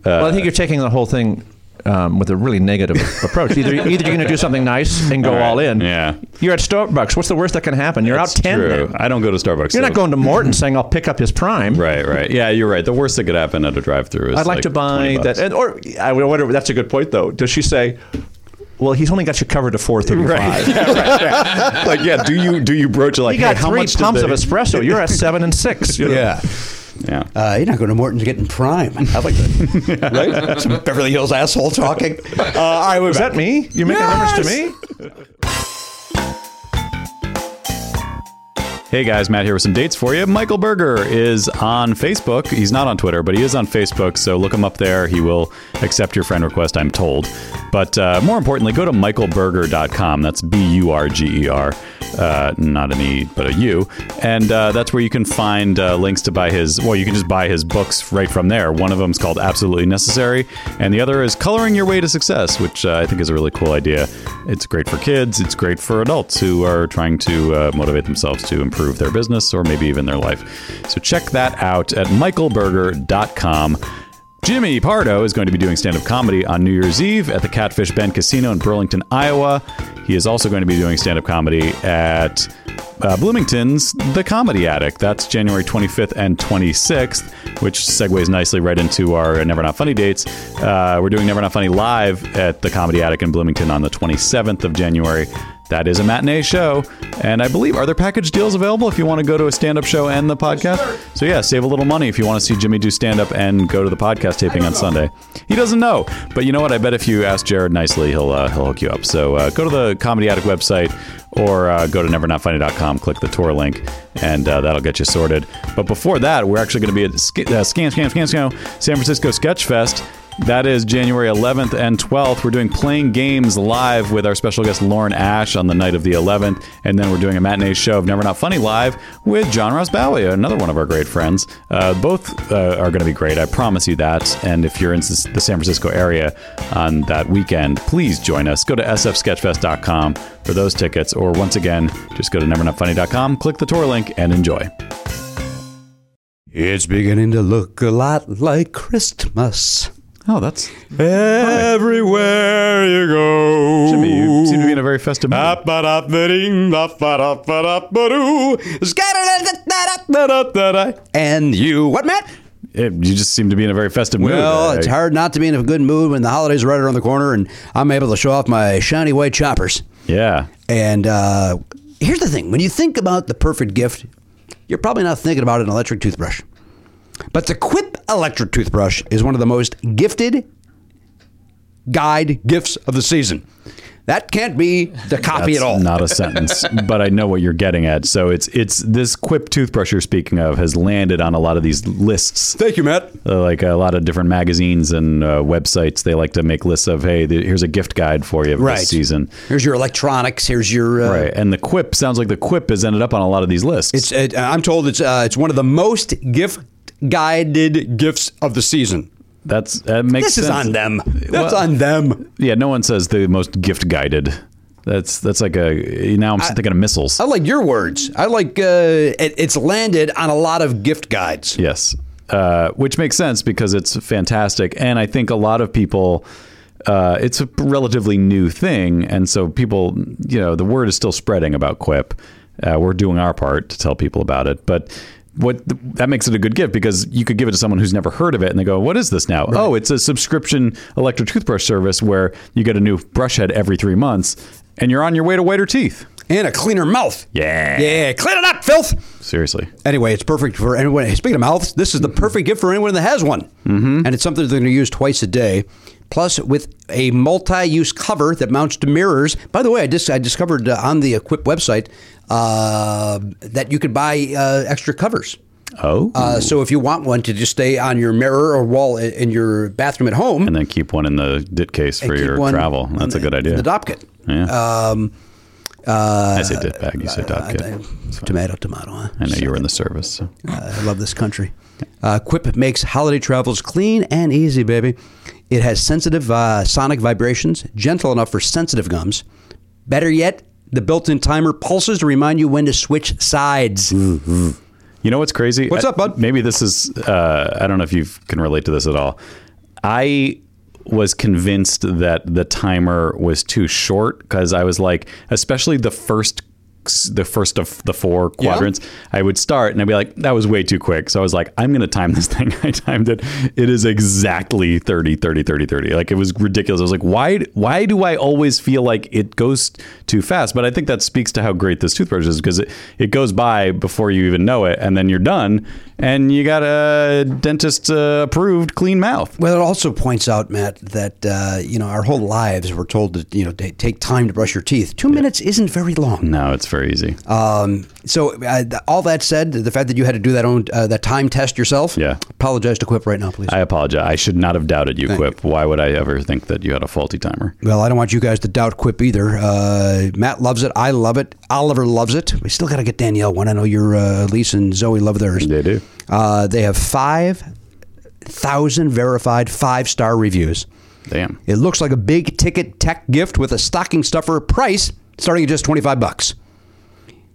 well, I think you're taking the whole thing um, with a really negative approach. Either, either you're going to do something nice and go all, All right. in. Yeah. You're at Starbucks. What's the worst that can happen? You're It's out ten. true. then. I don't go to Starbucks. You're so- not going to Morton saying I'll pick up his prime. Right, right. Yeah, you're right. The worst that could happen at a drive-through is I'd like, 20 to buy bucks. that, and, or I would wonder. That's a good point, though. Does she say, "Well, he's only got you covered to four thirty-five. Yeah, right, yeah. Like, yeah. Do you do you broach it like He got hey, how three much did pumps they- of espresso. You're at seven and six. you know. Yeah. Yeah. Uh, you're not going to Morton's getting prime. I like that. right? Some Beverly Hills asshole talking. Uh, all right, we're Is back. that me? You're making a reference to me? Hey guys, Matt here with some dates for you. Michael Berger is on Facebook. He's not on Twitter, but he is on Facebook, so look him up there. He will accept your friend request, I'm told. But uh, more importantly, go to michaelberger.com. That's B U R G E R, uh, not an E, but a U. And uh, that's where you can find uh, links to buy his, well, you can just buy his books right from there. One of them is called Absolutely Necessary, and the other is Coloring Your Way to Success, which uh, I think is a really cool idea. It's great for kids, it's great for adults who are trying to uh, motivate themselves to improve their business or maybe even their life. So check that out at michaelberger.com. Jimmy Pardo is going to be doing stand up comedy on New Year's Eve at the Catfish Bend Casino in Burlington, Iowa. He is also going to be doing stand up comedy at uh, Bloomington's The Comedy Attic. That's January 25th and 26th, which segues nicely right into our Never Not Funny dates. Uh, we're doing Never Not Funny live at The Comedy Attic in Bloomington on the 27th of January. That is a matinee show. And I believe, are there package deals available if you want to go to a stand up show and the podcast? So, yeah, save a little money if you want to see Jimmy do stand up and go to the podcast taping on Sunday. He doesn't know. But you know what? I bet if you ask Jared nicely, he'll, uh, he'll hook you up. So, uh, go to the Comedy Attic website or uh, go to nevernotfunny.com, click the tour link, and uh, that'll get you sorted. But before that, we're actually going to be at Sk- uh, Scam, Scam, Scam, Scam, San Francisco Sketch Fest. That is January 11th and 12th. We're doing Playing Games live with our special guest Lauren Ash on the night of the 11th. And then we're doing a matinee show of Never Not Funny live with John Ross Bowie, another one of our great friends. Uh, both uh, are going to be great. I promise you that. And if you're in s- the San Francisco area on that weekend, please join us. Go to sfsketchfest.com for those tickets. Or once again, just go to nevernotfunny.com, click the tour link, and enjoy. It's beginning to look a lot like Christmas. Oh, that's. Everywhere you go. Jimmy, you seem to be in a very festive mood. And you, what, Matt? It- you just seem to be in a very festive mood. Well, I- it's hard not to be in a good mood when the holidays are right around the corner and I'm able to show off my shiny white choppers. Yeah. And uh, here's the thing when you think about the perfect gift, you're probably not thinking about an electric toothbrush. But the Quip electric toothbrush is one of the most gifted guide gifts of the season. That can't be the copy That's at all. Not a sentence, but I know what you're getting at. So it's it's this Quip toothbrush you're speaking of has landed on a lot of these lists. Thank you, Matt. Uh, like a lot of different magazines and uh, websites, they like to make lists of, hey, th- here's a gift guide for you for Right. this season. Here's your electronics. Here's your uh, Right. And the Quip sounds like the Quip has ended up on a lot of these lists. It's it, I'm told it's uh, it's one of the most gift guided gifts of the season. That's that makes This sense. is on them. That's Well- on them. Yeah, no one says the most gift guided. That's that's like a now I'm thinking of missiles. I like your words. I like uh, it, it's landed on a lot of gift guides. Yes, uh, which makes sense because it's fantastic, and I think a lot of people. Uh, it's a relatively new thing, and so people, you know, the word is still spreading about Quip. Uh, we're doing our part to tell people about it, but what that makes it a good gift because you could give it to someone who's never heard of it, and they go, "What is this now?" Oh, it's a subscription electric toothbrush service where you get a new brush head every three months, and you're on your way to whiter teeth. and a cleaner mouth. Yeah. Yeah, clean it up, filth. Seriously, Anyway, it's perfect for anyone. Speaking of mouths, this is the perfect gift for anyone that has one. Mm-hmm. And it's something they're going to use twice a day. Plus, with a multi-use cover that mounts to mirrors. By the way, I just I discovered uh, on the Equip website uh, that you could buy uh, extra covers. oh, Uh, so if you want one to just stay on your mirror or wall i- in your bathroom at home, and then keep one in the dit case for and keep your one travel. in That's a the- good idea. in The dopkit. Yeah. Um, uh, I say dit bag. You say dot kit. I- It's fine. Uh, tomato, tomato. Huh? I know you were in the service. So. I love this country. Uh, Quip makes holiday travels clean and easy, baby. It has sensitive uh, sonic vibrations, gentle enough for sensitive gums. Better yet, the built-in timer pulses to remind you when to switch sides. Mm. You know what's crazy? What's I- up, bud? Maybe this is. Uh, I don't know if you can relate to this at all. I was convinced that the timer was too short because I was like, especially the first. The first of the four quadrants, I would start and I'd be like, that was way too quick. So I was like, I'm going to time this thing. I timed it. It is exactly 30, 30, 30, 30. Like it was ridiculous. I was like, why, why do I always feel like it goes too fast? But I think that speaks to how great this toothbrush is because it, it goes by before you even know it. And then you're done and you got a dentist uh, approved clean mouth. Well, it also points out, Matt, that uh, you know our whole lives we're told to you know ta take time to brush your teeth. Two minutes isn't very long. No, it's very easy. Um, so uh, th- all that said, the fact that you had to do that own uh, that time test yourself. Yeah. Apologize to Quip right now, please. I apologize. I should not have doubted you, Quip. Why would I ever think that you had a faulty timer? Well, I don't want you guys to doubt Quip either. Uh, Matt loves it. I love it. Oliver loves it. We still got to get Danielle one. I know your uh, Lisa and Zoe love theirs. They do. Uh, they have five thousand verified five star reviews. Damn. It looks like a big ticket tech gift with a stocking stuffer price starting at just 25 bucks.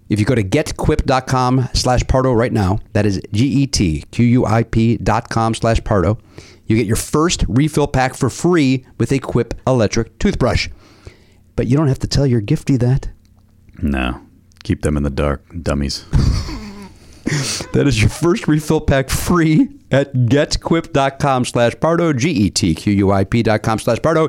If you go to getquip.com slash Pardo right now, that is E G-E-T-Q-U-I-P dot com slash Pardo, you get your first refill pack for free with a Quip electric toothbrush. But you don't have to tell your gifty that. No. Keep them in the dark, dummies. That is your first refill pack free at getquip.com slash Pardo, E G-E-T-Q-U-I-P dot com slash Pardo.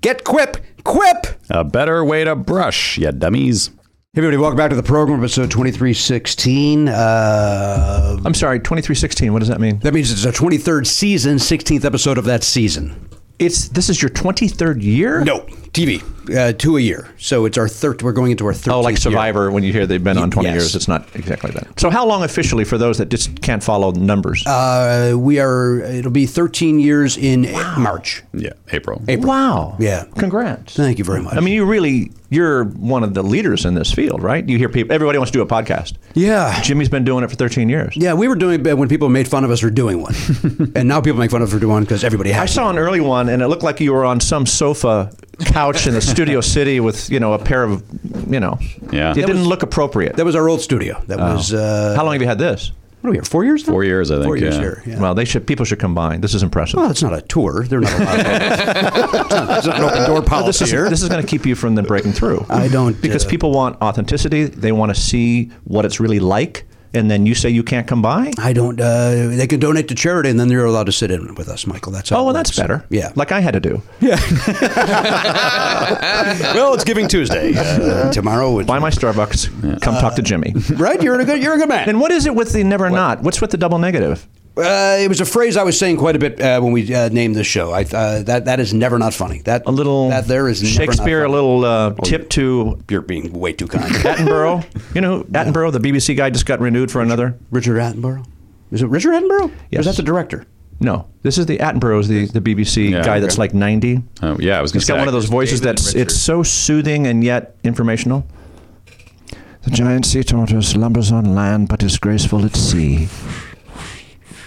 Get Quip! Quip! a better way to brush, you dummies. Hey, everybody, welcome back to the program, episode 2316. Uh, I'm sorry, 2316. What does that mean? that means it's our 23rd season, 16th episode of that season. It's this is your 23rd year. No, TV, uh, two a year. So it's our third, we're going into our 13th Oh, like Survivor. When you hear they've been on 20 Yes. years, it's not exactly that. So how long officially for those that just can't follow the numbers? year. Uh, we are, it'll be 13 years in March. Yeah, April. Wow. Yeah. Congrats. Thank you very much. I mean, you really you're one of the leaders in this field, right? You hear people. Everybody wants to do a podcast. Yeah. Jimmy's been doing it for 13 years. yeah, we were doing it when people made fun of us for doing one. and now people make fun of us for doing one because everybody I has saw an early one, and it looked like you were on some sofa couch in the Studio City with you know a pair of you know. Yeah. That It didn't was- look appropriate. That was our old studio. That Oh. was, uh, How long have you had this? what are we here, four years now? Four years, I think, Four years yeah. here, yeah. Well, they should. People should combine. This is impressive. Well, it's not a tour. They're not allowed. it's, not, it's not an open door policy this is here. this is going to keep you from them breaking through. I don't, because uh, people want authenticity. They want to see what it's really like, and then you say you can't come by. I don't. Uh, they can donate to charity, and then you're allowed to sit in with us, Michael. That's how Oh, it well, that's works. better. Yeah. like I had to do. well, it's Giving Tuesday uh, tomorrow. would- Buy my Starbucks. Come talk to Jimmy. right? You're a good. You're a good man. And what is it with the never not? What's with the double negative? Uh, it was a phrase I was saying quite a bit uh, when we uh, named this show. I, uh, that that is never not funny. That A little that there is never not Shakespeare, a funny. Oh, little uh, tip to You're being way too kind. Attenborough. you know, Attenborough, the BBC guy just got renewed for another. Richard Attenborough. Is it Richard Attenborough? Or Yes. is that the director? No, this is the Attenborough, is the, the BBC Yeah, guy that's okay. like 90. Oh, yeah, I was going to He's say. got one of those voices David and that's Richard. it's so soothing and yet informational. The giant sea tortoise lumbers on land but is graceful at sea.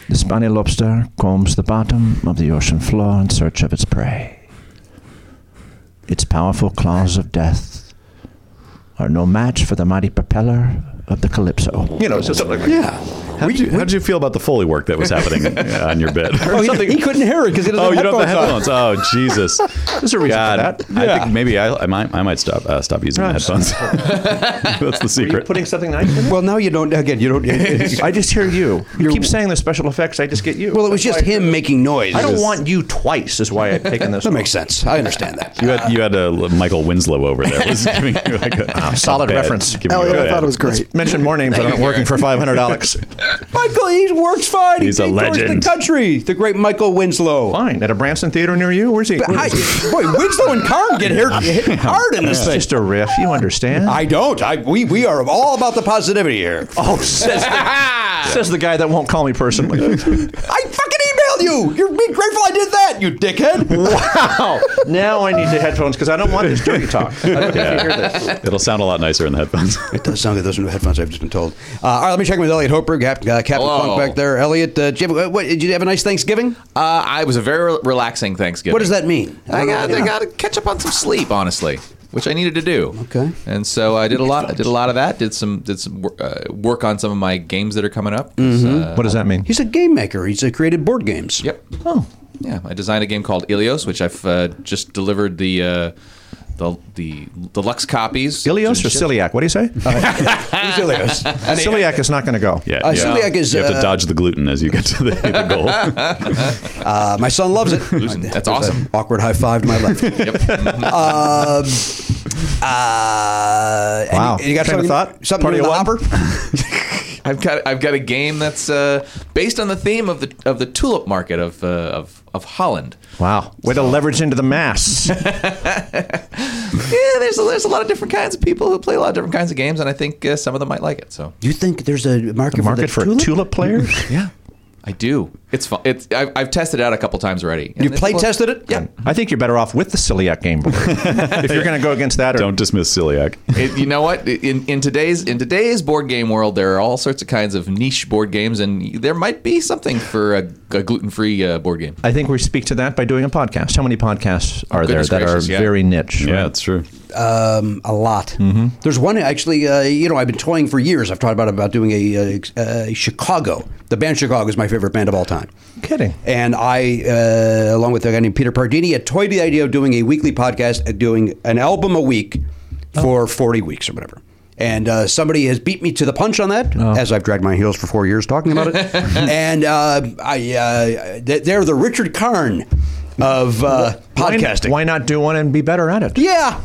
The spiny lobster combs the bottom of the ocean floor in search of its prey. Its powerful claws of death are no match for the mighty propeller of the Calypso. You know, something like yeah. How did you, how'd you feel about the Foley work that was happening uh, on your bit? Oh, he, he couldn't hear it because he doesn't Oh, you have don't have the headphones headphones. Oh, Jesus. There's a reason for that. I think maybe I, I might I might stop uh, stop using the headphones. That's the secret. something nice in on. Well, now you don't. Again, you don't. I just hear you. You You're- keep saying the special effects, I just get you. well, it was That's just why- him making noise. I don't want you twice, is why I've taken this. That makes sense. I understand that. you had you had a Michael Winslow over there. Was giving you like a, a solid bad- reference. giving you Elliot, a I bad- thought it was great. Mention more names, but I'm not working for 500 Alex. Michael, he works fine. He's a he tours legend. The country, the great Michael Winslow. Fine. At a Branson theater near you? Where's he? But where's he? I- boy, Winslow and Karn get hit, hit hard in this It's thing. just a riff. You understand? I don't. I, we, we are all about the positivity here. oh, says the, says the guy that won't call me personally. I fucking emailed you. You're be grateful I did that, you dickhead. wow. Now I need the headphones because I don't want this dirty talk. I don't Yeah. want you to hear this. It'll sound a lot nicer in the headphones. It does sound like those new headphones I've just been told. Uh, all right, let me check in with Elliot Hoper, Cap, uh, Captain Hello. Funk back there. Elliot, uh, did, you have, what, did you have a nice Thanksgiving? Uh, I was a very re- relaxing Thanksgiving. What does that mean? I got, Yeah. I got to catch up on some sleep, honestly, which I needed to do. Okay. And so I did a lot. I did a lot of that. Did some did some wor- uh, work on some of my games that are coming up. 'cause, uh, What does that mean? He's a game maker. He's uh, created board games. Yep. Oh. Yeah, I designed a game called Ilios, which I've uh, just delivered the uh, the the deluxe copies. Ilios or celiac? What do you say? He's Ilios. And he- celiac is not going to go. Yeah, Uh, yeah. celiac is, you have uh, to dodge the gluten as you get to the, the goal. Uh, my son loves it. That's There's a awesome. Awkward high five to my left. Mm-hmm. Um, uh, and Wow. you- and you got Train something, of thought? something Party new in the of hopper? one? I've got I've got a game that's uh, based on the theme of the of the tulip market of uh, of of Holland. Wow. Way to leverage into the mass. Yeah, there's a, there's a lot of different kinds of people who play a lot of different kinds of games, and I think uh, some of them might like it. So You think there's a market, Market for, for the tulip? tulip players? yeah, I do. It's fun. It's I've, I've tested it out a couple times already. You And play people- tested it? Yeah. I think you're better off with the celiac game board. if you're going to go against that or Don't dismiss celiac. It- you know what? In in today's in today's board game world, there are all sorts of kinds of niche board games, and there might be something for a, a gluten free uh, board game. I think we speak to that by doing a podcast. How many podcasts are there goodness that gracious, are yeah. very niche? Yeah, right? it's true. Um, a lot. Mm-hmm. There's one actually. Uh, you know, I've been toying for years. I've talked about about doing a, uh a Chicago. The band Chicago is my favorite band of all time. kidding. And I, uh, along with a guy named Peter Pardini, had toyed with the idea of doing a weekly podcast, uh, doing an album a week for 40 weeks or whatever. And uh, somebody has beat me to the punch on that, as I've dragged my heels for four years talking about it. and uh, I, uh, th- they're the Richard Karn of uh, Why- podcasting. Why not do one and be better at it? Yeah.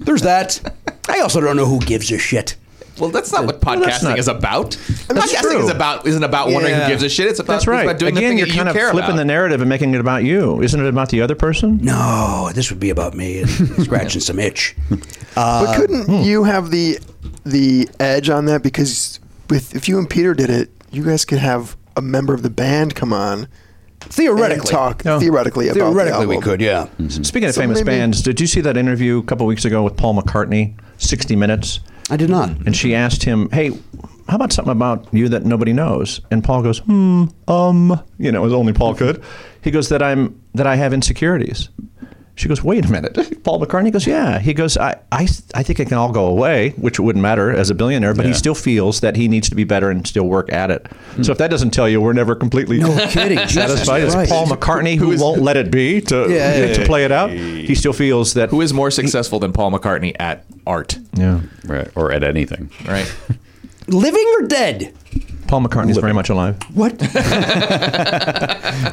There's that. I also don't know who gives a shit. Well, that's not what podcasting that's not- is about. podcasting true. is about isn't about wondering Yeah. who gives a shit. It's about, That's it's right. about doing Again, the you're thing that kind you of care flipping about. the narrative and making it about you. Isn't it about the other person? No, this would be about me and scratching some itch. Uh, But couldn't you have the the edge on that because with if you and Peter did it, you guys could have a member of the band come on and Theoretically. talk No. theoretically about Theoretically, the we album. could, yeah. Speaking of So famous maybe- bands, did you see that interview a couple weeks ago with Paul McCartney, 60 Minutes? I did not. And she Mm-hmm. asked him, "Hey, how about something about you that nobody knows?" And Paul goes, "Hmm, um, you know, as only Paul could." He goes that I'm that I have insecurities. She goes, "Wait a minute." Paul McCartney goes, "Yeah." He goes, "I I I think it can all go away, which wouldn't matter as a billionaire, but he Yeah. still feels that he needs to be better and still work at it." Hmm. So if that doesn't tell you, we're never completely No kidding. Jesus satisfied. It's Christ. Paul McCartney who won't let it be to Yeah, yeah, to play it out. He still feels that Who is more successful than Paul McCartney at art? yeah. Right. Or at anything. Right. Living or dead? Paul McCartney's very much alive. What?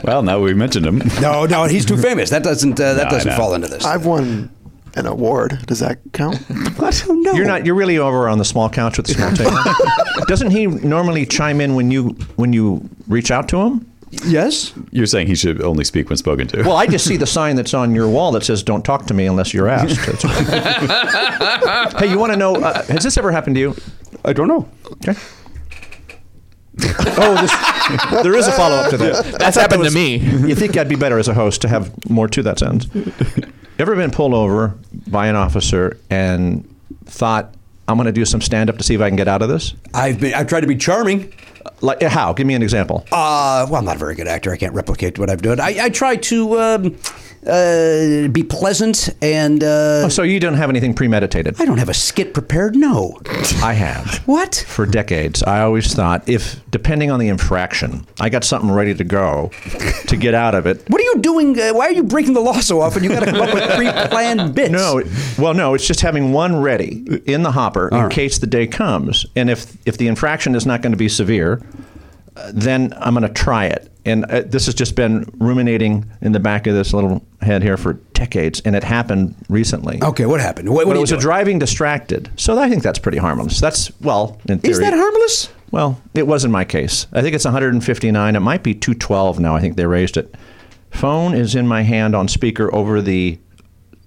Well, now we mentioned him. No, no, he's too famous. That doesn't uh, that No, I doesn't know. fall into this. I've won an award. Does that count? What? Oh, no. You're not. You're really over on the small couch with the small table. Doesn't he normally chime in when you when you reach out to him? Yes. You're saying he should only speak when spoken to. Well, I just see the sign that's on your wall that says "Don't talk to me unless you're asked." That's- hey, you want to know? Uh, has this ever happened to you? I don't know. Okay. oh, this, there is a follow up to that. That's happened to me. You think I'd be better as a host to have more to that sentence? Ever been pulled over by an officer and thought, "I'm going to do some stand up to see if I can get out of this"? I've been. I've tried to be charming. Like uh, how? Give me an example. Uh, well, I'm not a very good actor. I can't replicate what I've done. I, I try to um, uh, be pleasant, and uh, Oh, so you don't have anything premeditated. I don't have a skit prepared. No. I have. What? For decades, I always thought if, depending on the infraction, I got something ready to go to get out of it. What are you doing? Uh, why are you breaking the law so often? You got to come up with pre-planned bits. No, it- well, no, it's just having one ready in the hopper in case the day comes. And if if the infraction is not going to be severe, uh, then I'm going to try it. And uh, this has just been ruminating in the back of this little head here for decades, and it happened recently. Okay. What happened? What, But what it are you was a doing? driving distracted. So I think that's pretty harmless. That's well, in theory. Is that harmless? Well, it was in my case. I think it's 159. It might be 212 now. I think they raised it. Phone is in my hand on speaker over the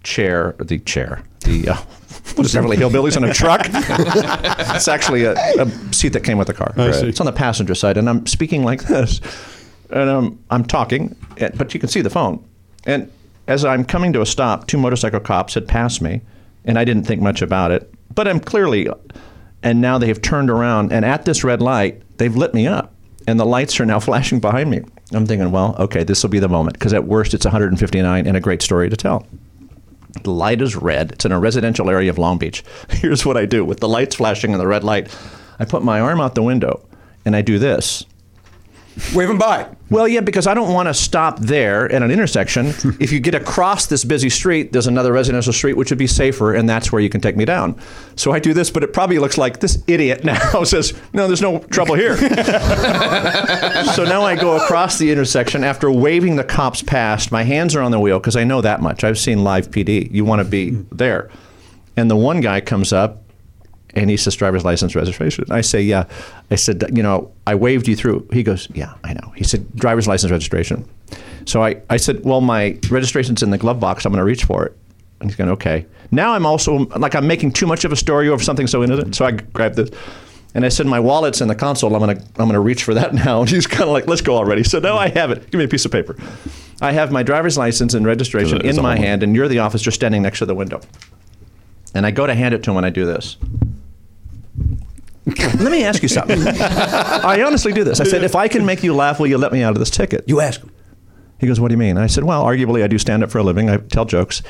chair. The chair. The uh, what is Beverly Hillbillies on a truck? it's actually a, a seat that came with the car. see. It's on the passenger side, and I'm speaking like this, and I'm I'm talking, eh, but you can see the phone. And as I'm coming to a stop, two motorcycle cops had passed me, and I didn't think much about it. But I'm clearly, and now they have turned around, and at this red light, they've lit me up, and the lights are now flashing behind me. I'm thinking, well, okay, this will be the moment, because at worst, it's 159 and a great story to tell. The light is red. It's in a residential area of Long Beach. Here's what I do with the lights flashing and the red light. I put my arm out the window and I do this. Wave him by. Well, yeah, because I don't want to stop there at an intersection. if you get across this busy street, there's another residential street which would be safer, and that's where you can take me down. So I do this, but it probably looks like this idiot now says, No, there's no trouble here. so now I go across the intersection after waving the cops past. My hands are on the wheel because I know that much. I've seen live PD. You want to be there. And the one guy comes up and he says, driver's license registration. I say, yeah. I said, you know, I waved you through. He goes, yeah, I know. He said, driver's license registration. So I, I said, well, my registration's in the glove box. I'm going to reach for it. And he's going, okay. Now I'm also, like, I'm making too much of a story over something so innocent. So I grabbed this. And I said, my wallet's in the console. I'm gonna, I'm gonna reach for that now. And he's kind of like, let's go already. So now I have it. Give me a piece of paper. I have my driver's license and registration Is it- is in it on- my hand, and you're the officer standing next to the window. And I go to hand it to him, and I do this. let me ask you something. I honestly do this. I said, if I can make you laugh, will you let me out of this ticket? You ask him. He goes, What do you mean? I said, Well, arguably, I do stand up for a living. I tell jokes.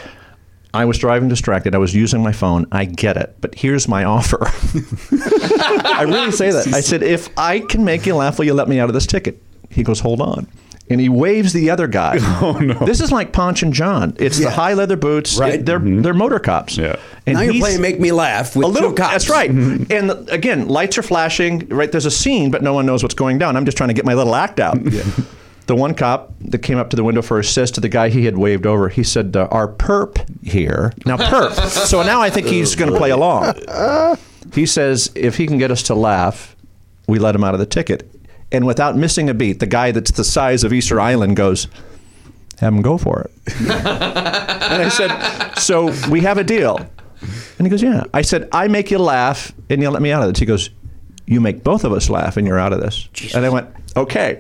I was driving distracted. I was using my phone. I get it. But here's my offer. I really say that. I said, If I can make you laugh, will you let me out of this ticket? He goes, Hold on. And he waves the other guy. Oh no! This is like Ponch and John. It's Yeah. the high leather boots. Right. Mm-hmm. It- they're they're motor cops. Yeah. And now you're he's- playing make me laugh with a little two cops. Mm-hmm. That's right. And the- again, lights are flashing. Right, there's a scene, but no one knows what's going down. I'm just trying to get my little act out. The one cop that came up to the window first says to the guy he had waved over, he said, uh, "Our perp here now, perp." so now I think he's Oh, going to play along. He says, "If he can get us to laugh, we let him out of the ticket." And without missing a beat, the guy that's the size of Easter Island goes, "Have him go for it." And I said, So we have a deal. And he goes, Yeah. I said, I make you laugh and you let me out of this. He goes, You make both of us laugh and you're out of this. And I went, Okay,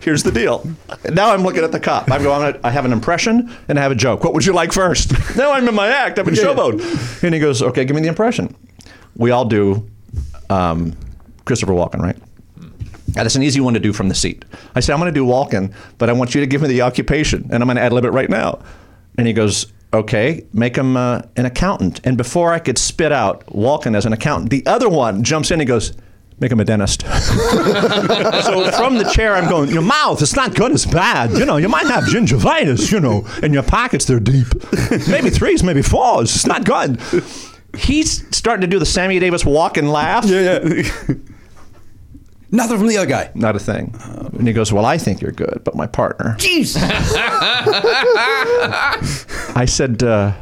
here's the deal. Now I'm looking at the cop. I'm going, I have an impression and I have a joke. What would you like first? Now I'm in my act. I'm in show mode. And he goes, Okay, give me the impression. We all do um, Christopher Walken, right? And it's an easy one to do from the seat. I said, I'm going to do walking, but I want you to give me the occupation, and I'm going to ad lib it right now. And he goes, Okay, make him uh, an accountant. And before I could spit out walking as an accountant, the other one jumps in and goes, Make him a dentist. so from the chair, I'm going, Your mouth, it's not good, it's bad. You know, you might have gingivitis, you know, and your pockets, they're deep. Maybe threes, maybe fours. It's not good. He's starting to do the Sammy Davis walk and laugh. Nothing from the other guy. Not a thing. And he goes, Well, I think you're good, but my partner. Jeez. I said, uh,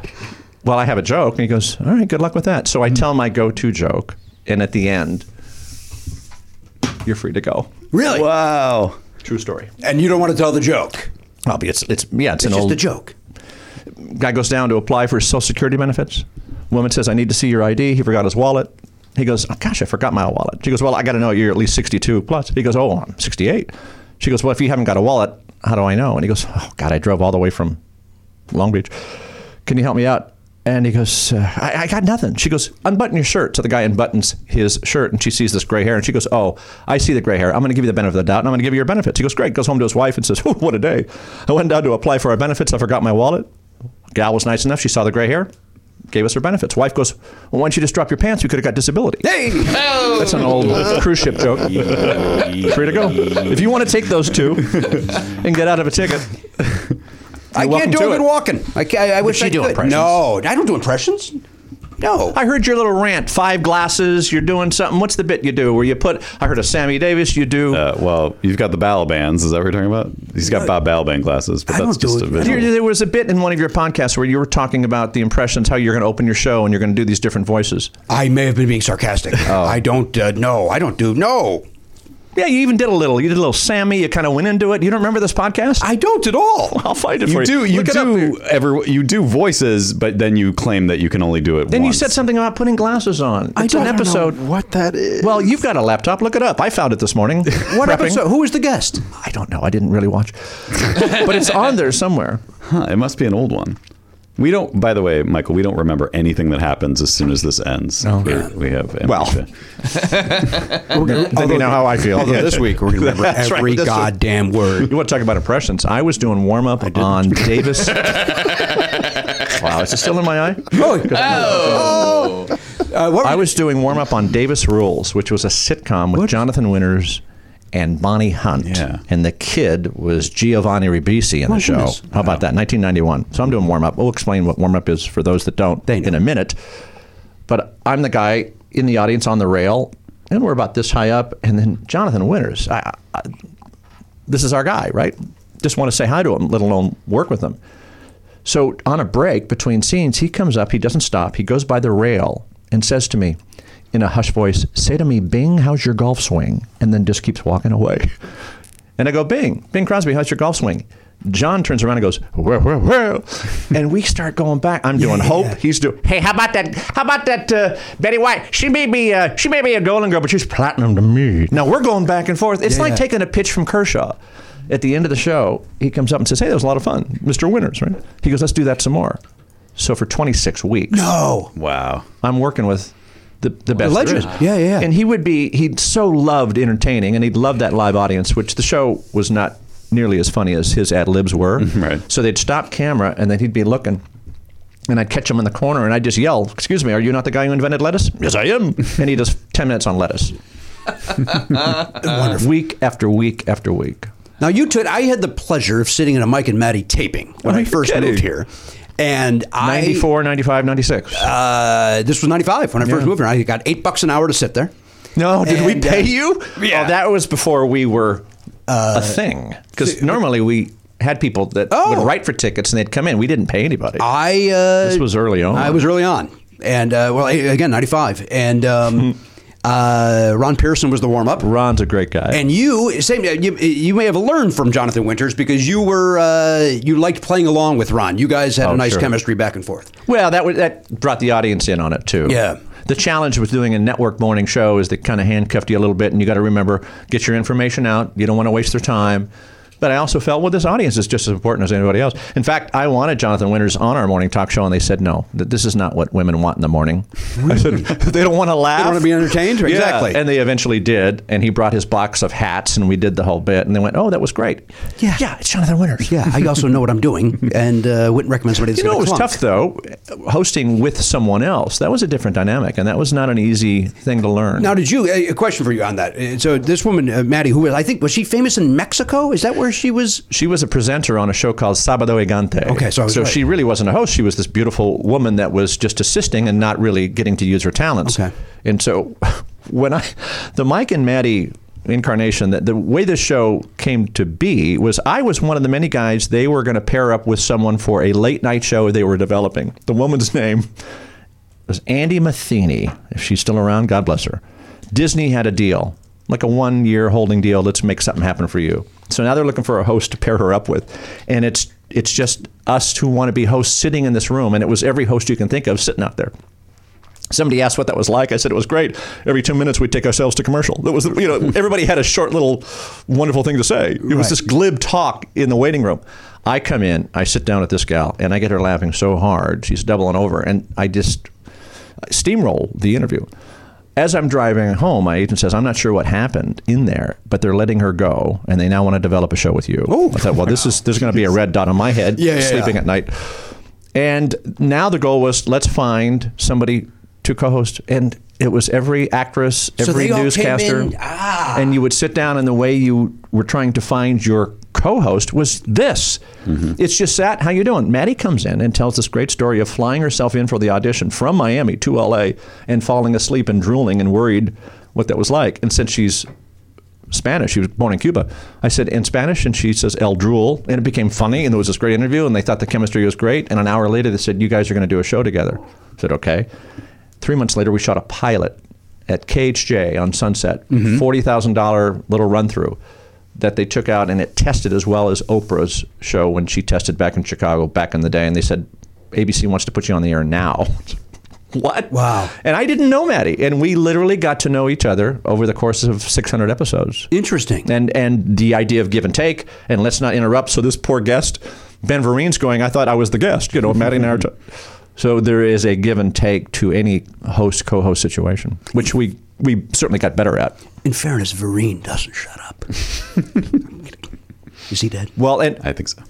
well, I have a joke. And he goes, all right, good luck with that. So I tell my go-to joke, and at the end, you're free to go. Really? Wow. True story. And you don't want to tell the joke. Probably it's it's yeah it's, an It's old just a joke. guy goes down to apply for Social Security benefits. Woman says, I need to see your ID. He forgot his wallet. He goes, oh, Gosh, I forgot my wallet. She goes, Well, I got to know you're at least 62 plus. He goes, Oh, I'm 68. She goes, Well, if you haven't got a wallet, how do I know? And he goes, Oh, God, I drove all the way from Long Beach. Can you help me out? And he goes, uh, I, I got nothing. She goes, Unbutton your shirt. So the guy unbuttons his shirt and she sees this gray hair and she goes, Oh, I see the gray hair. I'm going to give you the benefit of the doubt and I'm going to give you your benefits. He goes, Great. Goes home to his wife and says, Oh, what a day. I went down to apply for our benefits. I forgot my wallet. Gal was nice enough. She saw the gray hair, gave us her benefits. Wife goes, well, why don't you just drop your pants? You could have got disability. Hey! That's an old cruise ship joke. Free to go. If you want to take those two and get out of a ticket, I welcome can't do to it it. when walking. I, ca- I, I wish you I do could. impressions. No, I don't do impressions. No. I heard your little rant. Five glasses, you're doing something. What's the bit you do where you put, I heard a Sammy Davis, you do. Uh, well, you've got the ball bands. Is that what we're talking about? He's got Bob Balaban glasses, but Uh, I that's don't do just a it. There- visual. there was a bit in one of your podcasts where you were talking about the impressions, how you're going to open your show and you're going to do these different voices. I may have been being sarcastic. Oh. I don't. Uh, no, I don't do. No, Yeah, you even did a little. You did a little Sammy. You kind of went into it. You don't remember this podcast? I don't at all. I'll find it for You you. do you Look it up. do every you do voices, but then you claim that you can only do it. Then once. you said something about putting glasses on. It's I don't an know episode. what that is. Well, you've got a laptop. Look it up. I found it this morning. What prepping. episode? Who was the guest? I don't know. I didn't really watch. but it's on there somewhere. Huh, it must be an old one. We don't. By the way, Michael, we don't remember anything that happens as soon as this ends. Oh, No, we have. Well. Then you know how I feel. Although this week we're going to remember That's right, every this week. goddamn word. You want to talk about impressions? I was doing warm up on Davis. wow, is it still in my eye? Uh, what I was doing warm up on Davis Rules, which was a sitcom with Jonathan Winters and Bonnie Hunt. Yeah. And the kid was Giovanni Ribisi in the show. goodness. How about that? 1991. So I'm doing warm up. We'll explain what warm up is for those that don't They know. in a minute. But I'm the guy in the audience on the rail, and we're about this high up. And then Jonathan Winters, I, I, this is our guy, right? Just want to say hi to him, let alone work with him. So on a break between scenes, he comes up, he doesn't stop, he goes by the rail and says to me in a hushed voice, Say to me, Bing, how's your golf swing? And then just keeps walking away. And I go, Bing, Bing Crosby, how's your golf swing? John turns around and goes, whoa, whoa, whoa. and we start going back. I'm doing hope. He's doing, hey, how about that? How about that uh, Betty White? She may be, uh, she may be a golden girl, but she's platinum to me. Now we're going back and forth. It's like taking a pitch from Kershaw. At the end of the show, he comes up and says, hey, that was a lot of fun, Mr. Winners, right? He goes, let's do that some more. So for 26 weeks, Oh, wow. I'm working with the, the best there legend. is. Yeah, yeah. And he would be he so loved entertaining, and he loved that live audience, which the show was not nearly as funny as his ad libs were. Mm-hmm. right. So they'd stop camera, and then he'd be looking. And I'd catch him in the corner, and I'd just yell, "Excuse me, are you not the guy who invented lettuce?" Yes, I am. and he does ten minutes on lettuce, wonderful. week after week after week. Now you took. I had the pleasure of sitting in a Mike and Maddie taping when I first moved here, and I 94, 95, 96. Uh, this was ninety five when I first moved here. I got eight bucks an hour to sit there. No, did we And, pay uh, you? yeah. Oh, that was before we were uh, a thing. Because normally we had people that Oh. would write for tickets and they'd come in. We didn't pay anybody. I uh, This was early on. I was early on, and uh, well, a- again ninety five, and um, uh, Ron Pearson was the warm up. Ron's a great guy. And you, same, uh, you, you may have learned from Jonathan Winters because you were uh, you liked playing along with Ron. You guys had a Oh, nice sure. chemistry back and forth. well, that was, that brought the audience in on it too. Yeah. The challenge with doing a network morning show is they kind of handcuffed you a little bit, and you got to remember get your information out. You don't want to waste their time. But I also felt, well, this audience is just as important as anybody else. In fact, I wanted Jonathan Winters on our morning talk show, and they said no. That this is not what women want in the morning. I said they don't want to laugh. They wanna be entertained? Yeah, Exactly. And they eventually did. And he brought his box of hats, and we did the whole bit. And they went, "Oh, that was great." Yeah. yeah, it's Jonathan Winters. Yeah, I also know what I'm doing, and uh, wouldn't recommend somebody. That's You know, it gonna was clunk. tough though, hosting with someone else. That was a different dynamic, and that was not an easy thing to learn. Now, did you? uh, A a question for you on that. Uh, So, this woman, uh, Maddie, who was I think was she famous in Mexico? Is that where she was? she was a presenter on a show called Sabado Gigante. Okay, so I was right. she really wasn't a host. She was this beautiful woman that was just assisting and not really getting to use her talents. Okay. And so when I, the Mike and Maddie incarnation that the way this show came to be was I was one of the many guys they were going to pair up with someone for a late night show they were developing. The woman's name was Andy Matheny. If she's still around, God bless her. Disney had a deal, like a one year holding deal. Let's make something happen for you. So now they're looking for a host to pair her up with. And it's it's just us who want to be hosts sitting in this room. And it was every host you can think of sitting out there. Somebody asked what that was like. I said it was great. Every two minutes, we'd take ourselves to commercial. That was, you know, everybody had a short little wonderful thing to say. It was this glib talk in the waiting room. I come in, I sit down with this gal, and I get her laughing so hard. She's doubling over, and I just steamroll the interview. As I'm driving home, my agent says, I'm not sure what happened in there, but they're letting her go, and they now want to develop a show with you. Oh, I thought, well, this is there's going to be a red dot on my head Yeah, yeah, sleeping yeah. at night. And now the goal was let's find somebody to co-host, and it was every actress, every they all came newscaster, in- ah. and you would sit down, and the way you were trying to find your co-host was this. It's just that how you doing? Maddie comes in and tells this great story of flying herself in for the audition from Miami to L.A. and falling asleep and drooling and worried what that was like, and since she's Spanish. She was born in Cuba. I said in Spanish, and she says El Drool, and it became funny. And there was this great interview, and they thought the chemistry was great. And an hour later, they said, "You guys are going to do a show together." I said, "Okay." Three months later, we shot a pilot at KHJ on Sunset, thousand dollar little run through that they took out, and it tested as well as Oprah's show when she tested back in Chicago back in the day. And they said, "ABC wants to put you on the air now." What? Wow. And I didn't know Maddie. And we literally got to know each other over the course of 600 episodes Interesting. and and the idea of give and take and let's not interrupt so this poor guest ben vereen's going i thought i was the guest you know maddie and i are t- so there is a give and take to any host co-host situation which we we certainly got better at In fairness, Vereen doesn't shut up. Is he dead? well and I think so.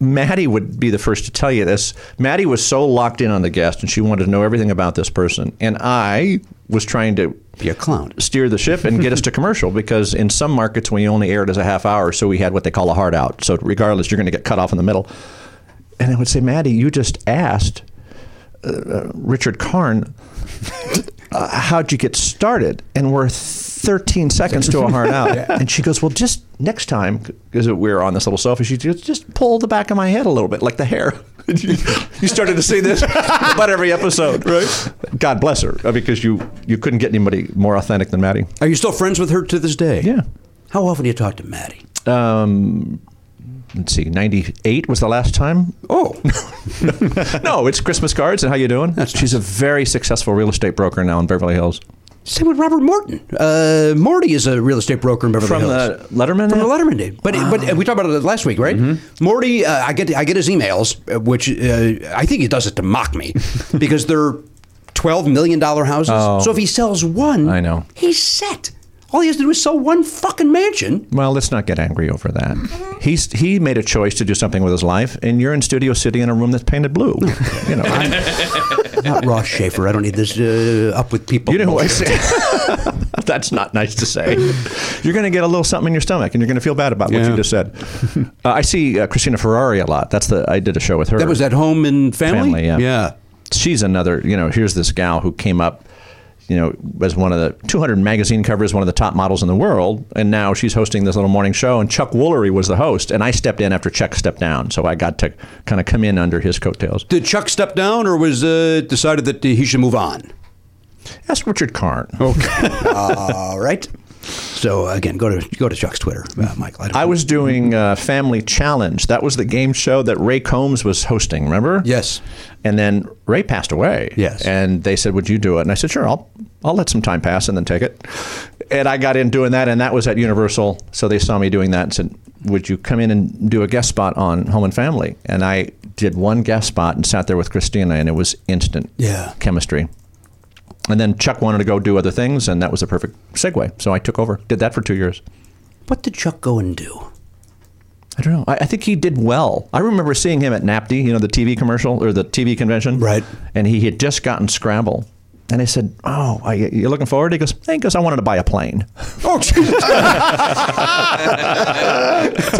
Maddie would be the first to tell you this. Maddie was so locked in on the guest and she wanted to know everything about this person. And I was trying to Be a clown. steer the ship and get us to commercial because in some markets we only aired as a half hour, so we had what they call a hard out. So regardless, you're going to get cut off in the middle. And I would say, Maddie, you just asked uh, uh, Richard Karn, uh, how'd you get started? And we're 13 seconds to a hard out. And she goes, well, just next time, because we were on this little sofa, she goes, just pull the back of my head a little bit, like the hair. you started to see this about every episode, right? God bless her, uh, because you, you couldn't get anybody more authentic than Maddie. Are you still friends with her to this day? Yeah. How often do you talk to Maddie? Let's see, 98 was the last time. Oh, No, it's Christmas cards and how you doing? She's a very successful real estate broker now in Beverly Hills. same with Robert Morton. Uh, Morty is a real estate broker in Beverly From Hills. the Letterman? Ah. Mm-hmm. From the ad? Letterman dude. But but we talked about it last week, right? Morty, uh, I get I get his emails, uh, which uh, I think he does it to mock me because they're twelve million dollar houses. So if he sells one, Oh. I know. he's set. All he has to do is sell one fucking mansion. Well, let's not get angry over that. Mm-hmm. He's he made a choice to do something with his life, and you're in Studio City in a room that's painted blue. You know, Not Ross Schaefer. I don't need this uh, up with people. you know what I say. that's not nice to say. You're going to get a little something in your stomach, and you're going to feel bad about what you just said. Uh, I see uh, Christina Ferrari a lot. That's the I did a show with her. That was at home and family. Family, yeah. she's another you know here's this gal who came up you know as one of the 200 magazine covers one of the top models in the world and now she's hosting this little morning show and chuck woolery was the host and i stepped in after chuck stepped down so i got to kind of come in under his coattails Did Chuck step down, or was uh, decided that he should move on? ask richard karn All right. So again, go to go to Chuck's Twitter, uh, Michael. don't i was doing uh, family challenge that was the game show that ray combs was hosting remember Yes. and then ray passed away Yes. and they said would you do it and i said sure i'll i'll let some time pass and then take it and i got in doing that and that was at universal so they saw me doing that and said would you come in and do a guest spot on home and family and i did one guest spot and sat there with christina and it was instant Yeah. chemistry and then chuck wanted to go do other things and that was a perfect segue so i took over did that for two years What did Chuck go and do? I don't know. I, I think he did well. I remember seeing him at NAPTI, you know, the TV commercial or the TV convention. Right. And he had just gotten Scrabble. And I said, "Oh, are you- you're looking forward?" He goes, "Hey, he goes, I wanted to buy a plane." Oh, so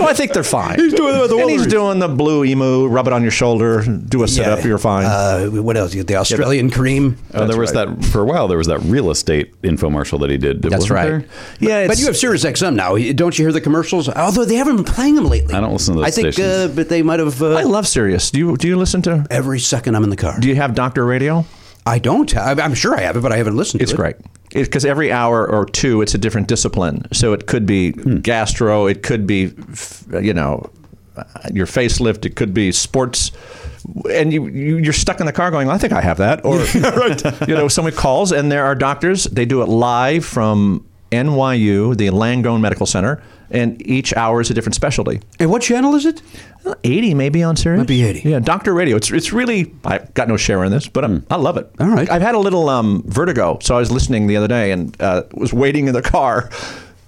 I think they're fine. He's doing the and he's doing the blue emu, rub it on your shoulder, do a sit up, you're fine. Uh, what else? You got the Australian cream. Uh, there was that for a while. There was that real estate infomercial that he did. That's wasn't right. there? yeah, But you have Sirius XM now. Don't you hear the commercials? Although they haven't been playing them lately. I don't listen to those I think, stations. uh, but they might have. Uh, I love Sirius. Do you do you listen to? every second I'm in the car. Do you have Doctor Radio? I don't. I, I'm sure I have it, but I haven't listened to It's it. great because every hour or two, it's a different discipline. So it could be Hmm. gastro, it could be, f- you know, uh, your facelift, it could be sports, and you, you you're stuck in the car going, I think I have that, or you know, someone calls and there are doctors. They do it live from NYU, the Langone Medical Center, and each hour is a different specialty. And what channel is it? 80 maybe on Sirius. Might be 80. Yeah, Doctor Radio. It's it's really I got no share in this, but I'm, I love it. Hmm. All right. I've had a little um, vertigo, so I was listening the other day and uh, was waiting in the car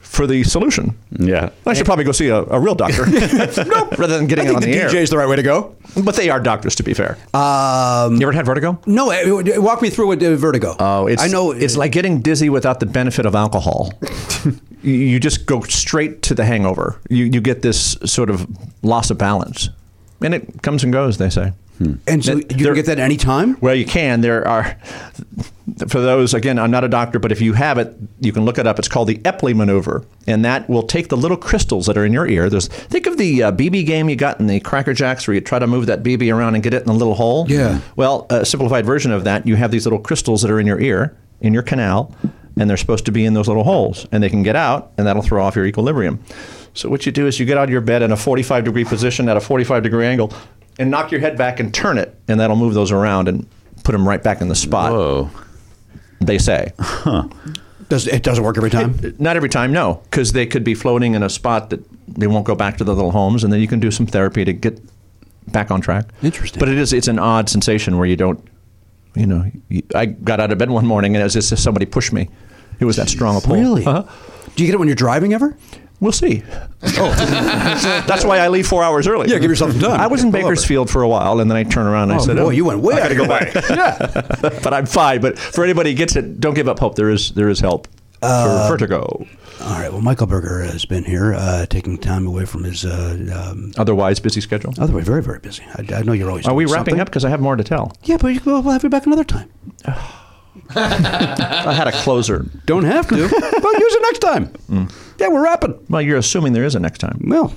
for the solution. Yeah. I should probably go see a, a real doctor, nope, rather than getting it on the, air. the right way to go. But they are doctors, to be fair. Um, you ever had vertigo? no, uh, walk me through what uh, vertigo. Oh, it's I know. it's like getting dizzy without the benefit of alcohol. You- you just go straight to the hangover. You you get this sort of loss of balance, and it comes and goes. They say. and so you they're- can get that any time. Well, you can. There are, for those, again, I'm not a doctor, but if you have it, you can look it up. It's called the Epley maneuver. And that will take the little crystals that are in your ear. There's, think of the uh, BB game you got in the Cracker Jacks where you try to move that BB around and get it in a little hole. Yeah. Well, a simplified version of that, you have these little crystals that are in your ear, in your canal, and they're supposed to be in those little holes. And they can get out, and that'll throw off your equilibrium. So what you do is you get out of your bed in a 45 degree position at a 45 degree angle and knock your head back and turn it, and that'll move those around and put them right back in the spot. Whoa. They say. Does it doesn't work every time? Not every time, no, because they could be floating in a spot that they won't go back to their little homes, and then you can do some therapy to get back on track. Interesting. But it is it's an odd sensation where you don't, you know, you, I got out of bed one morning and it was just somebody pushed me. It was that strong a pull. Really? Uh-huh. Do you get it when you're driving ever? We'll see. Oh, that's why I leave four hours early. Yeah, give yourself some time. I was in Pull over. Bakersfield for a while, and then I turned around and I Oh, said, boy, you went way out of your way. but I'm fine. But for anybody who gets it, don't give up hope. There is there is help for Uh, vertigo. All right. Well, Michael Berger has been here, uh, taking time away from his. Uh, um, Otherwise, busy schedule. other way, very very busy. I, I know you're always. Are we doing wrapping something. up? Because I have more to tell. Yeah, but you- we'll we'll have you back another time. I had a closer. Don't have to, but use it next time. Yeah, we're wrapping. Well, you're assuming there is a next time. Well,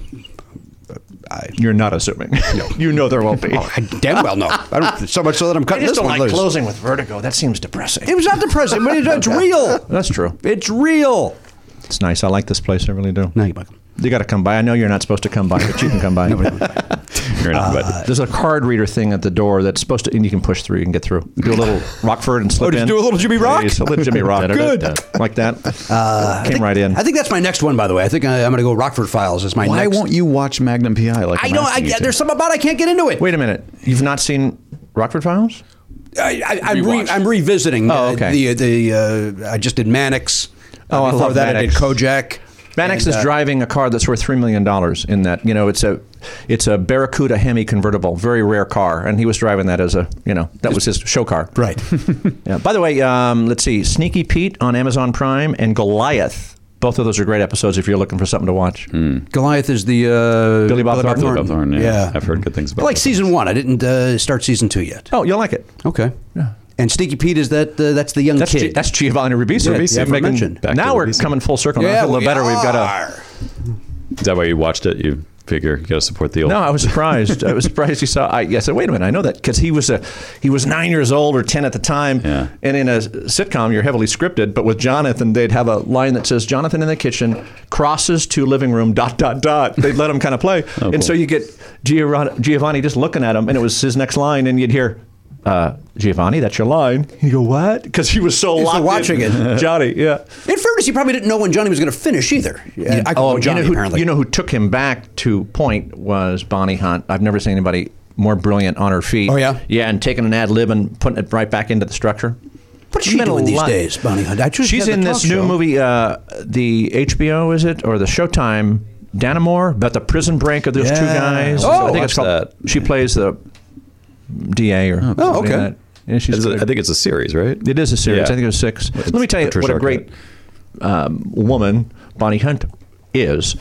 You're not assuming. you know there won't be. I damn well know. I don't so much so that I'm cutting this one loose. with vertigo. That seems depressing. It was not depressing, but it- it's real. That's true. It's real. It's nice. I like this place. I really do. Now you, Michael. You got to come by. I know you're not supposed to come by, but you can come by. You're not invited. There's a card reader thing at the door that's supposed to, and you can push through. You can get through. Do a little Rockford and slip Oh, just in. do a little Jimmy Rock? Uh, Yeah, just a little Jimmy Rock. Good. like that. Came right in. I think that's my next one, by the way. I think I, am going to go Rockford Files as my Why next. won't you watch Magnum PI? Like I I'm don't. I, asking you to? there's something about it I can't get into it. Wait a minute. You've not seen Rockford Files? I, I, I'm, re, Rewatch. I'm revisiting. Oh, uh, The okay. the uh, I just did Mannix. Oh, I Before love that. Mannix. I did Kojak. Mannix And, is uh, driving a car that's worth three million dollars. In that, you know, it's a it's a Barracuda Hemi convertible, very rare car, and he was driving that as a you know that was his show car. Right. Yeah. By the way, um, let's see, Sneaky Pete on Amazon Prime and Goliath. Both of those are great episodes if you're looking for something to watch. Goliath is the uh, Billy Bob Thornton. Bob Thorne, yeah. Yeah. I've heard good things I about. like that. season one. I didn't uh, start season two yet. Oh, you'll like it. Okay. Yeah. And Sneaky Pete is that uh, that's the young That's, kid. G- that's Giovanni Ribisi. Ribisi, Yeah, making- aforementioned. Back now to we're Ribisi. coming full circle. now I yeah, feel we better. We've got a are. Is that why you watched it? You figure you got to support the old. No, I was surprised. I was surprised you saw. I, I said, "Wait a minute, I know that because he was a he was nine years old or ten at the time." Yeah. And in a sitcom, you're heavily scripted, but with Jonathan, they'd have a line that says, "Jonathan in the kitchen crosses to living room dot dot dot." They'd let him kind of play, and so you get Giovanni, Giovanni just looking at him, and it was his next line, and you'd hear. Uh, Giovanni, that's your line. You go what? Because he was so He's locked in. watching it. Johnny. Yeah. In fairness, he probably didn't know when Johnny was going to finish either. Yeah, I call him oh, Johnny Oh, you know who, apparently. You know who took him back to point was Bonnie Hunt. I've never seen anybody more brilliant on her feet. Oh, yeah? yeah, and taking an ad lib and putting it right back into the structure. What's she Meant a doing these lot. days, Bonnie Hunt? I just She's had in the this talk new show. movie, uh, the HBO is it or the Showtime Danamore about the prison break of those two Yeah. guys. Oh, I think it's watch called. that. She plays the DA or oh, okay. And she's It's a- good. I think it's a series, right? It is a series. Yeah. I think it was six. It's Let me tell you Patricia what Arquette. a great um, woman Bonnie Hunt is.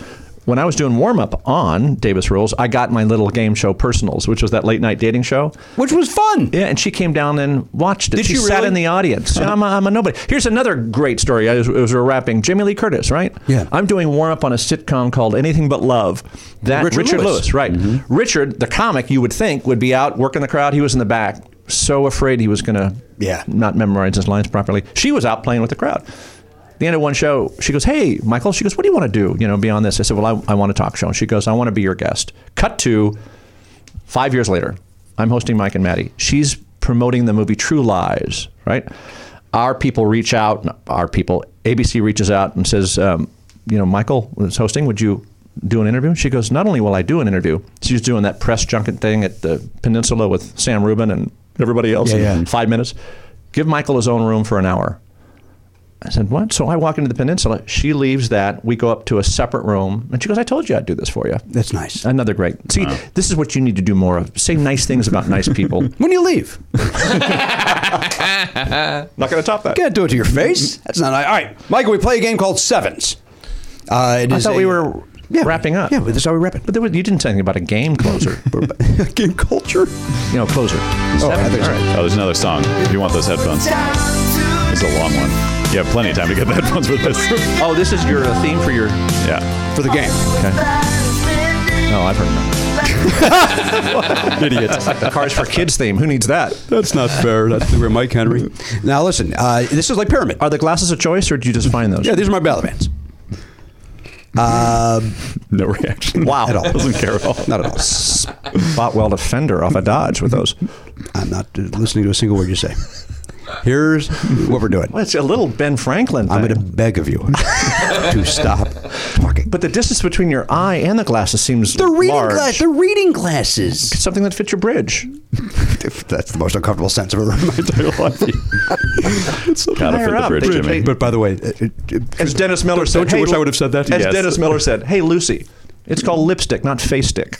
When I was doing warm up on Davis Rules, I got my little game show Personals, which was that late night dating show. which was fun. Yeah, and she came down and watched it. Did she she sat really? Uh-huh. in the audience. Yeah, I'm, a, I'm a nobody. Here's another great story. I was, I was rapping Jamie Lee Curtis, right? Yeah. I'm doing warm up on a sitcom called Anything But Love. That Richard Richard, Lewis. Mm-hmm. Lewis. right? Richard, the comic, you would think would be out working the crowd. He was in the back, so afraid he was going to Yeah. not memorize his lines properly. She was out playing with the crowd. The end of one show, she goes, "Hey, Michael." She goes, "What do you want to do? You know, beyond this?" I said, "Well, I, I want a talk show." And she goes, "I want to be your guest." Cut to Five years later, I'm hosting Mike and Maddie. She's promoting the movie True Lies, right? Our people reach out, no, our people, ABC reaches out and says, um, you know, Michael is hosting. Would you do an interview? She goes, not only will I do an interview, she's doing that press junket thing at the Peninsula with Sam Rubin and everybody else in five minutes. Give Michael his own room for an hour. I said, what? So I walk into the Peninsula. She leaves that. We go up to a separate room. And she goes, I told you I'd do this for you. That's nice. Another great. See, this is what you need to do more of. Say nice things about nice people. When you leave, Not going to top that. can't do it to your face. That's not all right. Michael, we play a game called Sevens. Uh, it I is thought a- we were wrapping up. Yeah, but that's how we wrap it. But there was, you didn't say anything about a game closer. Game culture. you know, closer. Oh, I think so. Oh, there's another song. If you want those headphones, it's a long one. You have plenty of time to get the headphones with this. Oh, this is your uh, theme for your. yeah, for the game. No, I've heard idiots. that. the Cars for Kids theme. Who needs that? That's not fair. That's where Mike Henry. Now listen, uh, this is like pyramid. Are the glasses a choice, or did you just find those? Yeah, these are my ballot bands. Uh, No reaction. Wow. at all. Doesn't care at all. Not at all. Bought weld a fender off a Dodge with those. I'm not uh, listening to a single word you say. Here's what we're doing. Well, it's a little Ben Franklin. I'm thing. going to beg of you to stop talking. But the distance between your eye and the glasses seems They're reading large. glass. They're reading glasses. Something that fits your bridge. That's the most uncomfortable sense of my entire life. Gotta fit higher the up. bridge, They- Jimmy. But by the way, uh, uh, As Dennis Miller said, you "Hey, wish I Lu- would have said that?" As Yes. Dennis Miller said, "Hey, Lucy, it's called lipstick, not face stick."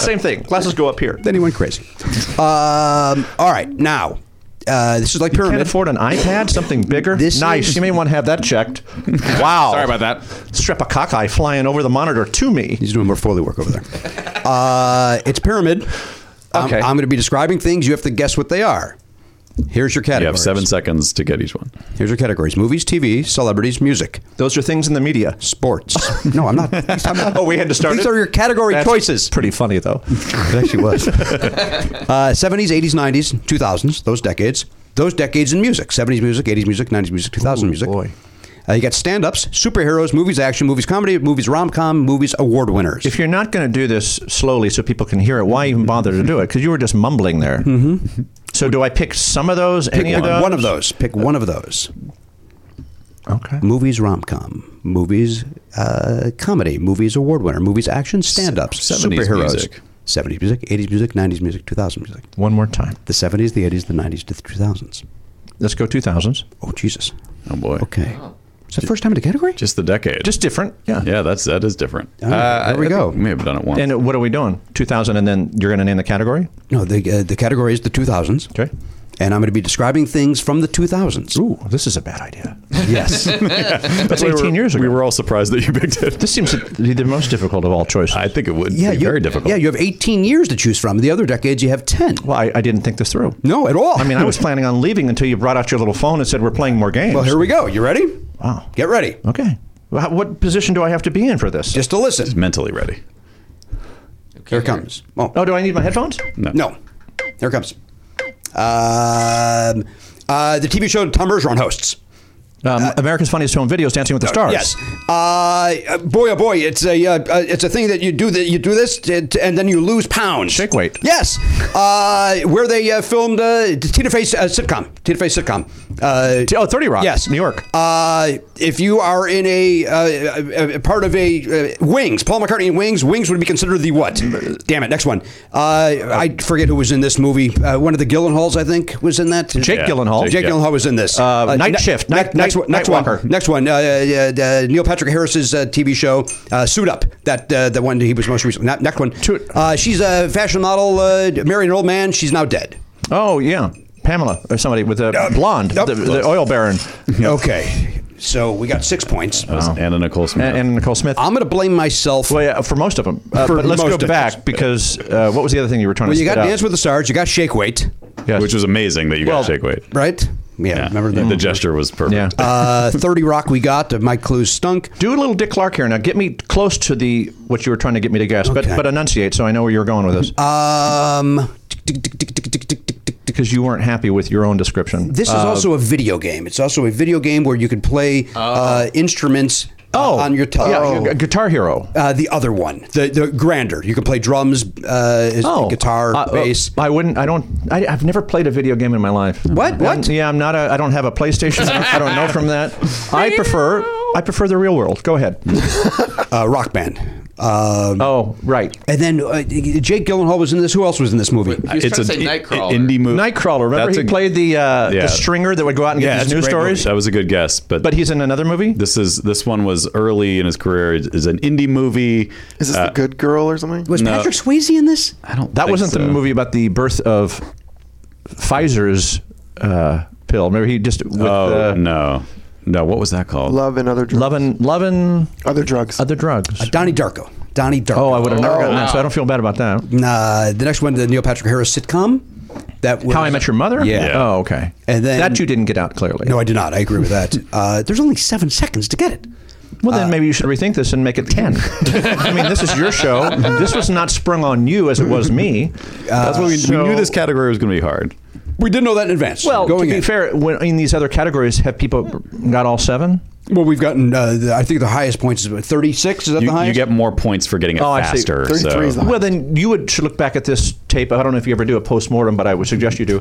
Same thing. Glasses go up here. then he went crazy. Um, all right, now uh, this is like Can't pyramid. afford an iPad, something bigger. This nice. is- You may want to have that checked. Wow. Sorry about that. Strepococci flying over the monitor to me. He's doing more Foley work over there. Uh, it's pyramid. I'm- Okay. I'm, going to be describing things. You have to guess what they are. Here's your categories. You have seven seconds to get each one. Here's your categories: movies, TV, celebrities, music, Those are things in the media. sports. no, I'm not. I'm not- Oh, we had to start. These it? are your category That's choices. Pretty funny though. It actually was. uh, 70s, 80s, 90s, 2000s, those decades. Those decades in music 70s music, 80s music, 90s music, 2000s music. boy. Uh, you got stand ups, superheroes, movies, action, movies, comedy, movies, rom com, movies, award winners. If you're not going to do this slowly so people can hear it, why even bother to do it? Because you were just mumbling there. Mm-hmm. So do I pick some of those? pick any one, of those? one of those. Pick one of those. Okay. Movies, rom com, movies, uh, comedy, movies, award winner, movies, action, stand ups, 70s superheroes. music. 70s music, 80s music, 90s music, 2000s music. One more time. The 70s, the 80s, the 90s, to the 2000s. Let's go 2000s. Oh, Jesus. Oh boy. Okay. Is that the first time in the category? Just the decade. Just different. Yeah. yeah. That's that is different. Uh, All right, there we go. We may have done it once. And what are we doing? 2000 and then you're going to name the category? No, the uh, the category is the 2000s. Okay. And I'm going to be describing things from the 2000s. Ooh, this is a bad idea. Yes. That's 18 years ago. we were all surprised that you picked it. this seems to be the most difficult of all choices. I think it would yeah, be you, very difficult. Yeah, you have 18 years to choose from. The other decades, you have 10. well, I, I didn't think this through. No, at all. I mean, I was planning on leaving until you brought out your little phone and said, we're playing more games. Well, here we go. You ready? Wow. Get ready. Okay. Well, how- what position do I have to be in for this? Just to listen. mentally ready. Here it comes. Oh, oh, do I need my headphones? no. Here it comes. Um, uh, the TV show Tom Bergeron hosts. Um, America's Funniest Home Videos, Dancing with the Stars. Yes. Uh, boy, oh boy, it's a uh, uh, it's a thing that you do that you do this t- t- and then you lose pounds. Shake weight. Yes. Uh, where they uh, filmed uh, Tina Fey's uh, sitcom. Tina Fey's sitcom. Uh, T- Oh, 30 Rock. yes, New York. Uh, if you are in a, uh, a, a part of a uh, Wings, Paul McCartney and Wings, Wings would be considered the what? Damn it! Next one. Uh, I forget who was in this movie. Uh, one of the Gyllenhaals, I think, was in that. Jake Yeah. Gyllenhaal. Jake Yeah. Gyllenhaal was in this. Uh, Night ne- Shift. ne- next Night- one. Night- Next Night one. Walker. Next one. Uh, uh, uh, Neil Patrick Harris's uh, TV show, uh, Suit Up. That uh, the one he was most recently. Not, next one. Toot. Uh, she's a fashion model, uh, married an old man. She's now dead. Oh, yeah. Pamela or somebody with a blonde, Nope. the, the oil baron, Okay. So we got six points. That was Anna Nicole Smith. and, and Nicole Smith. I'm going to blame myself. well, yeah, for most of them. Uh, For but let's most go of them. back because uh, what was the other thing you were trying Well, to you got spit out? Dance with the Stars. You got Shake Weight, Yes. Which was amazing that you Well, got shake weight. right? Yeah, remember that? the gesture was perfect. yeah. Uh, 30 Rock we got. uh, Mike Clues stunk. Do a little Dick Clark here now. Get me close to the what you were trying to get me to guess, Okay. Uh, but but enunciate so I know where you're going with this. Um, because you weren't happy with your own description. this is also a video game. It's also a video game where you can play uh, instruments uh, on your telephone. Oh. yeah, Gu- Guitar Hero. Uh, the other one, the the grander. You can play drums, uh, is- guitar, Uh, uh, bass. I wouldn't. I don't. I, I've never played a video game in my life. What? I'm- What? Yeah, I'm not a. I don't have a PlayStation. I, don't, I don't know from that. I prefer. I prefer the real world. Go ahead. Uh, rock band. Um, Oh, right. And then uh, Jake Gyllenhaal was in this. Who else was in this movie? He was trying to say i- Nightcrawler. indie movie. Nightcrawler. Remember That's he a- played the uh, Yeah. the stringer that would go out and Yeah, get that's these a news great stories. movie. That was a good guess, but But he's in another movie. this is this one was early in his career. It is an indie movie. Uh, Is this the good girl or something? Was Patrick Swayze in this? I don't. that think wasn't the so. movie about the birth of uh, Pfizer's uh, pill. Remember he just with Oh uh, no, no. What was that called? Love and other drugs. loving loving other drugs. other drugs. Donnie Darko. Donnie Darko. Oh, I would have never gotten that, so I don't feel bad about that. Uh, the next one, the Neil Patrick Harris sitcom. That was, How I Met Your Mother? Yeah. Oh, okay. And then- that you didn't get out clearly. No, I did not. I agree with that. Uh, there's only seven seconds to get it. well, uh, then maybe you should rethink this and make it ten. I mean, this is your show. This was not sprung on you as it was me. Uh, That's what we, we knew. This category was going to be hard. We didn't know that in advance. Well, going to be in. fair, when, in these other categories, have people got all seven? Well, we've gotten. Uh, the, I think the highest points is about 36. Is that You, the you highest? get more points for getting it Oh, I see. faster. 33 is the So. highest. Well, then you would should look back at this tape. I don't know if you ever do a post mortem, but I would suggest you do,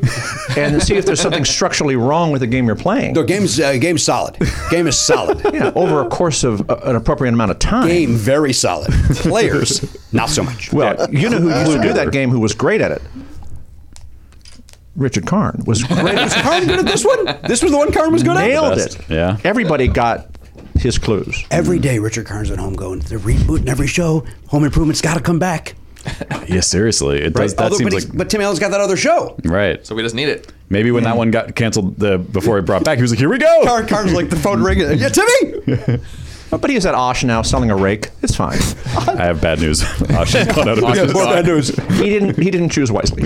and see if there's something structurally wrong with the game you're playing. no, game's uh, game's solid. Game is solid. Yeah, over a course of uh, an appropriate amount of time. Game very solid. Players not so much. Well, you know who used to do Luger. that game who was great at it? Richard Karn was great. was Karn good at this one? This was the one Karn was good at. Nailed Best, it. yeah. Everybody got his clues. Every day, Richard Karn's at home going. They're rebooting every show. Home Improvement's got to come back. Yeah, seriously, it does. That Although- seems but, like he's- but Tim Allen's got that other show. right. So we just need it. Maybe when that one got canceled, the before it brought back, he was like, "Here we go." Karn, Karn's like the phone ring. Yeah, Timmy. But he's at Osh now selling a rake. It's fine. I have bad news. Oh, Osh has gone out of business. news. he didn't. He didn't choose wisely.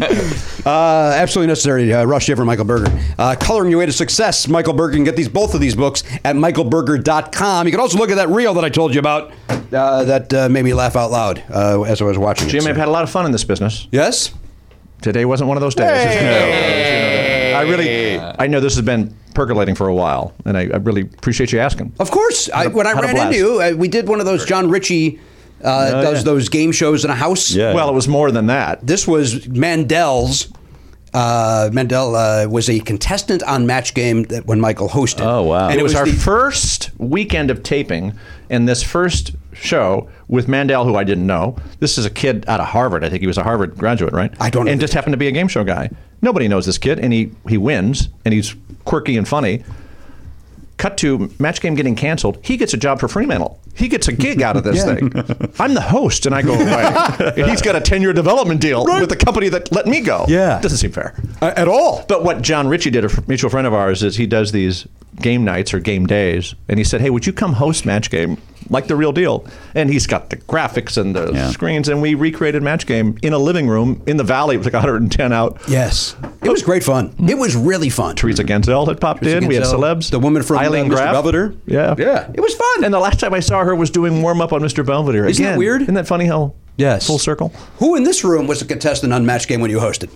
Uh, absolutely necessary. Uh, Rush Giver, Michael Berger. Uh, Coloring Your Way to Success, Michael Berger. You can get these both of these books at michaelberger.com. You can also look at that reel that I told you about uh, that uh, made me laugh out loud uh, as I was watching it. Jim, So- I've had a lot of fun in this business. yes? Today wasn't one of those days. I really. I know this has been percolating for a while, and I, I really appreciate you asking. Of course. I, Had a- when I had a ran blast. Oh, into you, uh, we did one of those John Ritchie uh, does those game shows in a house. Yeah. Well, it was more than that. This was Mandel's. Uh, Mandel uh, was a contestant on Match Game that when Michael hosted. Oh, wow. And it was, our the- first weekend of taping and this first show with Mandel, who I didn't know. This is a kid out of Harvard. I think he was a Harvard graduate, right? I don't know. And just happened to be a game show guy. Nobody knows this kid, and he, he wins, and he's quirky and funny. Cut to match game getting canceled. He gets a job for Fremantle. He gets a gig out of this thing. I'm the host, and I go away. And he's got a 10 year development deal with the company that let me go. Yeah. Doesn't seem fair. Uh, at all. But what John Ritchie did, a mutual friend of ours, is he does these game nights or game days, and he said, "Hey, would you come host Match Game like the real deal?" And he's got the graphics and the Yeah. screens, and we recreated Match Game in a living room in the valley. It was like 110 out. Yes. It was great fun. It was really fun. Hmm. Teresa Genzel had popped Teresa in. We had Genzel, celebs. the woman from, uh, Eileen Mr. Graff. Belvedere. Yeah, Yeah. It was fun. And the last time I saw her was doing warm up on Mr. Belvedere. Isn't that Again, weird? Isn't that funny how? Yes. Full circle. Who in this room was a contestant on Match Game when you hosted?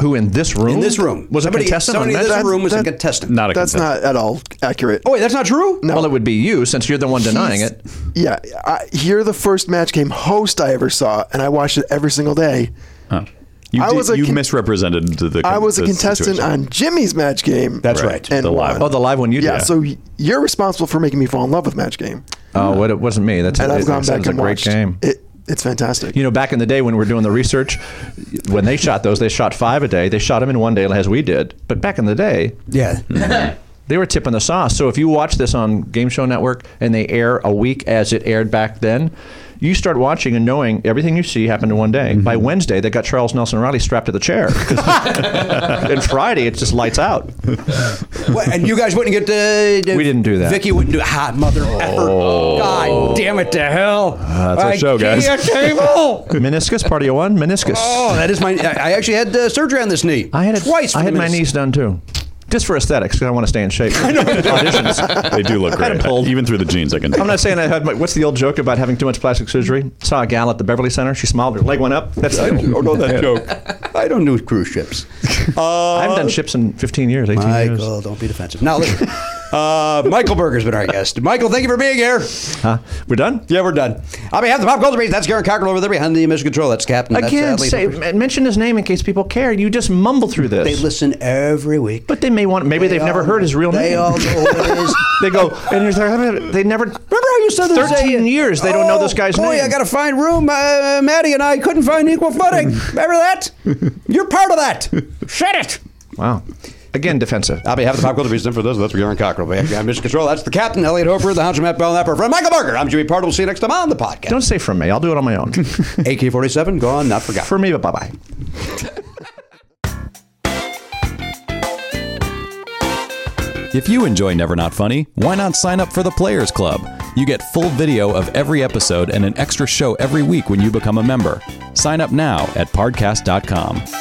Who in this room? In this room. was somebody, a contestant. on Somebody in Match this Game? room was a that- contestant. not a That's contestant. not at all accurate. Oh, wait, that's not true? Well, it would be you since you're the one denying it. Yeah, I, you're the first match game host I ever saw, and I watched it every single day. You, I did- was a you con- misrepresented the. the I was a the contestant situation. on Jimmy's match game. That's right. And The live won. Oh, the live one you did. Yeah, so y- you're responsible for making me fall in love with match game, Oh, what, it wasn't me. That's and it, I've gone it back was a and great watched. game. It, it's fantastic. you know, back in the day when we were doing the research, when they shot those, they shot five a day. They shot them in one day, as we did. But back in the day, Yeah. Hmm. they were tipping the sauce. So if you watch this on Game Show Network and they air a week as it aired back then, you start watching and knowing everything you see happened in one day. By Mm-hmm. Wednesday, they got Charles Nelson Riley strapped to the chair, and Friday it just lights out. What, and you guys wouldn't get the. We Oh. didn't do that. Vicky wouldn't do. Ah, mother effer. God damn it to hell. that's our show, guys. IKEA table. meniscus, part of your one meniscus. Oh, that is my. I I actually had uh, surgery on this knee. I had it twice. I for had the my menis- knees done too, just for aesthetics because I want to stay in shape. I know. They do look Had great. it pulled. Even through the jeans, I can. I'm not saying I had. My, what's the old joke about having too much plastic surgery? Saw a gal at the Beverly Center. She smiled. Her leg went up. That's it. don't know that joke. I don't do cruise ships. I haven't done ships in 15 years, 18 years. Michael, don't be defensive. Now listen. Uh, Michael Berger's been our guest. Michael, thank you for being here. Huh? We're done. Yeah, we're done. On behalf of the Pop Culture Beast, that's Garen Cockrell over there behind the mission control. That's Captain. that's, Again, Adley. say, mention his name in case people care. You just mumble through this. They listen every week. But they may want. Maybe they have never all- heard his real They name. all know what it is. they go and here's their, they never. Remember how you said this? 13 uh, years, they don't know this guy's boy, name. I got to find room. Uh, Maddie and I couldn't find equal footing. Remember that? You're part of that. Shut it. Wow. Again, defensive. On behalf of the Pop Culture Beast, and for those, that's Garen Cockrell. We have Mission Control. That's the captain, Elliot Hofer, the Hunchback Bell Napper, friend Michael Berger. I'm Jimmy Pardo. We'll see you next time on the podcast. Don't say from me. I'll do it on my own. AK 47, gone, not forgotten. For me, but bye bye. If you enjoy Never Not Funny, why not sign up for the Players Club? You get full video of every episode and an extra show every week when you become a member. Sign up now at podcast.com.